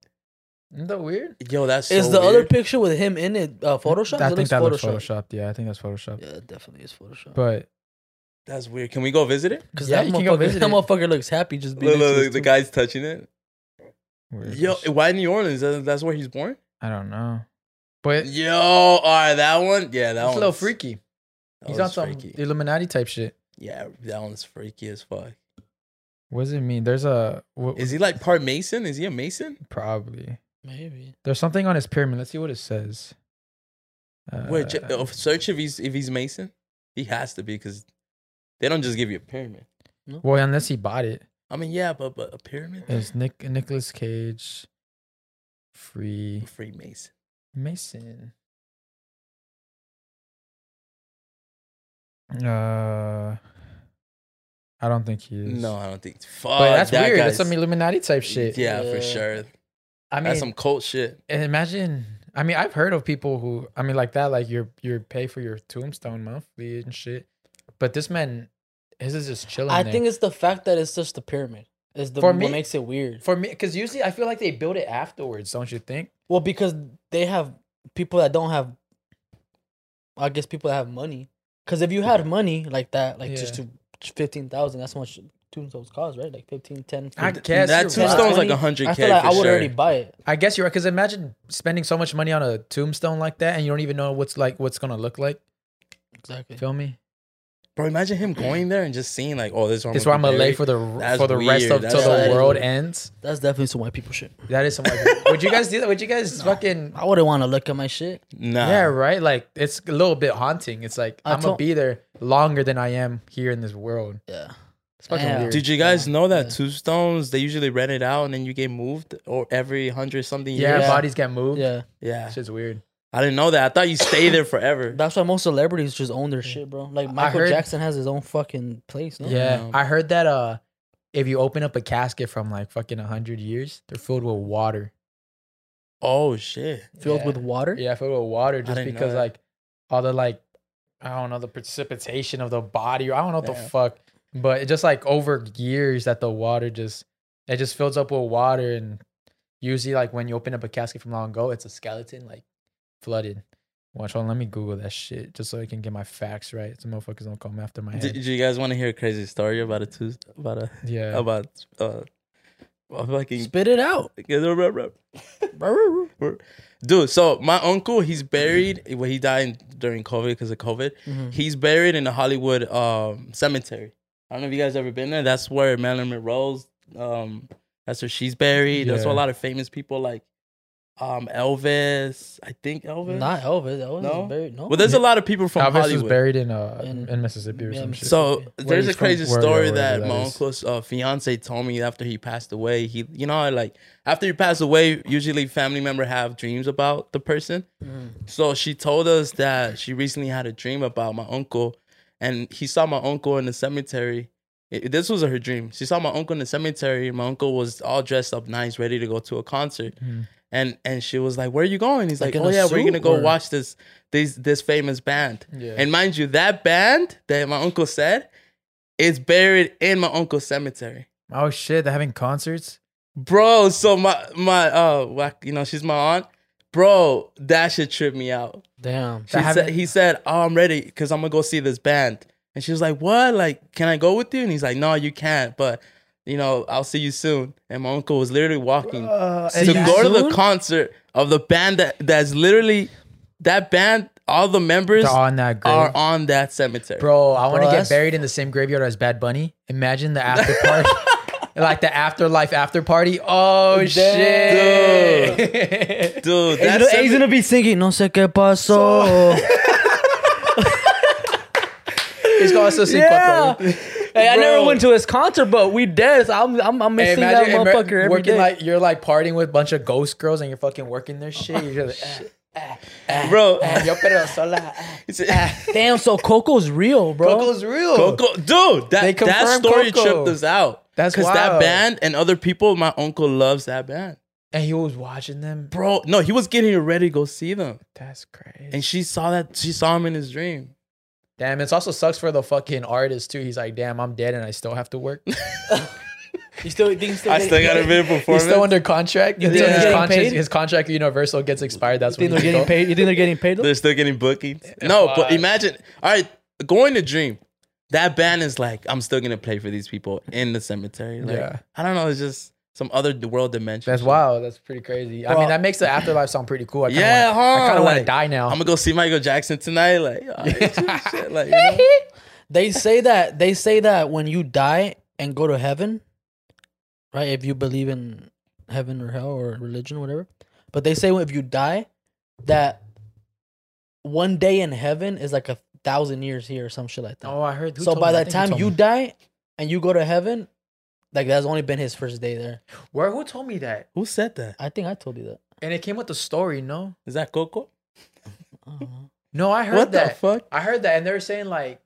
Speaker 3: Isn't that weird?
Speaker 2: Yo, that's so
Speaker 1: is the
Speaker 2: weird.
Speaker 1: other picture with him in it uh, Photoshop?
Speaker 3: I
Speaker 1: it
Speaker 3: think
Speaker 1: looks
Speaker 3: that looks
Speaker 1: Photoshop.
Speaker 3: photoshopped. Yeah, I think that's photoshopped.
Speaker 1: Yeah, it definitely is Photoshop.
Speaker 3: But
Speaker 2: That's weird. Can we go visit it?
Speaker 1: Because
Speaker 3: Yeah,
Speaker 1: that,
Speaker 3: you can go
Speaker 1: motherfucker,
Speaker 3: visit
Speaker 1: that
Speaker 3: it.
Speaker 1: motherfucker looks happy just being next
Speaker 2: Look,
Speaker 1: to
Speaker 2: look,
Speaker 1: his
Speaker 2: look, the
Speaker 1: tomb.
Speaker 2: guy's touching it.
Speaker 3: where is
Speaker 2: Yo,
Speaker 3: this?
Speaker 2: why New Orleans? That- That's where he's born.
Speaker 3: I don't know. But it's
Speaker 2: Yo, all right, that one. Yeah, that
Speaker 3: a
Speaker 2: one's
Speaker 3: little freaky.
Speaker 2: that
Speaker 3: He's on
Speaker 2: one's
Speaker 3: some
Speaker 2: freaky.
Speaker 3: Illuminati type shit.
Speaker 2: Yeah, that one's freaky as fuck.
Speaker 3: What does it mean? There's a what,
Speaker 2: Is he like part Mason? Is he a Mason?
Speaker 3: probably
Speaker 1: Maybe.
Speaker 3: there's something on his pyramid. Let's see what it says. Uh,
Speaker 2: Wait, ch- uh, search if he's if he's Mason. He has to be because they don't just give you a pyramid.
Speaker 3: well, unless he bought it.
Speaker 2: I mean, yeah, but but a pyramid.
Speaker 3: It's Nick Nicholas Cage, Free
Speaker 2: Freemason.
Speaker 3: Mason. Uh, I don't think he is.
Speaker 2: No, I don't think. Fuck,
Speaker 3: but that's
Speaker 2: that
Speaker 3: weird. That's
Speaker 2: guy's-
Speaker 3: some Illuminati type shit.
Speaker 2: Yeah,
Speaker 1: Yeah.
Speaker 2: for sure.
Speaker 3: I mean,
Speaker 2: That's some cult shit.
Speaker 3: imagine. I mean, I've heard of people who, I mean, like that, like you're you're pay for your tombstone monthly and shit. But this man, his is just chilling.
Speaker 1: I
Speaker 3: there.
Speaker 1: think it's the fact that it's just the pyramid. Is the
Speaker 3: For
Speaker 1: what
Speaker 3: me-
Speaker 1: makes it weird?
Speaker 3: for me, because usually I feel like they build it afterwards, don't you think?
Speaker 1: Well, because they have people that don't have. I guess people that have money. Because if you had money like that, like just
Speaker 3: Yeah.
Speaker 1: to fifteen thousand, that's how much tombstones cost, right? Like 15, 10,
Speaker 3: I
Speaker 1: 15.
Speaker 3: guess
Speaker 2: that
Speaker 3: you're
Speaker 2: tombstone's
Speaker 1: right.
Speaker 2: like hundred k.
Speaker 1: I feel like I would already buy it.
Speaker 3: I guess you're right. Because imagine spending so much money on a tombstone like that, and you don't even know what's like what's gonna look like.
Speaker 1: Exactly.
Speaker 3: Feel me?
Speaker 2: Bro, imagine him going there and just seeing like, oh, this is where
Speaker 3: It's where I'm gonna lay
Speaker 2: buried.
Speaker 3: for the
Speaker 2: That's
Speaker 3: for the rest
Speaker 2: weird.
Speaker 3: of
Speaker 2: That's
Speaker 3: till the
Speaker 1: weird.
Speaker 3: world ends.
Speaker 1: That's definitely some white people shit.
Speaker 3: That is some.
Speaker 2: *laughs*
Speaker 3: would you guys do that? Would you guys fucking?
Speaker 1: I wouldn't want to look at my shit.
Speaker 2: Nah.
Speaker 3: Yeah, right. Like it's a little bit haunting. It's like
Speaker 1: I
Speaker 3: I'm gonna
Speaker 1: told-
Speaker 3: be there longer than I am here in this world.
Speaker 1: Yeah.
Speaker 3: It's fucking
Speaker 1: Yeah.
Speaker 3: weird.
Speaker 2: Did you guys
Speaker 1: Yeah.
Speaker 2: know that
Speaker 1: Yeah.
Speaker 2: tombstones they usually rent it out and then you get moved or every hundred something
Speaker 3: yeah,
Speaker 2: years?
Speaker 1: Yeah.
Speaker 3: bodies get moved. Yeah,
Speaker 1: Yeah.
Speaker 2: Yeah.
Speaker 3: shit's weird.
Speaker 2: I didn't know that. I thought you stay
Speaker 1: *laughs*
Speaker 2: there forever.
Speaker 1: That's why most celebrities just own their shit, bro. Like
Speaker 3: I
Speaker 1: Michael
Speaker 3: heard-
Speaker 1: Jackson has his own fucking place. No?
Speaker 3: Yeah,
Speaker 2: No.
Speaker 3: I heard that. Uh, if you open up a casket from like fucking hundred years, they're filled with water.
Speaker 2: oh shit.
Speaker 1: Filled
Speaker 3: Yeah.
Speaker 1: with water.
Speaker 3: Yeah, filled with water just
Speaker 2: didn't know
Speaker 3: because
Speaker 2: that.
Speaker 3: like all the like I don't know the precipitation of the body or I don't know what
Speaker 2: Yeah.
Speaker 3: the fuck, but it just like over years that the water just it just fills up with water and usually like when you open up a casket from long ago, it's a skeleton like flooded. Watch on, let me Google that shit just so I can get my facts right. So motherfuckers don't come after my
Speaker 2: Did,
Speaker 3: head.
Speaker 2: did you guys want to hear a crazy story about a tooth about a
Speaker 3: Yeah,
Speaker 2: about uh I fucking
Speaker 1: Spit it out.
Speaker 2: *laughs*
Speaker 3: Mm-hmm.
Speaker 2: dude. So my uncle, he's buried. Well, he died during COVID because of COVID.
Speaker 1: Mhm.
Speaker 2: He's buried in the Hollywood um, cemetery. I don't know if you guys ever been there. That's where Marilyn Monroe's. Um, that's where she's buried. That's where a
Speaker 3: Yeah.
Speaker 2: lot of famous people like um, Elvis. I think Elvis.
Speaker 1: Not Elvis. Elvis
Speaker 2: No?
Speaker 1: is buried. No.
Speaker 2: well, there's a lot of people from
Speaker 3: Elvis was
Speaker 2: Hollywood.
Speaker 3: buried in uh
Speaker 1: In-
Speaker 3: in, Mississippi or
Speaker 1: yeah,
Speaker 3: some shit.
Speaker 1: Mississippi.
Speaker 2: So
Speaker 1: Where
Speaker 2: there's
Speaker 3: he's
Speaker 2: a crazy
Speaker 3: from- where-
Speaker 2: story
Speaker 3: yeah,
Speaker 2: that,
Speaker 3: wherever that
Speaker 2: my
Speaker 3: is.
Speaker 2: uncle's uh, fiance told me after he passed away. He, you know, how, like after you pass away, usually family member have dreams about the person.
Speaker 1: Mhm.
Speaker 2: So she told us that she recently had a dream about my uncle, and he saw my uncle in the cemetery. It- this was her dream. She saw my uncle in the cemetery. My uncle was all dressed up nice, ready to go to a concert.
Speaker 3: Mhm.
Speaker 2: And and she was like, "Where are you going?" He's
Speaker 1: Hmm. Like
Speaker 2: like,
Speaker 1: in
Speaker 2: "Oh
Speaker 1: a
Speaker 2: yeah, we're
Speaker 1: suit
Speaker 2: gonna go
Speaker 1: or-
Speaker 2: watch this this this famous band."
Speaker 3: yeah.
Speaker 2: And mind you, that band that my uncle said is buried in my uncle's cemetery.
Speaker 3: oh shit, they're having concerts.
Speaker 2: Bro, so my my uh whack- you know, she's my aunt. Bro, that should trip me out.
Speaker 1: Damn.
Speaker 2: She
Speaker 3: That
Speaker 2: said,
Speaker 3: happened-
Speaker 2: he said, "Oh, I'm ready because I'm gonna go see this band." And she was like, "What? Like, can I go with you?" And he's like, "No, you can't. But you know, I'll see you soon." And my uncle was literally walking
Speaker 3: Uh,
Speaker 2: to
Speaker 1: you
Speaker 2: go to the
Speaker 1: soon?
Speaker 2: concert of the band that that's literally that band. All the members
Speaker 3: they're on that grave.
Speaker 2: are on that cemetery.
Speaker 3: Bro, I want
Speaker 1: Bro,
Speaker 3: to
Speaker 1: that's-
Speaker 3: get buried in the same graveyard as Bad Bunny. Imagine the after
Speaker 1: *laughs*
Speaker 3: party. like the afterlife after party. Oh shit.
Speaker 2: Dude,
Speaker 1: And you
Speaker 2: that
Speaker 1: know, he's
Speaker 2: cemetery-
Speaker 1: gonna be singing, no sé qué pasó.
Speaker 3: it's called Sosin
Speaker 1: yeah. *laughs*
Speaker 3: Cuatro.
Speaker 1: Hey, I never
Speaker 2: Bro.
Speaker 1: went to his concert, but we did. So I'm, I'm, I'm missing that
Speaker 3: Imagine
Speaker 1: motherfucker
Speaker 3: imagine
Speaker 1: every
Speaker 3: working
Speaker 1: day. Oh,
Speaker 3: like you're like partying with a bunch of ghost girls and you're fucking working their shit. You're just like,
Speaker 2: bro. *laughs*
Speaker 3: "Ah, yo pero sola.
Speaker 2: It's-
Speaker 1: Damn, so Coco's real, bro.
Speaker 3: Coco's real.
Speaker 2: Coco, dude,
Speaker 3: They
Speaker 2: that that
Speaker 3: confirmed
Speaker 2: story
Speaker 3: Coco.
Speaker 2: tripped us out.
Speaker 3: That's
Speaker 2: that
Speaker 3: wild.
Speaker 2: band and other people. My uncle loves that band,
Speaker 3: And he was watching them.
Speaker 2: bro. No, he was getting ready to go see them,
Speaker 3: That's crazy.
Speaker 2: and she saw that she saw him in his dream.
Speaker 3: Damn, it also sucks for the fucking artist too. He's like, damn, I'm dead and I still have
Speaker 1: *laughs*
Speaker 3: to work.
Speaker 1: you still, you think he's still
Speaker 2: I still got a bit of
Speaker 3: He's
Speaker 2: performance.
Speaker 3: still under contract. Until
Speaker 1: they're
Speaker 3: his,
Speaker 1: getting
Speaker 3: contract
Speaker 1: paid?
Speaker 3: his contract with Universal gets expired. That's
Speaker 1: You think
Speaker 3: when
Speaker 1: they're
Speaker 3: he
Speaker 1: getting
Speaker 3: go.
Speaker 1: paid? You think they're getting paid? though?
Speaker 2: They're still getting bookings. No, but
Speaker 3: Fuck.
Speaker 2: imagine. All right, going to dream. That band is like, I'm still gonna play for these people in the cemetery. Like,
Speaker 3: Yeah.
Speaker 2: I don't know. It's just some other world dimension.
Speaker 3: That's wild. That's pretty crazy. I
Speaker 1: Well-
Speaker 3: mean, that makes the afterlife sound pretty cool. I kinda
Speaker 2: Yeah, huh?
Speaker 3: wanna, I kind of want to
Speaker 2: Like,
Speaker 3: die now.
Speaker 2: I'm gonna go see Michael Jackson tonight. Like, all
Speaker 3: *laughs*
Speaker 2: right, shit, like, you know? *laughs*
Speaker 1: *laughs* They say that they say that when you die and go to heaven, right? If you believe in heaven or hell or religion, whatever. But they say if you die, that one day in heaven is like a thousand years here or some shit like that.
Speaker 3: oh, I heard. who
Speaker 1: so
Speaker 3: told
Speaker 1: by
Speaker 3: me? I
Speaker 1: the
Speaker 3: think
Speaker 1: time
Speaker 3: told
Speaker 1: you
Speaker 3: me.
Speaker 1: die and you go to heaven, like that's only been his first day there.
Speaker 3: where who told me that?
Speaker 2: who said that?
Speaker 1: I think I told you that.
Speaker 3: And it came with the story. No,
Speaker 2: Is that Coco?
Speaker 1: I don't know.
Speaker 3: no, I Uh-huh. heard
Speaker 2: What
Speaker 3: that.
Speaker 2: the fuck?
Speaker 3: I heard that, and they were saying like,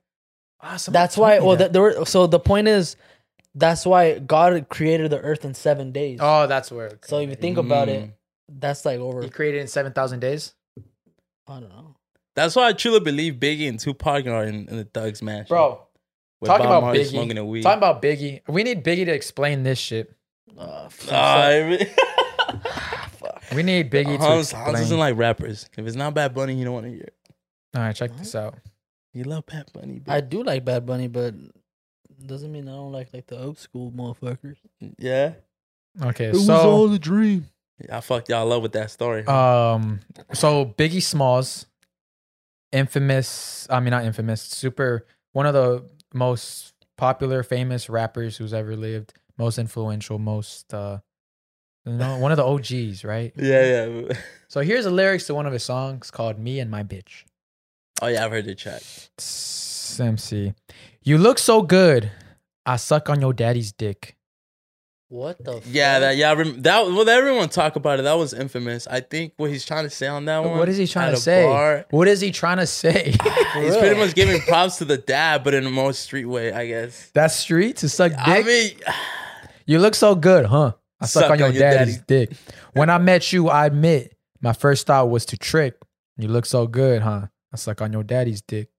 Speaker 3: ah, somebody
Speaker 1: That's
Speaker 3: told
Speaker 1: why.
Speaker 3: me
Speaker 1: Well,
Speaker 3: that.
Speaker 1: that, there were, so the point is, that's why God created the earth in seven days.
Speaker 3: oh, that's where. it
Speaker 1: So
Speaker 3: came
Speaker 1: if you
Speaker 3: from.
Speaker 1: think about it,
Speaker 2: Mm.
Speaker 1: that's like over.
Speaker 3: he created in seven thousand days.
Speaker 1: I don't know.
Speaker 2: That's why I truly believe Biggie and Tupac are in, in the Thugs Mansion.
Speaker 3: Bro,
Speaker 2: with
Speaker 3: talking
Speaker 2: Bob
Speaker 3: about
Speaker 2: Marley
Speaker 3: Biggie.
Speaker 2: smoking a weed.
Speaker 3: talking about Biggie. We need Biggie to explain this shit.
Speaker 1: Uh,
Speaker 2: Ah, I mean-
Speaker 3: We need Biggie to
Speaker 2: Hans, Hans
Speaker 3: explain.
Speaker 2: doesn't like rappers. If it's not Bad Bunny, you don't want to hear. it.
Speaker 3: All right, check this out.
Speaker 2: You love Bad Bunny.
Speaker 1: I
Speaker 2: Bitch.
Speaker 1: do like Bad Bunny, but doesn't mean I don't like like the old school motherfuckers.
Speaker 2: yeah,
Speaker 3: Okay, so
Speaker 1: a dream. Uh,
Speaker 2: I fucked y'all up with that story. huh?
Speaker 3: um, so Biggie Smalls, infamous. I mean, not infamous. Super one of the most popular, famous rappers who's ever lived. Most influential. Most uh, you know, one of the OGs, right?
Speaker 2: yeah, yeah. *laughs*
Speaker 3: So here's the lyrics to one of his songs called "Me and My Bitch."
Speaker 2: Oh yeah, I've heard the track.
Speaker 3: Simsy, you look so good. I suck on your daddy's dick.
Speaker 1: What the?
Speaker 2: Yeah,
Speaker 1: fuck?
Speaker 2: that yeah. I Rem- that well, everyone talk about it. That was infamous. I think what he's trying to say on that one.
Speaker 3: What is he trying
Speaker 2: at
Speaker 3: to
Speaker 2: a
Speaker 3: say?
Speaker 2: bar,
Speaker 3: What is he trying to *laughs* say?
Speaker 2: he's pretty much
Speaker 3: *laughs*
Speaker 2: giving props to the dad, but in the most street way, I guess.
Speaker 3: That's street to suck dick.
Speaker 2: I mean,
Speaker 3: You look so good, huh? I suck,
Speaker 2: Suck
Speaker 3: on your,
Speaker 2: on your
Speaker 3: daddy's dick. When I met you, I admit my first thought was to trick. You look so good, huh? I suck on your daddy's dick.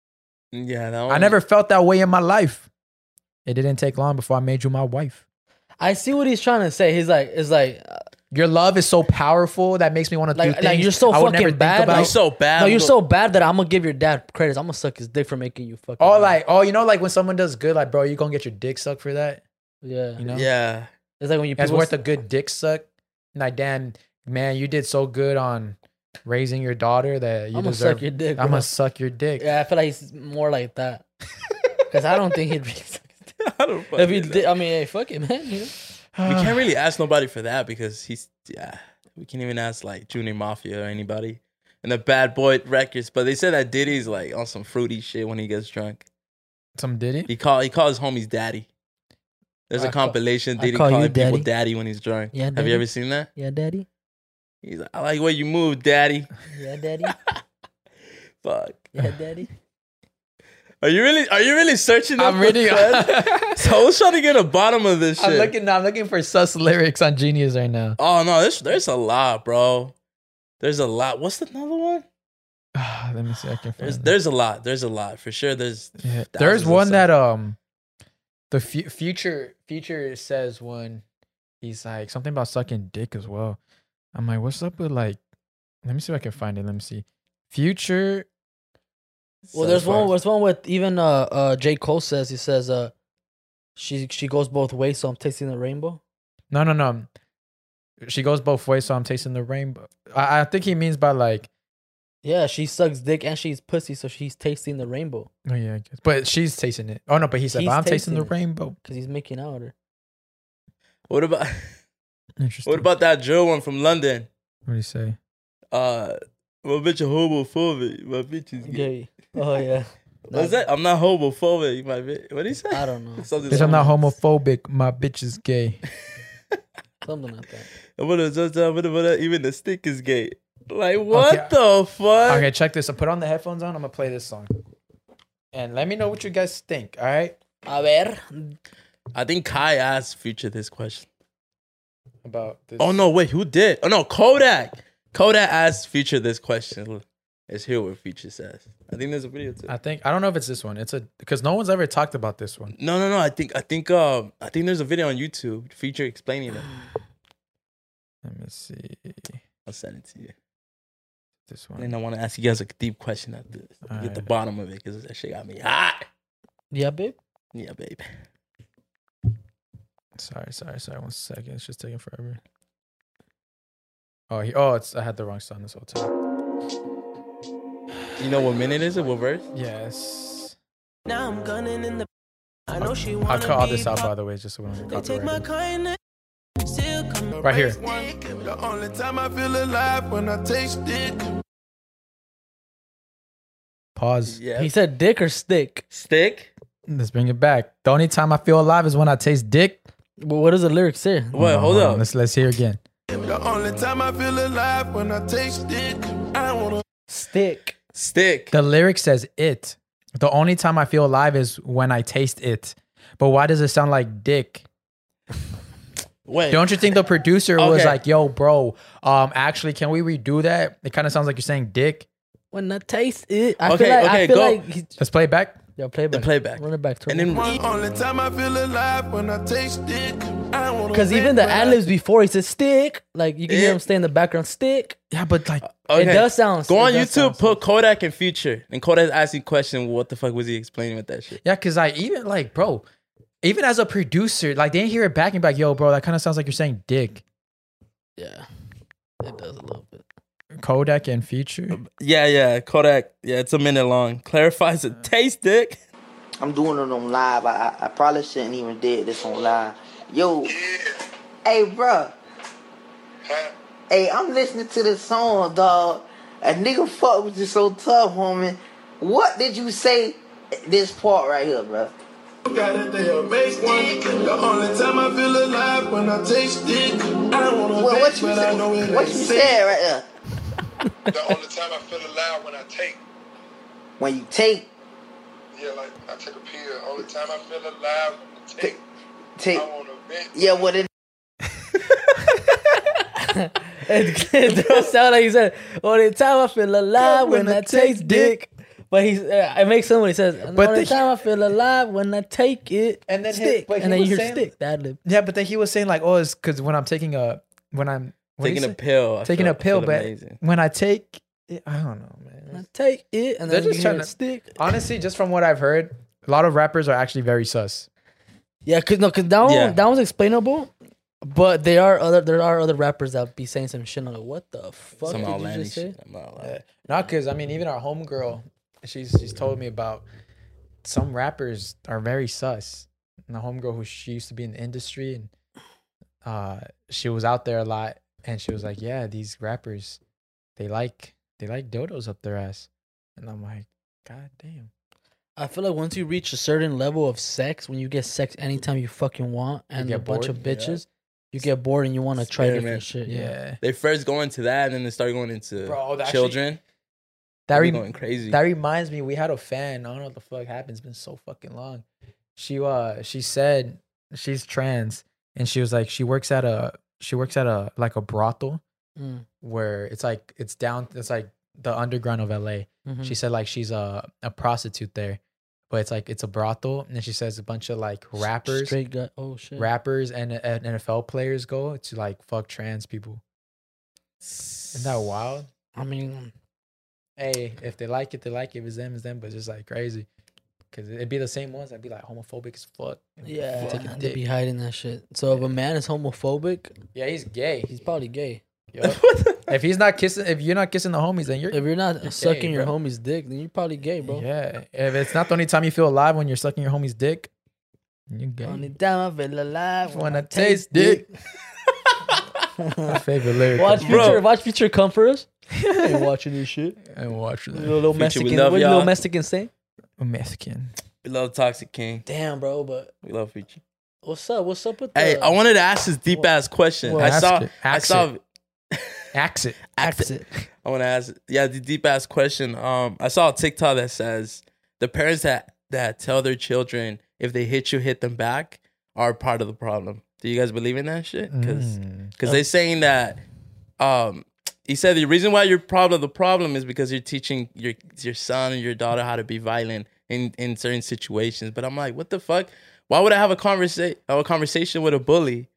Speaker 2: *sighs* yeah, that one.
Speaker 3: I never felt that way in my life. It didn't take long before I made you my wife.
Speaker 1: I see what he's trying to say. He's like, it's like, uh,
Speaker 3: Your love is so powerful that makes me want to do
Speaker 1: Like-
Speaker 3: things
Speaker 1: like you're so
Speaker 3: I would
Speaker 1: fucking
Speaker 3: never think
Speaker 1: bad,
Speaker 3: about.
Speaker 2: You're so bad.
Speaker 1: no, you're
Speaker 2: Look-
Speaker 1: so bad that I'm gonna give your dad credits. I'm gonna suck his dick for making you fucking.
Speaker 3: oh,
Speaker 1: mad.
Speaker 3: like oh, *laughs* you know, like when someone does good, like bro, you gonna get your dick sucked for that?
Speaker 1: yeah,
Speaker 3: You know?
Speaker 2: Yeah.
Speaker 1: it's It's like when you
Speaker 3: It's
Speaker 1: people
Speaker 3: worth a good dick suck. Like, damn, man, you did so good on raising your daughter that you
Speaker 1: I'm gonna
Speaker 3: deserve.
Speaker 1: suck your dick.
Speaker 3: I'm
Speaker 1: bro.
Speaker 3: gonna suck your dick. *sighs*
Speaker 1: Yeah, I feel like he's more like that. Because I don't think he'd. Really *laughs* suck his dick.
Speaker 2: *laughs* I don't
Speaker 1: if he
Speaker 2: fucking
Speaker 1: did, uh,
Speaker 2: know.
Speaker 1: I mean, hey, fuck it, man. You know?
Speaker 2: we can't really ask nobody for that because he's yeah. We can't even ask like Junior Mafia or anybody and the Bad Boy records. But they said that Diddy's like on some fruity shit when he gets drunk.
Speaker 3: Some did it.
Speaker 2: He call he calls homies daddy. There's a
Speaker 1: I call-
Speaker 2: compilation
Speaker 1: I
Speaker 2: Diddy
Speaker 1: call you
Speaker 2: calling people
Speaker 1: daddy.
Speaker 2: daddy when he's drunk.
Speaker 1: Yeah,
Speaker 2: Have
Speaker 1: daddy.
Speaker 2: you ever seen that?
Speaker 1: Yeah, daddy.
Speaker 2: He's like, I like where you
Speaker 1: *laughs*
Speaker 2: move, daddy.
Speaker 1: Yeah, daddy.
Speaker 2: Fuck.
Speaker 1: Yeah, *laughs* daddy.
Speaker 2: Are you really are you really searching? up
Speaker 3: I'm
Speaker 2: for
Speaker 3: reading.
Speaker 2: Fred?
Speaker 1: *laughs*
Speaker 2: *laughs*
Speaker 3: *laughs*
Speaker 2: so I was trying to get a bottom of this shit.
Speaker 3: I'm looking. I'm looking for sus lyrics on Genius right now. *sighs*
Speaker 2: Oh no, there's there's a lot, bro. There's a lot. What's another one?
Speaker 3: Let me see. I can find.
Speaker 2: There's
Speaker 3: it.
Speaker 2: there's a lot. There's a lot for sure. There's
Speaker 3: Yeah.
Speaker 2: thousands
Speaker 3: There's
Speaker 2: of
Speaker 3: one
Speaker 2: songs.
Speaker 3: that um, the fu- future future says one. He's like something about sucking dick as well. I'm like, what's up with like? Let me see if I can find it. Let me see. Future.
Speaker 1: Well,
Speaker 2: so
Speaker 1: there's
Speaker 2: far.
Speaker 1: one. There's one with even uh uh J Cole says he says uh she she goes both ways, so I'm tasting the rainbow.
Speaker 3: No, no, no. She goes both ways, so I'm tasting the rainbow. I, I think he means by like.
Speaker 1: Yeah, she sucks dick and she's pussy, so she's tasting the rainbow
Speaker 3: Oh yeah, I guess. but she's tasting it. Oh no, but he said,
Speaker 1: He's
Speaker 3: but I'm
Speaker 1: tasting
Speaker 3: tasting, the
Speaker 1: it.
Speaker 3: rainbow.
Speaker 1: because he's making out with her.
Speaker 2: What about *laughs*
Speaker 3: Interesting.
Speaker 2: what about that drill one from London?
Speaker 3: what do you say?
Speaker 2: Uh, my bitch a homophobic. My bitch is gay.
Speaker 1: Yeah. Oh yeah.
Speaker 2: What's that? I'm not homophobic. My bitch. What do you
Speaker 1: *laughs*
Speaker 2: say? *laughs*
Speaker 1: I don't know.
Speaker 2: Something
Speaker 3: Bitch, I'm not homophobic. My bitch is gay.
Speaker 1: Something like that.
Speaker 2: And what is- what is- what is- what is- Even the stick is gay. Like what
Speaker 3: Okay.
Speaker 2: the fuck?
Speaker 3: Okay, check this. I put on the headphones on. I'm gonna play this song, and let me know what you guys think. All right,
Speaker 1: A ver.
Speaker 2: I think Kai asked Future this question.
Speaker 3: about this.
Speaker 2: Oh no, wait, who did? Oh no, Kodak. Kodak asked Future this question. Let's hear what Future says. I think there's a video too.
Speaker 3: I think I don't know if it's this one. It's a because no one's ever talked about this one.
Speaker 2: No, no, no. I think I think um I think there's a video on YouTube
Speaker 1: *gasps*
Speaker 2: Future explaining it.
Speaker 3: Let me see
Speaker 2: I'll send it to you.
Speaker 3: this
Speaker 2: And then
Speaker 3: one.
Speaker 2: I want to ask you guys a deep question after this.
Speaker 3: All
Speaker 2: Get the
Speaker 3: right.
Speaker 2: bottom of it because that shit got me hot.
Speaker 1: Yeah, babe.
Speaker 2: Yeah, babe.
Speaker 3: Sorry, sorry, sorry. One second. It's just taking forever. Oh, he, oh, it's I had the wrong song this whole time.
Speaker 2: You know what minute is it? What verse?
Speaker 3: Yes,
Speaker 7: Now I'm gunning in the. I know she
Speaker 3: I'll
Speaker 7: wanna
Speaker 3: cut all
Speaker 7: be
Speaker 3: this out
Speaker 7: pop-
Speaker 3: by the way, just so we don't
Speaker 7: They
Speaker 3: get
Speaker 7: take my
Speaker 3: copyrighted.
Speaker 7: kindness. Still come
Speaker 3: Right here.
Speaker 10: The only time I feel alive when I taste it.
Speaker 3: Pause.
Speaker 2: Yeah.
Speaker 1: He said dick or stick.
Speaker 2: Stick.
Speaker 3: Let's bring it back. The only time I feel alive is when I taste dick.
Speaker 1: But what does the lyrics say?
Speaker 2: Wait, hold
Speaker 3: on,
Speaker 2: up.
Speaker 3: Let's let's hear again.
Speaker 10: The only time I feel alive when I taste it. I wanna
Speaker 1: Stick.
Speaker 2: Stick.
Speaker 3: The lyric says it. The only time I feel alive is when I taste it. But why does it sound like dick?
Speaker 2: Wait.
Speaker 3: Don't you think the producer was
Speaker 2: Okay.
Speaker 3: like, "Yo, bro, um, actually, can we redo that? It kind of sounds like you're saying dick."
Speaker 1: When I taste it, I
Speaker 2: Okay,
Speaker 1: feel like
Speaker 2: okay,
Speaker 1: I feel
Speaker 2: go.
Speaker 1: like he,
Speaker 3: Let's play it back.
Speaker 1: yeah, play back.
Speaker 2: playback.
Speaker 1: Run it back.
Speaker 2: And then
Speaker 10: The only time I feel alive when I taste it. I wanna
Speaker 1: because even the ad libs before he says stick, like you can hear him stay in the background. Stick.
Speaker 3: Yeah, but like,
Speaker 2: okay.
Speaker 1: It does sound.
Speaker 2: Go
Speaker 1: it
Speaker 2: on
Speaker 1: does
Speaker 2: YouTube,
Speaker 1: sound-
Speaker 2: put Kodak and Future, and Kodak asking question. What the fuck was he explaining with that shit?
Speaker 3: yeah, because I even like, bro, even as a producer, like they didn't hear it back and be like, "Yo, bro, that kind of sounds like you're saying dick."
Speaker 1: Yeah, it does a little bit.
Speaker 3: Kodak and Future.
Speaker 2: Yeah, yeah, Kodak. Yeah, it's a minute long. Clarifies
Speaker 1: Uh,
Speaker 2: the taste, dick.
Speaker 11: I'm doing it on live. I, I, I probably shouldn't even did this on live. Yo, hey, bruh. Hey, I'm listening to this song, dog. A nigga fuck with you so tough, homie. What did you say? This part right here, bruh.
Speaker 10: got it, they a make one. The only time I feel alive when I taste it. I wanna
Speaker 11: Well, what
Speaker 10: bake,
Speaker 11: you
Speaker 10: but I know it
Speaker 11: said? What
Speaker 10: ain't
Speaker 11: you
Speaker 10: safe.
Speaker 11: said right there?
Speaker 12: The only time I feel alive when I take.
Speaker 11: When you take,
Speaker 12: Yeah, like I took a pill. Only time I feel alive when I take.
Speaker 11: take,
Speaker 12: I want a bit.
Speaker 11: yeah, what it?
Speaker 1: It, *laughs* it does sound like he said, "Only time I feel alive when, I taste dick." But he's uh, it makes sense when he says, "The
Speaker 3: But
Speaker 1: only
Speaker 3: the-
Speaker 1: time I feel alive when I take it."
Speaker 3: And then his-
Speaker 1: stick,
Speaker 3: but he
Speaker 1: and then
Speaker 3: was
Speaker 1: you hear
Speaker 3: saying-
Speaker 1: stick that lip.
Speaker 3: Yeah, but then he was saying like, "Oh, it's because when I'm taking a when I'm what did he
Speaker 2: Taking a
Speaker 3: say?
Speaker 2: pill. I
Speaker 3: taking
Speaker 2: feel-
Speaker 3: a
Speaker 2: I
Speaker 3: pill,
Speaker 2: feel
Speaker 3: but
Speaker 2: amazing.
Speaker 3: when I take, it, I don't know,
Speaker 1: When I
Speaker 3: man.
Speaker 1: take it, and
Speaker 3: They're
Speaker 1: then you
Speaker 3: just
Speaker 1: hear
Speaker 3: trying to-
Speaker 1: stick.
Speaker 3: Honestly, just from what I've heard, a lot of rappers are actually very sus.
Speaker 1: Yeah, cause no, cause that one
Speaker 2: Yeah.
Speaker 1: that one's explainable. But there are other there are other rappers that be saying some shit. and I'm like, what the fuck
Speaker 2: Some
Speaker 1: did you
Speaker 2: outlandish
Speaker 1: just say?
Speaker 2: shit. I'm not allowed.
Speaker 3: Not because I mean, even our homegirl, she's she's told me about some rappers are very sus. And the homegirl who she used to be in the industry and uh she was out there a lot and she was like, Yeah, these rappers, they like they like dodos up their ass. And I'm like, God damn.
Speaker 1: I feel like once you reach a certain level of sex, when you get sex anytime you fucking want and
Speaker 3: get
Speaker 1: a bunch
Speaker 3: bored,
Speaker 1: of
Speaker 3: yeah.
Speaker 1: bitches, you get bored and you want to try
Speaker 2: Experiment.
Speaker 1: different shit. Yeah.
Speaker 2: They first go into that, and then they start going into
Speaker 3: Bro, that
Speaker 2: children.
Speaker 3: That
Speaker 2: They're
Speaker 3: rem-
Speaker 2: going crazy.
Speaker 3: That reminds me, we had a fan. I don't know what the fuck happened. It's been so fucking long. She uh she said she's trans and she was like she works at a she works at a like a brothel
Speaker 1: Mm.
Speaker 3: where it's like it's down it's like the underground of LA.
Speaker 1: Mhm.
Speaker 3: She said like she's a a prostitute there. But it's like it's a brothel and then she says a bunch of like rappers
Speaker 1: Straight guy. Oh shit.
Speaker 3: rappers and, and NFL players go to like fuck trans people. Isn't that wild?
Speaker 1: I mean,
Speaker 3: hey, if they like it, they like it. If it's them, it's them. But it's just like crazy, because it'd be the same ones. I'd be like homophobic as fuck. and
Speaker 1: yeah,
Speaker 3: take a
Speaker 1: they
Speaker 3: dick.
Speaker 1: be hiding that shit. So if a man is homophobic,
Speaker 3: yeah, he's gay.
Speaker 1: he's probably gay.
Speaker 3: *laughs* Yup. if he's not kissing, if you're not kissing the homies, then you're.
Speaker 1: *laughs* If you're not
Speaker 3: You're
Speaker 1: sucking
Speaker 3: gay,
Speaker 1: your
Speaker 3: bro.
Speaker 1: homie's dick, then you're probably gay, bro.
Speaker 3: Yeah, if it's not the only time you feel alive when you're sucking your homie's dick, you
Speaker 1: Only
Speaker 3: gay.
Speaker 1: time I feel alive
Speaker 3: When I taste dick.
Speaker 1: *laughs*
Speaker 3: My favorite lyric.
Speaker 1: Watch
Speaker 3: is-
Speaker 1: future, watch future come for
Speaker 3: *laughs*
Speaker 1: us. Ain't watching this shit.
Speaker 3: and watch
Speaker 1: Little,
Speaker 3: that.
Speaker 1: little
Speaker 2: Future, we
Speaker 1: Mexican,
Speaker 2: love
Speaker 1: what little
Speaker 2: y'all.
Speaker 1: Mexican say?
Speaker 3: A Mexican.
Speaker 2: we love Toxic King.
Speaker 1: Damn, bro. But
Speaker 2: We love feature.
Speaker 1: what's up? What's up with? The,
Speaker 2: Hey, I wanted to ask this deep ass question.
Speaker 3: Well,
Speaker 2: I
Speaker 3: ask
Speaker 2: saw.
Speaker 3: it.
Speaker 2: *laughs* I
Speaker 3: Ask
Speaker 2: saw.
Speaker 3: Axe it.
Speaker 1: ask it.
Speaker 2: I want to ask, yeah, the deep ass question. Um, I saw a TikTok that says the parents that that tell their children if they hit you, hit them back, are part of the problem. Do you guys believe in that shit? Because
Speaker 3: Mm.
Speaker 2: they're saying that. Um, he said the reason why you're part of the problem is because you're teaching your your son and your daughter how to be violent in in certain situations. But I'm like, what the fuck? Why would I have a conversation a conversation with a bully?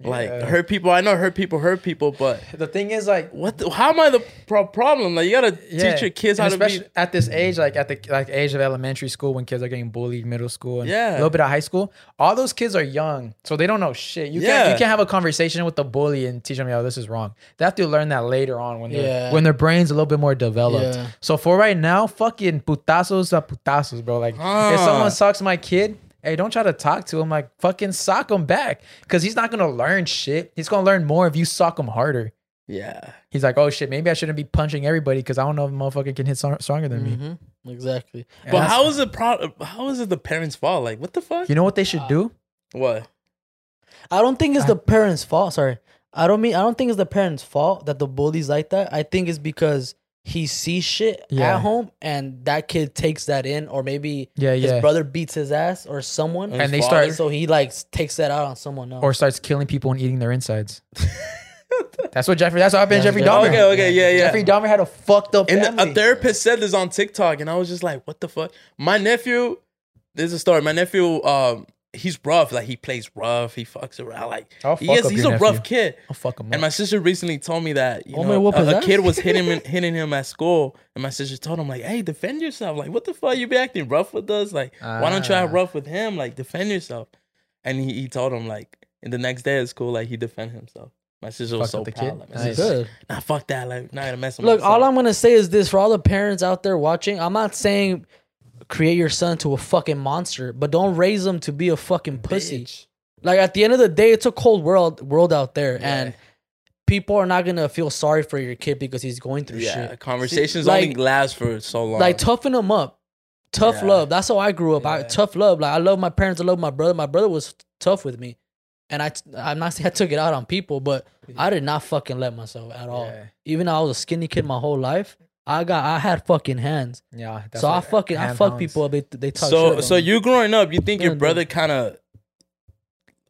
Speaker 2: Like
Speaker 3: Yeah.
Speaker 2: hurt people. I know hurt people hurt people, but
Speaker 3: The thing is, like,
Speaker 2: what? The, how am I the pro- problem? Like you gotta
Speaker 3: yeah.
Speaker 2: teach your kids
Speaker 3: and
Speaker 2: how to be.
Speaker 3: especially at this age, like at the like age of elementary school when kids are getting bullied, middle school, and
Speaker 2: Yeah.
Speaker 3: a little bit of high school. All those kids are young, so they don't know shit. You can't
Speaker 2: Yeah.
Speaker 3: you can't have a conversation with the bully and teach them, yo, this is wrong. They have to learn that later on when they're
Speaker 1: Yeah.
Speaker 3: when their brains a little bit more developed.
Speaker 1: Yeah.
Speaker 3: So for right now, fucking putazos are putazos, bro. Like if
Speaker 2: Ah.
Speaker 3: someone sucks my kid. Hey, don't try to talk to him. Like, fucking sock him back. Cause he's not gonna learn shit. He's gonna learn more if you sock him harder.
Speaker 2: Yeah,
Speaker 3: He's like, oh shit, maybe I shouldn't be punching everybody because I don't know if a motherfucker can hit strong- stronger than me.
Speaker 1: Mhm. Exactly.
Speaker 2: Mm-hmm.
Speaker 3: And
Speaker 2: but
Speaker 3: that's-
Speaker 2: how is it? Pro- how is it the parents' fault? Like what the fuck?
Speaker 3: You know what they should do?
Speaker 2: what?
Speaker 1: I don't think it's
Speaker 3: I-
Speaker 1: the parents' fault. Sorry, I don't mean. I don't think it's the parents' fault that the bully's like that. I think it's because he sees shit
Speaker 3: Yeah.
Speaker 1: at home and that kid takes that in, or maybe
Speaker 3: Yeah,
Speaker 1: his
Speaker 3: yeah.
Speaker 1: brother beats his ass or someone,
Speaker 2: And
Speaker 3: And they
Speaker 2: father-
Speaker 3: start
Speaker 1: so he like takes that out on someone else.
Speaker 3: or starts killing people and eating their
Speaker 2: *laughs*
Speaker 3: insides. that's what Jeffrey. That's what happened.
Speaker 1: That's
Speaker 3: to Jeffrey
Speaker 1: Jeffrey-
Speaker 3: Dahmer.
Speaker 2: Okay, okay, yeah, yeah.
Speaker 3: Jeffrey Dahmer had a fucked up
Speaker 2: And
Speaker 3: family.
Speaker 2: the, a therapist said this on TikTok, and I was just like, "What the fuck?" My nephew, there's a story. My nephew, um, he's rough. Like he plays rough. He fucks around. Like
Speaker 3: I'll
Speaker 2: he
Speaker 3: fuck
Speaker 2: is,
Speaker 3: up
Speaker 2: he's a
Speaker 3: your
Speaker 2: rough
Speaker 3: nephew.
Speaker 2: kid.
Speaker 3: I'll fuck him
Speaker 2: And my
Speaker 3: up.
Speaker 2: sister recently told me that you
Speaker 1: Oh,
Speaker 2: know,
Speaker 1: man, whoop his
Speaker 2: a, a
Speaker 1: ass.
Speaker 2: kid was hitting
Speaker 3: *laughs*
Speaker 2: him, hitting him at school, and my sister told him like, "Hey, defend yourself! Like, what the fuck? You be acting rough with us? Like, why don't you
Speaker 3: Ah.
Speaker 2: act rough with him? Like, defend yourself." And he, he told him like, and the next day at school, like he defended himself. My sister was
Speaker 3: Fucked up
Speaker 2: so
Speaker 3: the
Speaker 2: proud.
Speaker 3: kid.
Speaker 2: Like, my
Speaker 3: Nice.
Speaker 2: sister's like,
Speaker 1: Good.
Speaker 2: nah, fuck that. Like, not gonna mess with
Speaker 1: Look,
Speaker 2: my
Speaker 1: all
Speaker 2: son."
Speaker 1: I'm gonna say is this: for all the parents out there watching, I'm not saying create your son to a fucking monster, but don't raise him to be a fucking pussy. Like at the end of the day, it's a cold world world out there, and people are not gonna feel sorry for your kid because he's going through
Speaker 2: Yeah,
Speaker 1: shit.
Speaker 2: conversations
Speaker 1: See,
Speaker 2: only
Speaker 1: like-
Speaker 2: last for so long.
Speaker 1: Like toughen him up. Tough
Speaker 2: Yeah.
Speaker 1: love. That's how I grew up. I
Speaker 3: Yeah.
Speaker 1: tough love. Like I love my parents. I love my brother. My brother was tough with me, and I. T- I'm not saying *laughs* I took it out on people, but I did not fucking let myself at all.
Speaker 3: Yeah.
Speaker 1: Even though I was a skinny kid my whole life, I got I had fucking hands.
Speaker 3: Yeah. that's
Speaker 1: so I
Speaker 3: what-
Speaker 1: fucking I
Speaker 3: hand
Speaker 1: fuck
Speaker 3: hounds.
Speaker 1: people up. They they talk shit
Speaker 2: so
Speaker 1: about
Speaker 2: so
Speaker 1: me.
Speaker 2: you growing up, you think your
Speaker 1: Yeah, no.
Speaker 2: brother kind of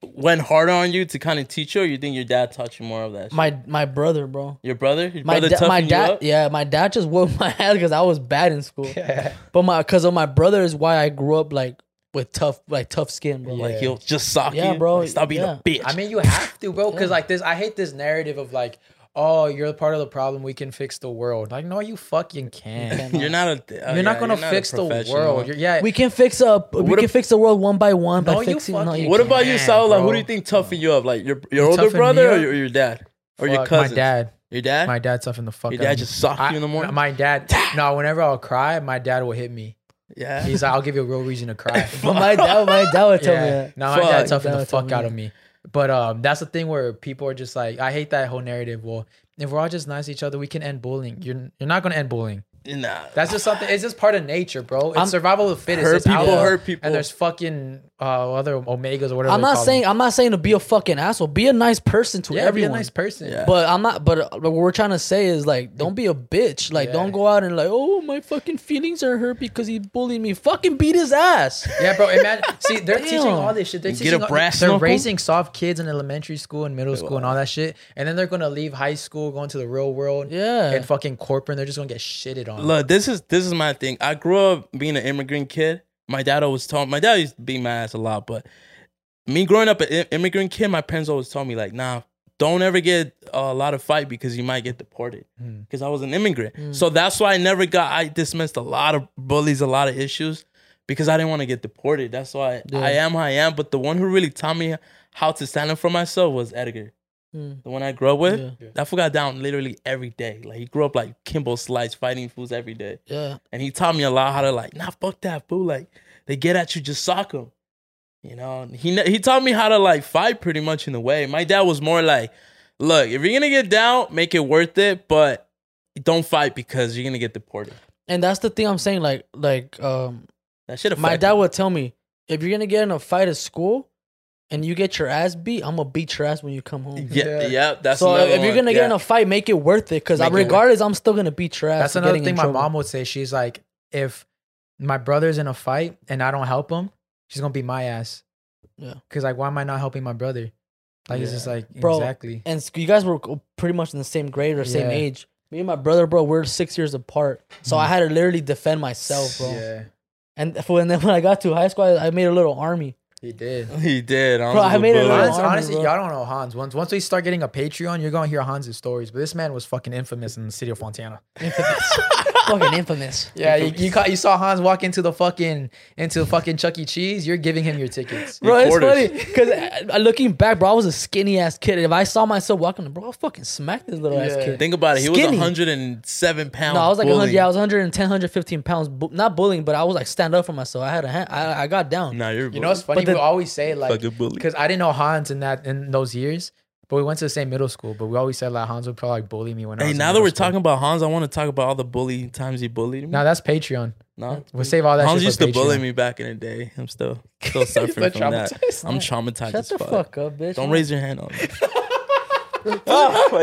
Speaker 2: went harder on you to kind of teach you, or you think your dad taught you more of that? Shit?
Speaker 1: my my brother, bro.
Speaker 2: your brother, your
Speaker 1: My
Speaker 2: brother
Speaker 1: da- my
Speaker 2: toughened you
Speaker 1: dad,
Speaker 2: up?
Speaker 1: yeah, my dad just whooped *laughs* my ass because I was bad in
Speaker 3: *laughs*
Speaker 1: school.
Speaker 3: Yeah.
Speaker 1: But my because of my brother is why I grew up like with tough like tough skin, bro.
Speaker 2: Like
Speaker 1: Like
Speaker 2: he'll just sock
Speaker 1: Yeah,
Speaker 2: you,
Speaker 1: bro,
Speaker 2: Like, stop being a bitch.
Speaker 3: I mean, you have to, bro, because
Speaker 1: Yeah.
Speaker 3: like this, I hate this narrative of like, "Oh, you're part of the problem. We can fix the world." Like, no, you fucking can't.
Speaker 2: *laughs* You're not a. oh,
Speaker 3: you're not
Speaker 2: yeah,
Speaker 3: gonna
Speaker 2: you're not a
Speaker 3: fix the
Speaker 2: professional.
Speaker 3: world. You're, yeah,
Speaker 1: We can fix up. We
Speaker 3: What
Speaker 1: can fix the world one by one
Speaker 3: No,
Speaker 1: by
Speaker 3: you
Speaker 1: fixing. no,
Speaker 3: fucking
Speaker 1: you
Speaker 2: What about
Speaker 1: can't.
Speaker 2: you,
Speaker 3: can't,
Speaker 2: Saula? Who
Speaker 3: bro.
Speaker 2: do you think toughened you up? Like your your
Speaker 3: Who
Speaker 2: older
Speaker 3: toughened me
Speaker 2: brother or
Speaker 3: up?
Speaker 2: your, your dad or your
Speaker 3: Fuck, my
Speaker 2: cousin?
Speaker 3: dad.
Speaker 2: Your dad?
Speaker 3: My dad toughened the fuck
Speaker 2: Eh? Your
Speaker 3: out
Speaker 2: dad
Speaker 3: of me.
Speaker 2: just socked
Speaker 3: I-
Speaker 2: you in the morning?
Speaker 3: My dad, no, whenever I'll cry, my dad will hit me.
Speaker 2: yeah.
Speaker 3: *laughs* He's like, I'll give you a real reason to cry.
Speaker 1: But *laughs* my dad, my dad would tell me that.
Speaker 3: No, my dad
Speaker 1: Fuck.
Speaker 3: toughened
Speaker 1: That
Speaker 3: the
Speaker 1: would tell
Speaker 3: fuck
Speaker 1: me
Speaker 3: out
Speaker 1: that.
Speaker 3: of me. But um, that's the thing where people are just like, I hate that whole narrative. Well, if we're all just nice to each other, we can end bullying. You're you're not gonna end bullying.
Speaker 2: Nah.
Speaker 3: That's just something. It's just part of nature, bro. It's
Speaker 1: I'm-
Speaker 3: survival of the fittest.
Speaker 2: Hurt
Speaker 3: It's
Speaker 2: people
Speaker 3: alpha,
Speaker 2: hurt people.
Speaker 3: And there's fucking uh, other omegas or whatever.
Speaker 1: I'm
Speaker 3: they
Speaker 1: not
Speaker 3: call
Speaker 1: saying
Speaker 3: them.
Speaker 1: I'm not saying to be a fucking asshole. Be a nice person to
Speaker 3: yeah,
Speaker 1: everyone.
Speaker 3: be a nice person.
Speaker 2: Yeah.
Speaker 1: But I'm not. But uh, what we're trying to say is like, don't be a bitch. Like,
Speaker 3: Yeah.
Speaker 1: don't go out and like, oh, my fucking feelings are hurt because he bullied me. Fucking beat his
Speaker 3: *laughs*
Speaker 1: ass.
Speaker 3: Yeah, bro. Imagine. See, they're teaching
Speaker 1: Damn.
Speaker 3: all this shit. They're
Speaker 2: You get
Speaker 3: teaching
Speaker 2: a
Speaker 3: all-
Speaker 2: brass
Speaker 3: They're
Speaker 2: knuckle?
Speaker 3: raising soft kids in elementary school and middle school and all that shit, and then they're gonna leave high school, go into the real world,
Speaker 1: Yeah.
Speaker 3: and fucking corporate. And they're just gonna get shitted on.
Speaker 2: Look, this is this is my thing. I grew up being an immigrant kid. My dad always told my dad used to beat my ass a lot, but me growing up an im- immigrant kid, my parents always told me like, nah, don't ever get a lot of fight because you might get deported.
Speaker 1: Hmm.
Speaker 3: Mm.
Speaker 2: Because I was an immigrant, so that's why I never got. I dismissed a lot of bullies, a lot of issues, because I didn't want to get deported. That's why
Speaker 1: Yeah.
Speaker 2: I am who I am. But the one who really taught me how to stand up for myself was Edgar.
Speaker 1: Mm.
Speaker 2: The one I grew up with,
Speaker 1: Yeah.
Speaker 2: that fool got down literally every day. Like he grew up like Kimbo Slice fighting fools every day.
Speaker 1: Yeah.
Speaker 2: And he taught me a lot how to like, nah, fuck that fool. Like they get at you, just sock them. You know, And he he taught me how to like fight pretty much in a way. My dad was more like, look, if you're gonna get down, make it worth it, but don't fight because you're gonna get deported.
Speaker 1: And that's the thing I'm saying. Like, like, um,
Speaker 2: That shit.
Speaker 1: my
Speaker 2: affected
Speaker 1: dad
Speaker 2: me.
Speaker 1: would tell me if you're gonna get in a fight at school, and you get your ass beat, I'm gonna beat your ass when you come home.
Speaker 2: Yeah, yeah,
Speaker 3: Yeah.
Speaker 2: that's
Speaker 1: so
Speaker 2: another
Speaker 1: if you're
Speaker 2: one.
Speaker 1: gonna
Speaker 2: yeah.
Speaker 1: get in a fight, make it worth it. Because
Speaker 2: Make it worth-
Speaker 1: regardless, I'm still gonna beat your ass.
Speaker 3: That's
Speaker 1: for
Speaker 3: another
Speaker 1: getting
Speaker 3: thing
Speaker 1: in
Speaker 3: my
Speaker 1: trouble.
Speaker 3: mom would say. She's like, if my brother's in a fight and I don't help him, she's gonna beat my ass.
Speaker 1: Yeah.
Speaker 3: Because like, why am I not helping my brother? Like it's just like
Speaker 1: Bro,
Speaker 3: exactly.
Speaker 1: and sc- you guys were co- pretty much in the same grade or same
Speaker 3: Yeah.
Speaker 1: age. Me and my brother, bro, we're six years apart. So
Speaker 2: Mm.
Speaker 1: I had to literally defend myself, bro.
Speaker 3: Yeah,
Speaker 1: And *laughs* f- when then when I got to high school, I, I made a little
Speaker 2: *laughs*
Speaker 1: army.
Speaker 3: he did.
Speaker 2: he did.
Speaker 1: Bro, I made it
Speaker 2: bully.
Speaker 1: Little
Speaker 3: Honestly,
Speaker 1: army,
Speaker 3: honestly
Speaker 1: bro.
Speaker 3: y'all don't know Hans. Once once we start getting a Patreon, you're gonna hear Hans' stories. But this man was fucking infamous in the city of Fontana.
Speaker 1: Fucking infamous.
Speaker 3: Yeah, you you, caught, you saw Hans walk into the fucking into the fucking Chuck E. Cheese. You're giving him your tickets.
Speaker 1: Bro, it's
Speaker 2: quarters.
Speaker 1: funny because looking back, bro, I was a skinny ass kid. If I saw myself walking, bro, I'll fucking smack this little ass
Speaker 3: Yeah.
Speaker 1: kid.
Speaker 2: Think about it. He
Speaker 1: Skinny.
Speaker 2: was 107 pounds.
Speaker 1: No, I was like 100,
Speaker 2: bully.
Speaker 1: yeah, I was 110, 115 pounds. Bu- not bullying, but I was like stand up for myself. I had a hand, I, I got down.
Speaker 2: Nah, you're. a
Speaker 3: You
Speaker 2: bully.
Speaker 3: know what's funny?
Speaker 1: But the-
Speaker 3: we always say like
Speaker 2: Fucking bully.
Speaker 3: because I didn't know Hans in that in those years, but we went to the same middle school. But we always said like Hans would probably bully me when I
Speaker 2: Hey,
Speaker 3: was. in
Speaker 2: now that
Speaker 3: middle
Speaker 2: we're
Speaker 3: school.
Speaker 2: talking about Hans, I want to talk about all the bully times he bullied me.
Speaker 3: now that's Patreon.
Speaker 2: no,
Speaker 3: We'll save all that.
Speaker 2: Hans
Speaker 3: shit
Speaker 2: used
Speaker 3: for
Speaker 2: to
Speaker 3: Patreon.
Speaker 2: bully me back in the day.
Speaker 1: *laughs*
Speaker 2: I'm still still suffering from
Speaker 3: He's so
Speaker 2: that.
Speaker 3: traumatized.
Speaker 2: I'm traumatized.
Speaker 1: Shut
Speaker 2: as
Speaker 1: the
Speaker 2: fuck.
Speaker 1: fuck up, bitch.
Speaker 2: Don't raise your hand on me. *laughs* oh my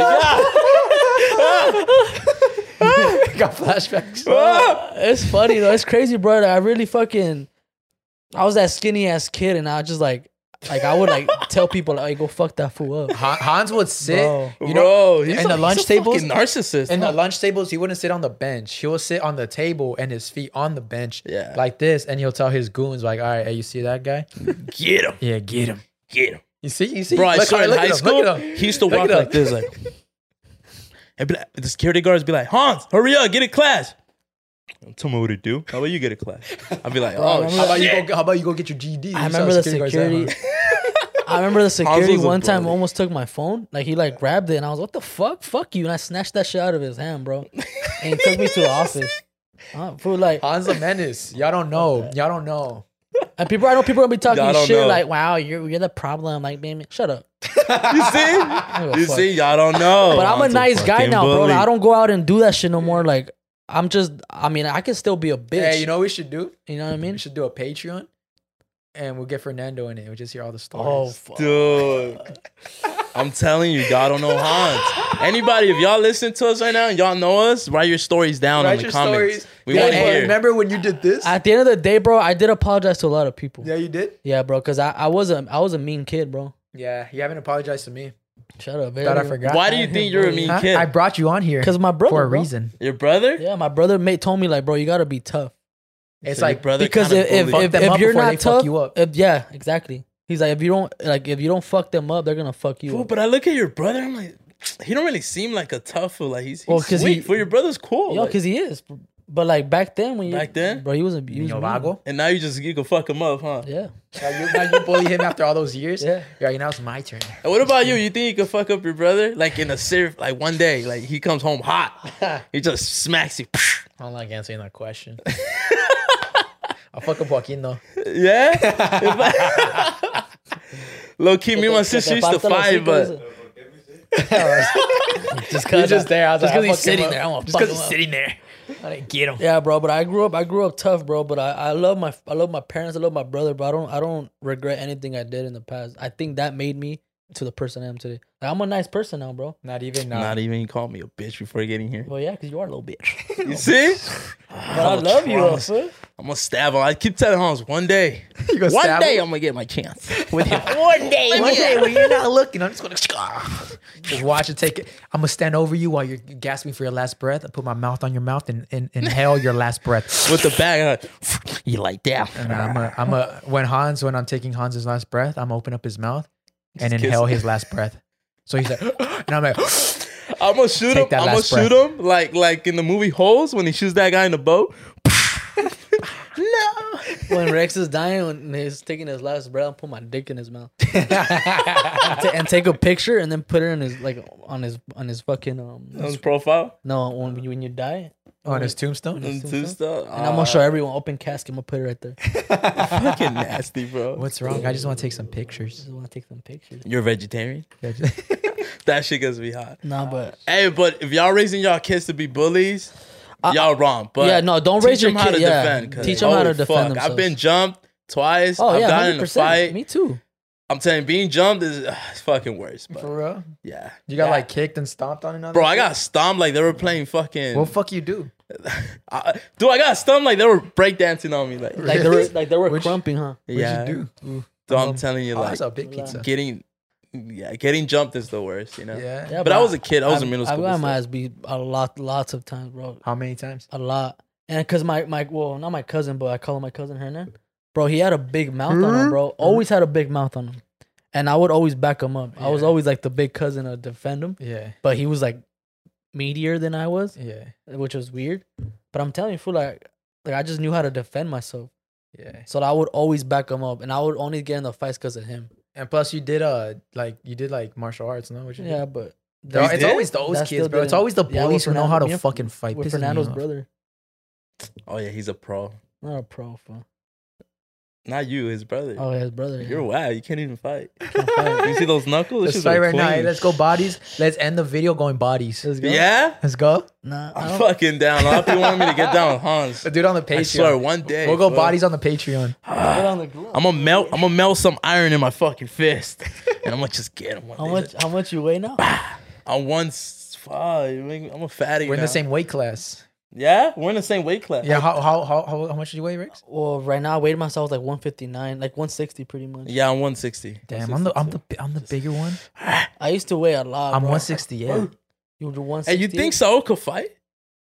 Speaker 2: god!
Speaker 3: *laughs* Got flashbacks.
Speaker 1: *laughs* Bro, it's funny though. It's crazy, bro. that I really fucking. I was that skinny ass kid, and I just like, like I would like tell people like, "Hey, go fuck that fool up.
Speaker 3: Han- Hans would sit.
Speaker 1: Bro.
Speaker 3: You know,
Speaker 2: Bro, he's
Speaker 3: in
Speaker 2: a,
Speaker 3: the lunch
Speaker 2: he's a fucking
Speaker 3: tables-
Speaker 2: narcissist.
Speaker 3: in the lunch tables, he wouldn't sit on the bench. He will sit on the table and his feet on the bench,
Speaker 2: Yeah.
Speaker 3: like this, and he'll tell his goons, like, "All right, hey, you see that guy?
Speaker 2: get him,
Speaker 3: Yeah, get him.
Speaker 2: get him,
Speaker 3: You see, you see,
Speaker 2: bro. I
Speaker 3: Look,
Speaker 2: saw in
Speaker 3: look
Speaker 2: high
Speaker 3: at him,
Speaker 2: school.
Speaker 3: look at him.
Speaker 2: He used to
Speaker 3: Look
Speaker 2: walk
Speaker 3: at him.
Speaker 2: like this, like. And be like- the security guards be like, Hans, hurry up, get a class. Tell me what to do. How about you get a class? I'd be like,
Speaker 1: I
Speaker 2: oh,
Speaker 1: remember
Speaker 3: How about
Speaker 2: shit.
Speaker 3: you go? How about you go get your GD?
Speaker 1: I remember the security. *laughs* I remember the security
Speaker 2: was a
Speaker 1: one time
Speaker 2: bully.
Speaker 1: almost took my phone. Like he
Speaker 2: *laughs*
Speaker 1: like grabbed it, and I was what the fuck, fuck you, and I snatched that shit out of his hand,
Speaker 2: *laughs*
Speaker 1: bro, and he took me to the office. Uh, fool, like
Speaker 3: Hans a menace. Y'all don't know. Y'all don't know.
Speaker 1: and people, I know people are gonna be
Speaker 2: I
Speaker 1: talking
Speaker 2: don't
Speaker 1: shit
Speaker 2: know.
Speaker 1: like, "Wow, you're you're the problem." Like, man, shut up. *laughs*
Speaker 2: You see?
Speaker 1: give a
Speaker 2: You
Speaker 1: fuck.
Speaker 2: see? Y'all don't know.
Speaker 1: But I'm a
Speaker 2: Hans
Speaker 1: nice guy
Speaker 2: fucking
Speaker 1: now, bro.
Speaker 2: bully.
Speaker 1: Like, I don't go out and do that shit no more. Like, I'm just, I mean, I can still be a bitch.
Speaker 3: Hey, you know what we should do?
Speaker 1: you know what I
Speaker 2: *laughs*
Speaker 3: We
Speaker 1: mean?
Speaker 3: should do a Patreon, and we'll get Fernando in it. We'll just hear all the stories.
Speaker 1: Oh, fuck.
Speaker 2: Dude. I'm telling you, y'all don't know Hans. Anybody, if y'all listen to us right now and y'all know us, write your stories down
Speaker 3: Write
Speaker 2: in the
Speaker 3: your
Speaker 2: comments.
Speaker 3: stories.
Speaker 2: We
Speaker 3: Yeah,
Speaker 2: want to
Speaker 3: hey,
Speaker 2: hear.
Speaker 3: Remember when you did this?
Speaker 1: At the end of the day, bro, I did apologize to a lot of people.
Speaker 3: yeah,
Speaker 1: Yeah,
Speaker 3: you did.
Speaker 1: bro, because I, I was a I was a mean kid, bro.
Speaker 3: Yeah, you haven't apologized to me.
Speaker 1: Shut up,
Speaker 3: Thought I forgot.
Speaker 2: Why do you think you're
Speaker 1: *laughs*
Speaker 2: a mean
Speaker 3: Huh?
Speaker 2: kid?
Speaker 3: I brought you on here
Speaker 1: Because my brother,
Speaker 3: for a
Speaker 1: bro.
Speaker 3: reason.
Speaker 2: your brother?
Speaker 1: Yeah, my brother mate told me like, bro, you gotta be tough.
Speaker 3: It's
Speaker 2: So your
Speaker 3: like
Speaker 2: brother
Speaker 1: Because
Speaker 2: kinda
Speaker 1: if if,
Speaker 2: bullied
Speaker 1: if,
Speaker 3: them
Speaker 1: if
Speaker 3: up
Speaker 1: you're
Speaker 3: before they
Speaker 1: not
Speaker 3: fuck
Speaker 1: tough,
Speaker 3: you up.
Speaker 1: if- yeah, exactly. He's like, if you don't like, if you don't fuck them up, they're gonna fuck you.
Speaker 2: Fool,
Speaker 1: up.
Speaker 2: but I look at your brother, I'm like, he don't really seem like a tough fool. Like he's, he's
Speaker 1: Well, 'cause
Speaker 2: sweet.
Speaker 1: he-
Speaker 2: for your brother's cool.
Speaker 1: Yo,
Speaker 2: like-
Speaker 1: because he is. But like back then when you
Speaker 2: back then,
Speaker 1: bro, he was a he was mean.
Speaker 2: and now you just you can fuck him up, huh?
Speaker 1: Yeah.
Speaker 3: Now you, now you bully him after all those years. Yeah. You're like, now it's my *laughs* turn.
Speaker 2: And what about you? You think you could fuck up your brother? Like in a ser like one day, like he comes home
Speaker 3: *laughs*
Speaker 2: hot, he just smacks you.
Speaker 13: I don't like answering that *laughs* question. I'll fuck up Joaquin though.
Speaker 3: *laughs*
Speaker 2: yeah. Low key, me and my
Speaker 13: Que te-
Speaker 2: sister
Speaker 13: que te
Speaker 2: used
Speaker 13: parta
Speaker 2: to
Speaker 13: los
Speaker 2: fight,
Speaker 13: hocicos
Speaker 2: but
Speaker 1: just
Speaker 13: You're just there. I was
Speaker 1: just
Speaker 13: like, I'll fuck
Speaker 1: 'cause he's
Speaker 13: him
Speaker 1: sitting
Speaker 13: up.
Speaker 1: there. I'm gonna
Speaker 13: Just
Speaker 1: fuck
Speaker 13: 'cause
Speaker 1: him
Speaker 13: he's
Speaker 1: up.
Speaker 13: sitting there. I didn't get *laughs* him.
Speaker 1: Yeah, bro. But I grew up. I grew up tough, bro. But I, I love my I love my parents. I love my brother. But I don't I don't regret anything I did in the past. I think that made me to the person I am today. Like, I'm a nice person now, bro.
Speaker 3: Not even
Speaker 2: not even you called me a bitch before getting here.
Speaker 1: Well, yeah, because you are a little bitch.
Speaker 2: You see?
Speaker 1: I love you,
Speaker 2: Holmes.
Speaker 1: Alpha.
Speaker 2: I'm gonna stab him. I keep telling Holmes one day,
Speaker 3: gonna
Speaker 2: one
Speaker 3: stab
Speaker 2: day
Speaker 3: him?
Speaker 2: I'm gonna get my
Speaker 3: *laughs*
Speaker 2: chance with *laughs* him.
Speaker 13: One day,
Speaker 3: One day when you're not looking, I'm just
Speaker 13: gonna
Speaker 3: Just watch it take it. I'm gonna stand over you while you're gasping for your last breath. I put my mouth on your mouth and, and inhale your
Speaker 13: *laughs*
Speaker 3: last breath
Speaker 2: with the bag. Like, you like that?
Speaker 3: And I'm a, I'm a when Hans when I'm taking Hans's last breath, I'm gonna open up his mouth and
Speaker 2: Just kiss
Speaker 3: inhale
Speaker 2: him.
Speaker 3: his last breath.
Speaker 13: *laughs*
Speaker 3: So he's like, and I'm like, *gasps*
Speaker 2: I'm gonna shoot
Speaker 3: Uh, Take
Speaker 2: him.
Speaker 3: that
Speaker 2: I'm gonna
Speaker 3: last breath.
Speaker 2: shoot him like like in the movie Holes when he shoots that guy in the boat.
Speaker 1: when Rex is dying, when he's taking his last breath, I'll put my dick in his *laughs* mouth and, ta- and take a picture and then put it in his like on his on his fucking um.
Speaker 2: On his profile?
Speaker 1: No, when you when you die.
Speaker 3: On his
Speaker 1: On
Speaker 3: tombstone?
Speaker 13: Mm.
Speaker 1: his
Speaker 2: On
Speaker 1: tombstone.
Speaker 2: tombstone?
Speaker 1: And I'm gonna show everyone open casket. I'm gonna put it right there.
Speaker 2: *laughs* Fucking nasty, bro.
Speaker 3: What's wrong? I just want to take some pictures.
Speaker 1: I want to take some pictures.
Speaker 2: You're vegetarian. that shit gets me hot.
Speaker 1: Nah, but
Speaker 2: Hey, but if y'all raising y'all kids to be bullies, y'all wrong. But
Speaker 1: yeah, no, don't
Speaker 2: teach
Speaker 1: raise your
Speaker 2: them how
Speaker 1: kid-
Speaker 2: to
Speaker 1: yeah.
Speaker 2: defend. 'cause
Speaker 1: Teach them how
Speaker 2: holy
Speaker 1: to defend
Speaker 2: fuck, I've been jumped twice.
Speaker 1: Oh
Speaker 2: I've
Speaker 1: yeah,
Speaker 2: gotten
Speaker 1: hundred
Speaker 2: in a
Speaker 1: percent.
Speaker 2: fight.
Speaker 1: Me too.
Speaker 2: I'm telling you, being jumped is ugh, it's fucking worse. But
Speaker 3: For real?
Speaker 2: yeah,
Speaker 3: *laughs* You got
Speaker 2: Yeah.
Speaker 3: like kicked and stomped on another.
Speaker 2: bro, I
Speaker 3: shit?
Speaker 2: got stomped like they were playing fucking.
Speaker 3: What fuck you do?
Speaker 2: I, dude, I got stomped like they were breakdancing on me. Like,
Speaker 1: Like they
Speaker 2: *laughs*
Speaker 1: were like they were crumping, huh?
Speaker 2: What'd you Yeah. do? So I'm telling you,
Speaker 3: oh,
Speaker 2: like,
Speaker 3: that's a big pizza.
Speaker 2: Getting, yeah, getting jumped is the worst, you know.
Speaker 3: Yeah.
Speaker 1: Yeah,
Speaker 2: but, I was a kid. I was
Speaker 1: I've-
Speaker 2: in middle
Speaker 1: I've
Speaker 2: school.
Speaker 1: got
Speaker 2: so-
Speaker 1: my ass beat a lot, lots of times, bro.
Speaker 3: How many times?
Speaker 1: A lot. And cause my my well, not my cousin, but I call him my cousin Hernan. Bro, he had a big mouth on
Speaker 3: Mm-hmm.
Speaker 1: him, bro. Always had a big mouth on him, and I would always back him up. I was always like the big cousin to defend him.
Speaker 3: Yeah.
Speaker 1: But he was like meatier than I was.
Speaker 3: Yeah.
Speaker 1: Which was weird. But I'm telling you, fool, like, like I just knew how to defend myself.
Speaker 3: Yeah.
Speaker 1: So I would always back him up, and I would only get in the fights because of him.
Speaker 3: And plus, you did uh like you did like martial arts, no? What you did?
Speaker 1: Yeah, but
Speaker 3: Bro,
Speaker 1: You
Speaker 3: it's
Speaker 1: did?
Speaker 3: always those
Speaker 1: That
Speaker 3: kids,
Speaker 1: still
Speaker 3: bro. It's
Speaker 1: didn't-
Speaker 3: always the
Speaker 1: Yeah, with
Speaker 3: bullies who know how
Speaker 1: Fernando-
Speaker 3: to
Speaker 1: me and-
Speaker 3: fucking fight.
Speaker 1: With
Speaker 3: Pisses me
Speaker 1: Fernando's
Speaker 3: off.
Speaker 1: brother,
Speaker 2: Oh yeah, he's a pro.
Speaker 1: not a pro, fool.
Speaker 2: Not you, his brother.
Speaker 1: Oh, yeah, his brother. yeah.
Speaker 2: You're wow. You can't even fight. you see those knuckles?
Speaker 3: Let's
Speaker 2: Those shits
Speaker 3: fight
Speaker 2: are
Speaker 3: right now. Hey,
Speaker 2: clean.
Speaker 3: let's go bodies. Let's end the video going bodies. Let's
Speaker 1: go.
Speaker 2: Yeah?
Speaker 3: Let's go.
Speaker 1: Nah,
Speaker 2: *laughs* I'm fucking down. A lot of people want me to get down with Hans.
Speaker 3: *laughs* Dude, on the Patreon.
Speaker 2: I swear, one day
Speaker 3: We'll go
Speaker 2: bro,
Speaker 3: bodies on the Patreon.
Speaker 2: I'm gonna melt. I'm gonna melt some iron in my fucking
Speaker 3: *laughs*
Speaker 2: fist, and I'm gonna just get him. One
Speaker 1: How
Speaker 2: day.
Speaker 1: much? How much you weigh now?
Speaker 2: I'm one. s- fuck, you make me- I'm a fatty.
Speaker 3: We're in the
Speaker 2: now.
Speaker 3: same weight class.
Speaker 2: Yeah, we're in the same weight class.
Speaker 3: Yeah. How how how how, how much do you weigh, Rex?
Speaker 1: Well, right now I weighed myself like 159, like 160, pretty much.
Speaker 2: Yeah, I'm 160.
Speaker 3: Damn, I'm the I'm the I'm the bigger one.
Speaker 1: I used to weigh a lot.
Speaker 3: I'm
Speaker 1: bro. *laughs*
Speaker 3: 168.
Speaker 1: You were
Speaker 2: Hey,
Speaker 1: 160.
Speaker 2: you think Saul could fight?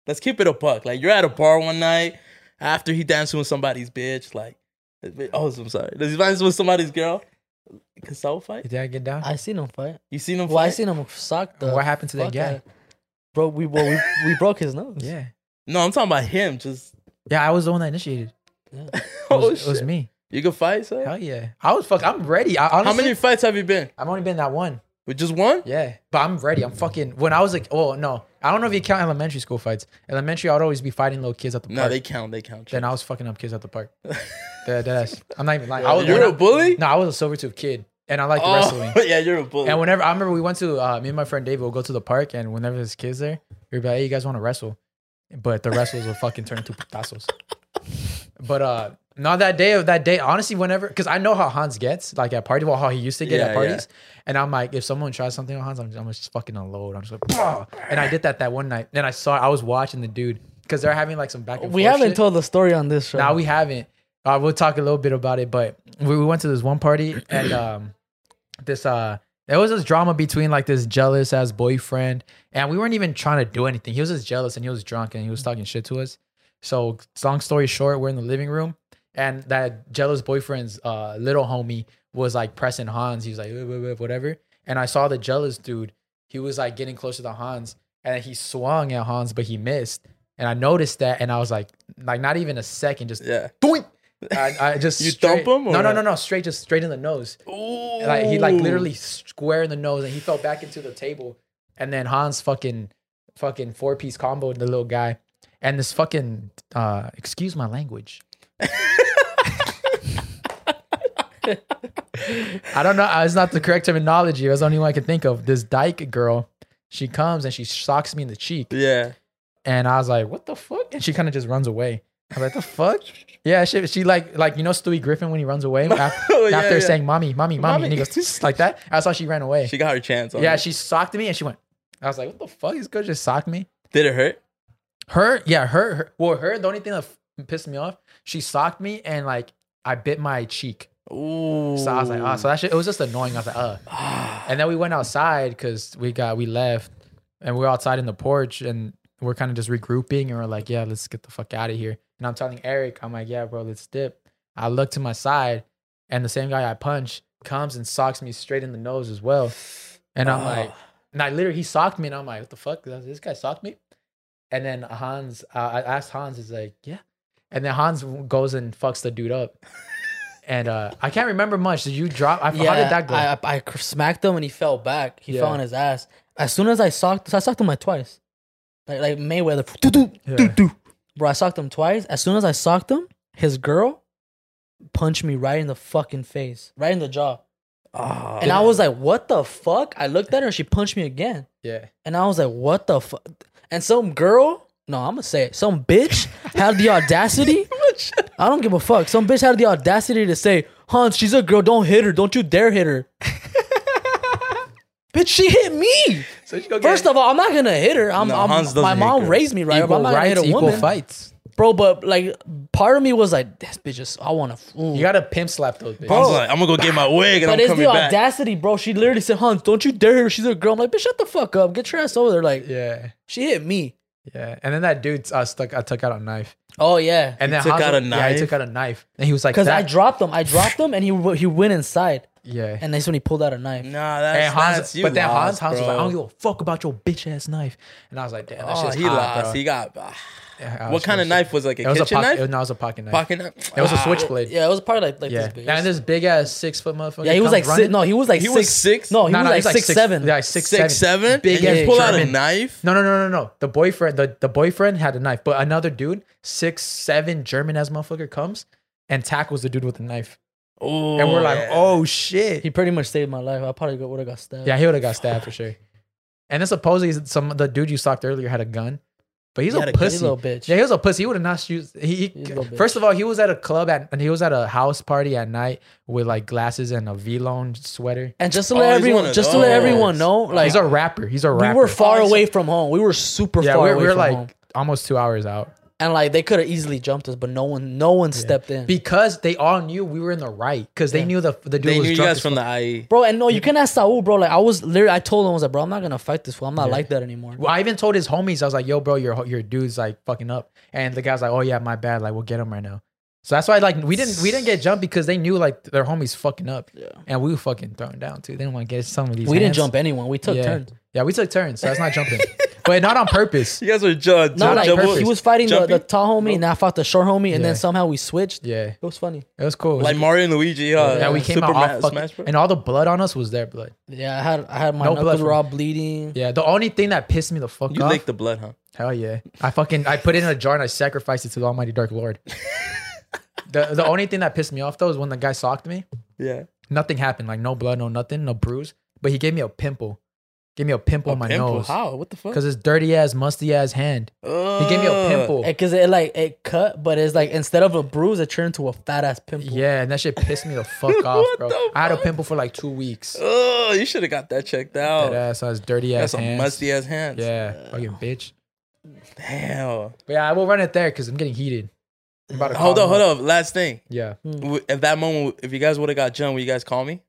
Speaker 2: Let's keep it a buck. Like you're at a bar one night after he dancing with somebody's bitch. Like, oh, I'm sorry. Does he dance with somebody's girl? Can Saul fight?
Speaker 3: Did I get down?
Speaker 1: I seen him fight.
Speaker 2: You seen him?
Speaker 1: Well, I
Speaker 2: fight?
Speaker 1: seen him sock the.
Speaker 3: What happened to that
Speaker 1: fuck
Speaker 3: guy?
Speaker 1: out of- Bro, we well, we, we broke his nose.
Speaker 3: Yeah.
Speaker 2: No, I'm talking about him.
Speaker 3: *laughs*
Speaker 2: Just
Speaker 3: Yeah, I was the one that initiated. It
Speaker 2: oh
Speaker 3: was, it was
Speaker 2: shit.
Speaker 3: me.
Speaker 2: You can fight, Saul.
Speaker 3: Hell yeah. I was fuck. I'm ready. I, honestly,
Speaker 2: How many fights have you been?
Speaker 3: I've only been that one.
Speaker 2: With just one?
Speaker 3: Yeah, but I'm ready. I'm fucking. When I was like, oh no, I don't know if you count elementary school fights. Elementary, I'd always be fighting little kids at the
Speaker 2: No,
Speaker 3: park.
Speaker 2: they count. They count.
Speaker 3: Then I was fucking up kids at the park.
Speaker 2: *laughs*
Speaker 3: Dead ass. I'm not even lying. I was,
Speaker 2: You're
Speaker 3: when
Speaker 2: a
Speaker 3: I-
Speaker 2: bully?
Speaker 3: No, I was a silver tooth kid, and I liked
Speaker 2: Oh, *laughs*
Speaker 3: wrestling.
Speaker 2: yeah, you're a bully.
Speaker 3: And whenever I remember, we went to uh, me and my friend David would go to the park, and whenever there's kids there, we'd be like, "Hey, you guys want to wrestle?" But the wrestlers would fucking turn into putazos. But uh, not that day of that day. Honestly, whenever because I know how Hans gets like at parties, well, how he used to get
Speaker 2: Yeah,
Speaker 3: at parties, and I'm like, if someone tries something on Hans, I'm, I'm just fucking unload. I'm just like, "Pow." and I did that that one night, and I saw I was watching the dude because they're having like some back and
Speaker 1: We
Speaker 3: forth
Speaker 1: haven't
Speaker 3: shit.
Speaker 1: told the story on this show.
Speaker 3: Now we haven't. Uh, we'll talk a little bit about it, but we, we went to this one party and um, this uh, there was this drama between like this jealous ass boyfriend, and we weren't even trying to do anything. He was just jealous and he was drunk and he was talking shit to us. So long story short, we're in the living room, and that jealous boyfriend's uh, little homie was like pressing Hans. He was like "Wah, wah, wah," whatever, and I saw the jealous dude. he was like getting closer to Hans, and he swung at Hans, but he missed. And I noticed that, and I was like, like not even a second,
Speaker 2: *laughs*
Speaker 3: just
Speaker 2: yeah.
Speaker 3: doink. I, I just
Speaker 2: You thump
Speaker 3: straight-
Speaker 2: him or
Speaker 3: No, no,
Speaker 2: what?
Speaker 3: no, no. Straight, just straight in the nose. And, Like he like
Speaker 2: Ooh.
Speaker 3: literally square in the nose, and he fell back into the table. And then Hans fucking, fucking four piece combo the little guy, and this fucking uh, excuse my language. I don't know. uh, It's not the correct terminology. It was the only one I could think of. This dyke girl, she comes and she socks me in the cheek.
Speaker 2: Yeah. *laughs*
Speaker 3: And I was like, what the fuck? And she kind of just runs away. I'm like, the fuck? Yeah, she, she like, like you know Stewie Griffin when he runs away af- after,
Speaker 2: yeah, yeah.
Speaker 3: saying, mommy, mommy, mommy. And he
Speaker 2: Mommy. *laughs*
Speaker 3: goes, "Tss," like that. That's how she ran away.
Speaker 2: She got her chance. On
Speaker 3: yeah,
Speaker 2: it.
Speaker 3: she socked me and she went, I was like, what the fuck? This girl just socked me.
Speaker 2: did it hurt?
Speaker 3: Her, yeah, her, her well, her, the only thing that f- pissed me off, she socked me and like I bit my cheek.
Speaker 2: Ooh.
Speaker 3: So I was like, oh, so that shit, it was just annoying. I was like, uh.
Speaker 2: *sighs*
Speaker 3: and then we went outside because we got, we left and we were outside in the porch and we're kind of just regrouping and we're like, yeah, let's get the fuck out of here. And I'm telling Eric, I'm like, yeah, bro, let's dip. I look to my side and the same guy I punched comes and socks me straight in the nose as well. And I'm
Speaker 2: Oh.
Speaker 3: like, and I literally, he socked me and I'm like, what the fuck? This guy socked me? And then Hans, uh, I asked Hans, he's like, yeah. And then Hans goes and fucks the dude up. And uh, I can't remember much. Did you drop? I,
Speaker 1: yeah,
Speaker 3: how did that go?
Speaker 1: I, I I smacked him and he fell back. He fell
Speaker 3: Yeah.
Speaker 1: on his ass. As soon as I socked, I socked him like twice, like like Mayweather. Do, do, do, do. Bro, I socked him twice. As soon as I socked him, his girl punched me right in the fucking face, right in the jaw.
Speaker 3: Ah.
Speaker 1: and I was like, "What the fuck?" I looked at her and she punched me again.
Speaker 3: yeah.
Speaker 1: And I was like, what the fuck? And some girl, no, I'm gonna say it. Some bitch had the audacity. I don't give a fuck. Some bitch had the audacity to say, Hans, she's a girl. Don't hit her. Don't you dare hit her. bitch, she hit me.
Speaker 3: So she go get-
Speaker 1: First of all, I'm not gonna hit her. I'm,
Speaker 2: No,
Speaker 1: I'm-
Speaker 2: Hans doesn't
Speaker 1: my
Speaker 2: hit
Speaker 1: mom
Speaker 2: girls.
Speaker 1: raised me right. but
Speaker 3: Equal
Speaker 1: I'm not gonna
Speaker 3: rights,
Speaker 1: hit a
Speaker 3: equal
Speaker 1: woman.
Speaker 3: fights.
Speaker 1: Bro, but like part of me was like, this bitch is I wanna ooh.
Speaker 3: You gotta pimp slap those bitches.
Speaker 2: I was like, I'm gonna go get my wig and
Speaker 1: But
Speaker 2: I'm
Speaker 1: it's
Speaker 2: coming
Speaker 1: the
Speaker 2: back.
Speaker 1: audacity, bro. She literally said, Hans, don't you dare hit her. She's a girl. I'm like, bitch, shut the fuck up. Get your ass over there. Like,
Speaker 3: yeah,
Speaker 1: she hit me.
Speaker 3: yeah. And then that dude, I stuck, I took out a knife.
Speaker 1: Oh yeah.
Speaker 2: He
Speaker 3: And then
Speaker 2: took
Speaker 3: Hans-
Speaker 2: out a
Speaker 3: Yeah,
Speaker 2: knife?
Speaker 3: he took out a knife, and he was like,
Speaker 1: Because I
Speaker 3: that-
Speaker 1: dropped him. I dropped him, and he w- he went inside.
Speaker 3: yeah.
Speaker 1: And that's when he pulled out a knife.
Speaker 2: Nah,
Speaker 3: And
Speaker 2: that's,
Speaker 3: Hans,
Speaker 2: that's you.
Speaker 3: but then Hans,
Speaker 2: lost,
Speaker 3: Hans was like, I
Speaker 2: bro.
Speaker 3: don't give a fuck about your bitch ass knife. And I was like, damn, that
Speaker 2: Oh,
Speaker 3: shit's
Speaker 2: he
Speaker 3: hot,
Speaker 2: lost.
Speaker 3: bro.
Speaker 2: He got. ah.
Speaker 3: Yeah, I
Speaker 2: what
Speaker 3: was
Speaker 2: kind of
Speaker 3: pissed.
Speaker 2: knife was it, like
Speaker 3: It
Speaker 2: a
Speaker 3: was a
Speaker 2: kitchen
Speaker 3: pocket.
Speaker 2: knife?
Speaker 3: It was, no, it was a pocket knife.
Speaker 2: Pocket knife.
Speaker 3: It was a
Speaker 2: Ah.
Speaker 3: switchblade.
Speaker 1: Yeah, it was probably like like
Speaker 3: yeah.
Speaker 1: this big.
Speaker 3: And this big ass six foot motherfucker.
Speaker 1: yeah, he was like
Speaker 3: comes running.
Speaker 1: six, no, he was like
Speaker 2: He
Speaker 1: six.
Speaker 2: was six?
Speaker 1: No, he
Speaker 3: No,
Speaker 1: was
Speaker 3: no,
Speaker 1: like
Speaker 3: he's like
Speaker 1: six,
Speaker 3: six-
Speaker 1: seven.
Speaker 3: yeah, six,
Speaker 2: Six seven.
Speaker 3: Big
Speaker 2: and
Speaker 3: ass
Speaker 2: you pull out a
Speaker 3: German.
Speaker 2: knife.
Speaker 3: No, no, no, no, no. The boyfriend, the, the boyfriend had a knife, but another dude, six, seven German ass motherfucker comes and tackles the dude with a knife.
Speaker 2: Oh,
Speaker 3: and we're like, oh shit.
Speaker 1: He pretty much saved my life. I probably would have got stabbed.
Speaker 3: yeah, he would have got stabbed for sure. And then supposedly some the dude you socked earlier had a gun, but he's
Speaker 2: He
Speaker 3: a
Speaker 2: had a gun.
Speaker 1: He's
Speaker 3: pussy.
Speaker 1: a little bitch.
Speaker 3: Yeah, he was a pussy. He would have not shoot. He,
Speaker 1: He's a
Speaker 3: he
Speaker 1: little bitch.
Speaker 3: first of all, he was at a club at, and he was at a house party at night with like glasses and a V loan sweater.
Speaker 1: And just to
Speaker 2: Oh,
Speaker 1: let
Speaker 2: he's one
Speaker 1: everyone,
Speaker 2: of
Speaker 1: just to let
Speaker 2: those.
Speaker 1: everyone know, like
Speaker 3: he's a rapper. He's a
Speaker 1: we
Speaker 3: rapper.
Speaker 1: were far
Speaker 2: Oh, he's a-
Speaker 1: away from home. We were super
Speaker 3: yeah,
Speaker 1: far
Speaker 3: we're,
Speaker 1: away
Speaker 3: we're
Speaker 1: from
Speaker 3: like
Speaker 1: home,
Speaker 3: almost two hours out.
Speaker 1: and like they could have easily jumped us, but no one, no one stepped in,
Speaker 3: because they all knew we were in the right because they
Speaker 1: Yeah.
Speaker 3: knew the the dude
Speaker 2: They
Speaker 3: was
Speaker 2: knew you
Speaker 3: drunk
Speaker 2: guys
Speaker 3: as
Speaker 2: from
Speaker 3: fuck.
Speaker 2: the IE.
Speaker 1: bro. And no, you can ask Saul, bro. Like I was literally, I told him, I was like, bro, I'm not gonna fight this fool. I'm not
Speaker 3: Yeah.
Speaker 1: like that anymore.
Speaker 3: Well, I even told his homies, I was like, "Yo, bro, your ho- your dude's like fucking up," and the guy's like, "Oh yeah, my bad. Like, we'll get him right now." So that's why like we didn't we didn't get jumped because they knew like their homies fucking up,
Speaker 1: Yeah.
Speaker 3: and we were fucking thrown down too. They didn't want to get some of these.
Speaker 1: We didn't
Speaker 3: hands.
Speaker 1: jump anyone. We took
Speaker 3: yeah.
Speaker 1: turns.
Speaker 3: Yeah, we took turns. So that's not jumping, but not on purpose.
Speaker 2: *laughs* You guys were judged.
Speaker 1: No,
Speaker 3: Not
Speaker 1: like
Speaker 3: on purpose.
Speaker 1: he was fighting the, the
Speaker 2: Jumping?
Speaker 1: tall homie, and I fought the short homie, and
Speaker 3: Yeah.
Speaker 1: then somehow we switched.
Speaker 3: Yeah,
Speaker 1: It was funny.
Speaker 3: it was cool. It was-
Speaker 2: like Mario and Luigi. Uh,
Speaker 3: yeah, we came
Speaker 2: Super
Speaker 3: out all
Speaker 2: Ma-
Speaker 3: fucking,
Speaker 2: Smash Bros.
Speaker 3: and all the blood on us was their blood.
Speaker 1: Yeah, I had I had my
Speaker 3: No blood
Speaker 1: knuckles
Speaker 3: from-
Speaker 1: were all bleeding.
Speaker 3: Yeah, the only thing that pissed me the fuck
Speaker 2: You
Speaker 3: off.
Speaker 2: licked the blood, huh?
Speaker 3: Hell yeah. I fucking I put it in a jar and I sacrificed it to the Almighty Dark
Speaker 2: *laughs*
Speaker 3: Lord. the the only thing that pissed me off though is when the guy socked me,
Speaker 2: Yeah.
Speaker 3: nothing happened. Like no blood, no nothing, no bruise. But he gave me a pimple. Gave me a pimple on my
Speaker 2: pimple?
Speaker 3: nose.
Speaker 2: How? What the fuck?
Speaker 3: Because his dirty ass, musty ass hand. He gave me a
Speaker 2: Ugh.
Speaker 3: pimple.
Speaker 1: because it like it cut, but it's like instead of a bruise, it turned into a fat ass pimple.
Speaker 3: Yeah, and that shit
Speaker 2: *laughs*
Speaker 3: pissed me the fuck off,
Speaker 2: What
Speaker 3: bro.
Speaker 2: the
Speaker 3: I had a
Speaker 2: fuck?
Speaker 3: pimple for like two weeks.
Speaker 2: Ugh, you should have got that checked out.
Speaker 3: That ass, I was dirty
Speaker 2: Oh.
Speaker 3: ass
Speaker 2: That's some
Speaker 3: hands.
Speaker 2: musty ass Uh. hands.
Speaker 3: Yeah, fucking bitch.
Speaker 2: Damn.
Speaker 3: But yeah, I will run it there because I'm getting heated. I'm about to
Speaker 2: Hold
Speaker 3: call
Speaker 2: up,
Speaker 3: him
Speaker 2: hold up. Last thing.
Speaker 3: Yeah.
Speaker 2: W- At that moment, if you guys would have got jumped, would you guys call me?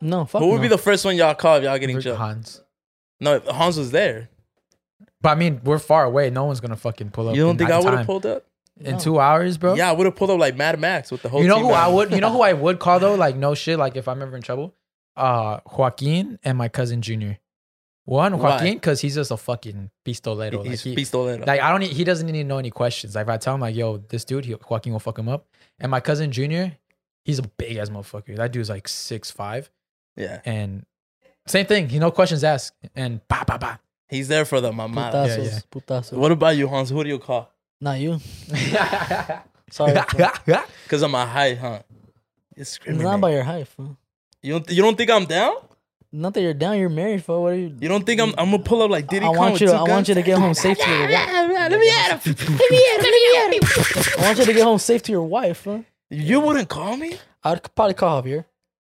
Speaker 1: No, fuck.
Speaker 2: Who would
Speaker 1: no.
Speaker 2: be the first one y'all call if y'all getting jumped?
Speaker 3: Hans.
Speaker 2: No, if Hans was there.
Speaker 3: But I mean, we're far away. No one's gonna fucking pull up.
Speaker 2: You don't
Speaker 3: in
Speaker 2: think
Speaker 3: that
Speaker 2: I would have
Speaker 3: time.
Speaker 2: pulled up?
Speaker 3: in
Speaker 1: No.
Speaker 3: two hours, bro?
Speaker 2: Yeah, I would have pulled up like Mad Max with the whole.
Speaker 3: You know
Speaker 2: team
Speaker 3: who I
Speaker 2: out.
Speaker 3: would. You know who I
Speaker 2: *laughs*
Speaker 3: would call though. Like no shit. Like if I'm ever in trouble, uh, Joaquin and my cousin Junior. One
Speaker 2: Why?
Speaker 3: Joaquin, because he's just a fucking pistolero.
Speaker 2: He-
Speaker 3: like,
Speaker 2: he's
Speaker 3: he-
Speaker 2: pistolero.
Speaker 3: Like I don't. Need, he doesn't need to know any questions. Like if I tell him like, "Yo, this dude, he, Joaquin will fuck him up," and my cousin Junior, he's a big ass motherfucker. That dude's like six five.
Speaker 2: Yeah.
Speaker 3: And same thing. He no questions asked. And bah bah bah.
Speaker 2: He's there for the mamada.
Speaker 3: Putazos, Yeah, yeah.
Speaker 1: putazos.
Speaker 2: What about you, Hans? Who do you call?
Speaker 1: Not you.
Speaker 2: *laughs*
Speaker 1: Sorry. fool.
Speaker 3: *laughs*
Speaker 2: Because I'm a high, huh? You're
Speaker 1: it's
Speaker 2: screaming.
Speaker 1: not by your height, fool.
Speaker 2: You don't, you don't think I'm down?
Speaker 1: Not that you're down. You're married, fool. What are you?
Speaker 2: You don't think I'm? I'm gonna pull up like Diddy.
Speaker 1: I want you. To, I want you to get home safe to your wife.
Speaker 2: Let me at him. Let me at him. Let me at him.
Speaker 1: I want you to get home safe to your wife. Huh?
Speaker 2: *laughs* You wouldn't call me.
Speaker 1: I'd probably call Javier.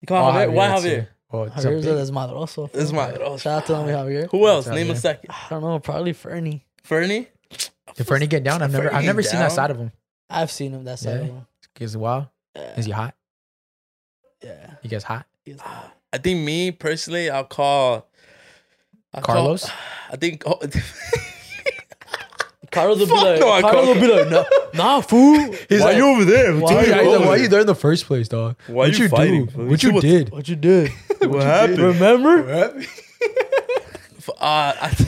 Speaker 2: You call Javier? Why Javier?
Speaker 3: Oh,
Speaker 2: it's a
Speaker 1: Javier's
Speaker 2: big-
Speaker 1: a desmadroso. fool.
Speaker 2: Desmadroso.
Speaker 1: Shout out to homie Javier.
Speaker 2: Who else? Name a second.
Speaker 1: I don't know. Probably Fernie.
Speaker 2: Fernie.
Speaker 3: Did Fernie get down? I've never.
Speaker 1: Fernie
Speaker 3: I've
Speaker 1: get
Speaker 3: never seen that
Speaker 1: down?
Speaker 3: side of him.
Speaker 1: I've seen him. That side of
Speaker 3: Yeah.
Speaker 1: him.
Speaker 3: Is he wild? Is he hot?
Speaker 1: Yeah.
Speaker 3: You guys hot?
Speaker 2: I think me personally, I'll call. I'll call-
Speaker 3: Carlos?
Speaker 2: *sighs* I think. Oh, *laughs*
Speaker 1: Carlos will be
Speaker 2: Fuck
Speaker 1: like.
Speaker 2: no, I
Speaker 1: Carlos
Speaker 2: call-
Speaker 1: will be like,
Speaker 2: *laughs*
Speaker 1: no, nah, fool.
Speaker 3: He's
Speaker 1: Why
Speaker 3: like,
Speaker 1: you over there?
Speaker 3: Why,
Speaker 1: What you
Speaker 3: are you-
Speaker 1: over
Speaker 3: why
Speaker 1: there?
Speaker 3: you there in the first place, dog?
Speaker 2: Why
Speaker 3: what
Speaker 2: you fighting,
Speaker 3: do?
Speaker 2: fool? You
Speaker 3: What
Speaker 2: see
Speaker 3: you
Speaker 2: what's-
Speaker 3: did?
Speaker 1: What you
Speaker 2: *laughs*
Speaker 1: did?
Speaker 2: What
Speaker 1: you
Speaker 2: happened?
Speaker 1: did? Remember?
Speaker 2: F- Uh, I,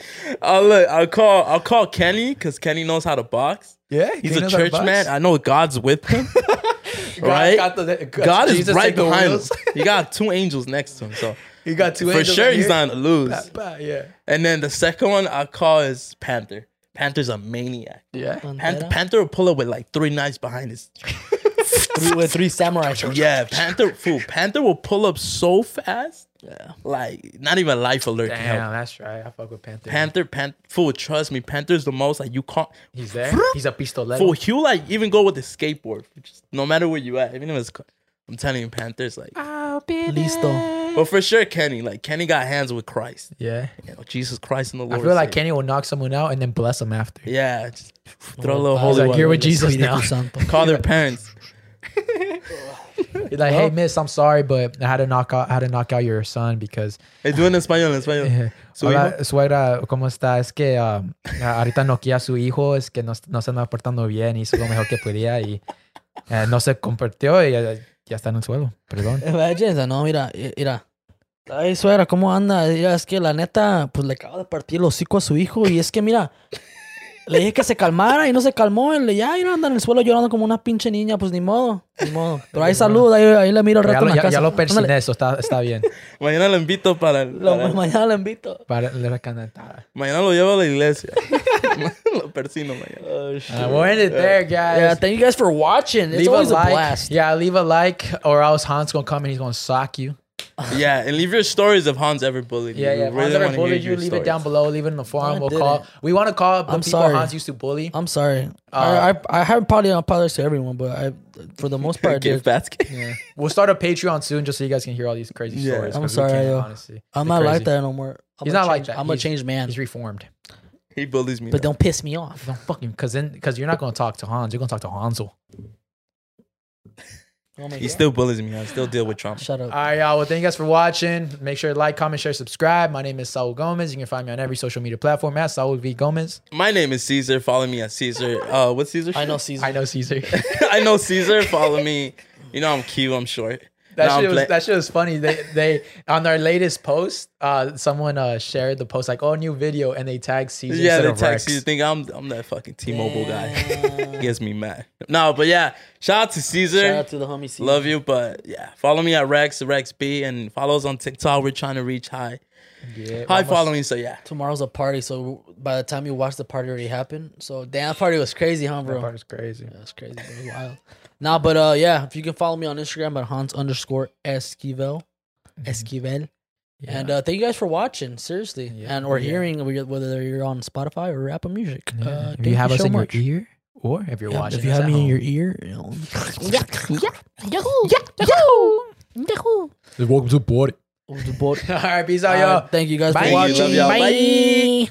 Speaker 2: *laughs* I'll look. I'll call. I'll call Kenny because Kenny knows how to box.
Speaker 3: Yeah,
Speaker 2: he's
Speaker 3: Kenny
Speaker 2: a
Speaker 3: knows how to
Speaker 2: church
Speaker 3: box.
Speaker 2: man. I know God's with him.
Speaker 3: *laughs* God
Speaker 2: *laughs* right?
Speaker 3: got
Speaker 2: God,
Speaker 3: the- God-
Speaker 2: is
Speaker 3: Jesus
Speaker 2: right
Speaker 3: take the
Speaker 2: behind him.
Speaker 3: wheels.
Speaker 2: He got two angels next to him. So
Speaker 3: He got *laughs* two
Speaker 2: for
Speaker 3: angels
Speaker 2: sure.
Speaker 3: right
Speaker 2: He's
Speaker 3: here.
Speaker 2: not gonna lose.
Speaker 3: Bah, bah, yeah.
Speaker 2: And then the second one I call is Panther. Panther's a maniac.
Speaker 3: Yeah.
Speaker 2: Panther, Panther will pull up with like three knives behind his.
Speaker 1: three, with three samurai.
Speaker 2: Yeah, Panther. Fool, Panther will pull up so fast.
Speaker 1: Yeah.
Speaker 2: Like not even life alert. can help.
Speaker 3: Damn, that's right. I fuck with Panther.
Speaker 2: Panther, Panther, fool, trust me, Panther's the most like you can't.
Speaker 3: He's there. He's a pistolero.
Speaker 2: Fool, he'll like even go with the skateboard, just no matter where you at. Even if it's, co- I'm telling you, Panther's like.
Speaker 3: Ah.
Speaker 1: Listo.
Speaker 2: But for sure, Kenny, like Kenny got hands with Christ.
Speaker 3: Yeah.
Speaker 2: You know, Jesus Christ in the
Speaker 3: I
Speaker 2: Lord.
Speaker 3: feel like Kenny will knock someone out and then bless him after.
Speaker 2: Yeah, just throw a little
Speaker 3: He's
Speaker 2: holy
Speaker 3: Oh, like,
Speaker 2: water.
Speaker 3: "You're with Jesus now."
Speaker 2: Call
Speaker 3: *laughs*
Speaker 2: their parents.
Speaker 3: He's like, hey, miss, I'm sorry, but I had to knock out, I had to knock out your son because.
Speaker 2: Hey, do it en español, en *laughs* español. Su
Speaker 3: Eh, Hola,
Speaker 2: hijo.
Speaker 3: suegra, ¿cómo está? Es que um, ahorita no quiere a su hijo, es que no, no se andaba portando bien, hizo lo mejor que podía y eh, no se compartió y ya, ya está en el suelo.
Speaker 1: Eh,
Speaker 3: Perdón.
Speaker 1: Imagine, esa, no, mira, i- mira. Ay, suegra, ¿cómo anda? Mira, es que la neta, pues le acaba de partir el hocico a su hijo y es que, mira, le dije que se calmara y no se calmó. Y le, ya, mira, anda en el suelo llorando como una pinche niña, pues ni modo, ni modo. Pero ahí salud, ahí, ahí le miro el
Speaker 3: Pero
Speaker 1: rato en
Speaker 3: Ya lo,
Speaker 1: la
Speaker 3: ya,
Speaker 1: casa.
Speaker 3: ya lo
Speaker 1: Ándale.
Speaker 3: persiné, eso está, está bien. *laughs*
Speaker 2: Mañana lo invito para. el-
Speaker 1: Lo-
Speaker 2: para-
Speaker 1: mañana le invito.
Speaker 3: Para la cantada.
Speaker 2: mañana lo llevo a la iglesia. *laughs* lo persino mañana.
Speaker 3: Uh, we'll end it there, guys.
Speaker 1: Yeah, thank you guys for watching. It's always a,
Speaker 3: like.
Speaker 1: blast.
Speaker 3: Yeah, leave a like, or else Hans gonna come and he's gonna sock you.
Speaker 2: Yeah, and leave your stories of Hans ever bullied you.
Speaker 3: Ah. Yeah, yeah.
Speaker 2: We
Speaker 3: If
Speaker 2: really
Speaker 3: Hans ever
Speaker 2: wanna hear
Speaker 3: bullied you,
Speaker 2: your
Speaker 3: leave it
Speaker 2: stories. *laughs*
Speaker 3: down below. Leave it in the
Speaker 1: I
Speaker 3: forum. We'll
Speaker 1: didn't.
Speaker 3: call. We want to call the
Speaker 1: I'm
Speaker 3: people
Speaker 1: sorry.
Speaker 3: Hans used to bully.
Speaker 1: I'm sorry.
Speaker 2: Uh,
Speaker 1: I, I I haven't probably apologized to everyone, but I, for
Speaker 2: *laughs*
Speaker 1: the most part, I
Speaker 2: Give
Speaker 1: did.
Speaker 2: basket.
Speaker 3: Yeah. We'll start a Patreon soon, just so you guys can hear all these crazy
Speaker 2: Yeah.
Speaker 3: stories.
Speaker 1: I'm
Speaker 3: 'cause we
Speaker 1: sorry,
Speaker 3: can't,
Speaker 1: yo.
Speaker 3: honestly.
Speaker 1: I'm
Speaker 3: They're
Speaker 1: not like
Speaker 3: crazy.
Speaker 1: that no more. I'm
Speaker 3: He's
Speaker 1: gonna
Speaker 3: not like
Speaker 1: change-
Speaker 3: that.
Speaker 1: I'm a
Speaker 3: He's-
Speaker 1: changed man,
Speaker 3: He's reformed.
Speaker 2: *laughs* He bullies me.
Speaker 1: but
Speaker 2: now.
Speaker 1: don't piss me off.
Speaker 3: Don't fucking because then because you're not gonna talk to Hans. You're gonna talk to Hansel.
Speaker 1: Oh my
Speaker 2: He
Speaker 1: God.
Speaker 2: still bullies me. I still deal with trauma.
Speaker 1: Shut up.
Speaker 3: All right, y'all. Well, thank you guys for watching. Make sure to like, comment, share, subscribe. My name is Saul Gomez. You can find me on every social media platform at Saul V Gomez.
Speaker 2: My name is Caesar. Follow me at Caesar. Uh, what's Caesar?
Speaker 1: I know
Speaker 2: shit?
Speaker 1: Caesar.
Speaker 3: I know Caesar.
Speaker 2: *laughs* I know Caesar. Follow me. You know I'm cute. I'm short.
Speaker 3: That
Speaker 2: No, I'm
Speaker 3: shit was
Speaker 2: play-
Speaker 3: that shit was funny. They they on their latest post, uh, someone uh shared the post like, "Oh, new video," and they tagged Caesar.
Speaker 2: yeah,
Speaker 3: instead
Speaker 2: they
Speaker 3: of
Speaker 2: text
Speaker 3: Rex.
Speaker 2: you. Think I'm I'm that fucking T-Mobile guy. *laughs* Gets me mad. No, but yeah. Shout out to Caesar.
Speaker 1: Shout out to the homie Caesar.
Speaker 2: Love you, but yeah. Follow me at Rex Rex B and follow us on TikTok. We're trying to reach high
Speaker 3: Yeah,
Speaker 2: high
Speaker 3: almost-
Speaker 2: following. So yeah.
Speaker 1: Tomorrow's a party, so by the time you watch the party already happened. So damn, that party was crazy, huh,
Speaker 3: That
Speaker 1: bro?
Speaker 3: part is crazy.
Speaker 1: That's crazy, bro. It was Wild. nah, but uh, yeah, if you can follow me on Instagram at Hans underscore Esquivel, Esquivel.
Speaker 3: Yeah.
Speaker 1: And uh, thank you guys for watching, seriously,
Speaker 3: Yeah.
Speaker 1: and or
Speaker 3: Yeah.
Speaker 1: hearing whether- whether you're on Spotify or Apple Music.
Speaker 3: Yeah.
Speaker 1: Uh,
Speaker 3: if
Speaker 1: thank
Speaker 3: you have us
Speaker 1: so
Speaker 3: in
Speaker 1: much.
Speaker 3: your ear, or if you're
Speaker 1: Yeah,
Speaker 3: watching,
Speaker 1: if you
Speaker 3: us
Speaker 1: have
Speaker 3: at
Speaker 1: me in
Speaker 3: home.
Speaker 1: your ear, you know, *laughs*
Speaker 3: welcome to board.
Speaker 1: off the board.
Speaker 3: *laughs* All right, peace out,
Speaker 1: Uh,
Speaker 3: y'all.
Speaker 1: thank you guys
Speaker 3: Bye.
Speaker 1: for watching.
Speaker 2: Love y'all. Bye.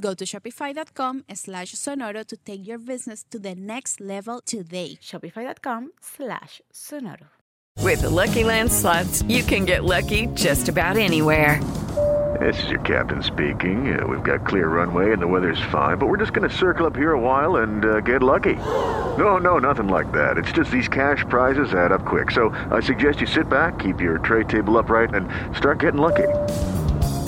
Speaker 6: Go to shopify.com slash sonoro to take your business to the next level today.
Speaker 14: Shopify.com slash sonoro.
Speaker 15: With the Lucky Land slots, you can get lucky just about anywhere.
Speaker 16: This is your captain speaking. Uh, we've got clear runway and the weather's fine, but we're just going to circle up here a while and uh, get lucky. No, no, nothing like that. It's just these cash prizes add up quick. So I suggest you sit back, keep your tray table upright, and start getting lucky.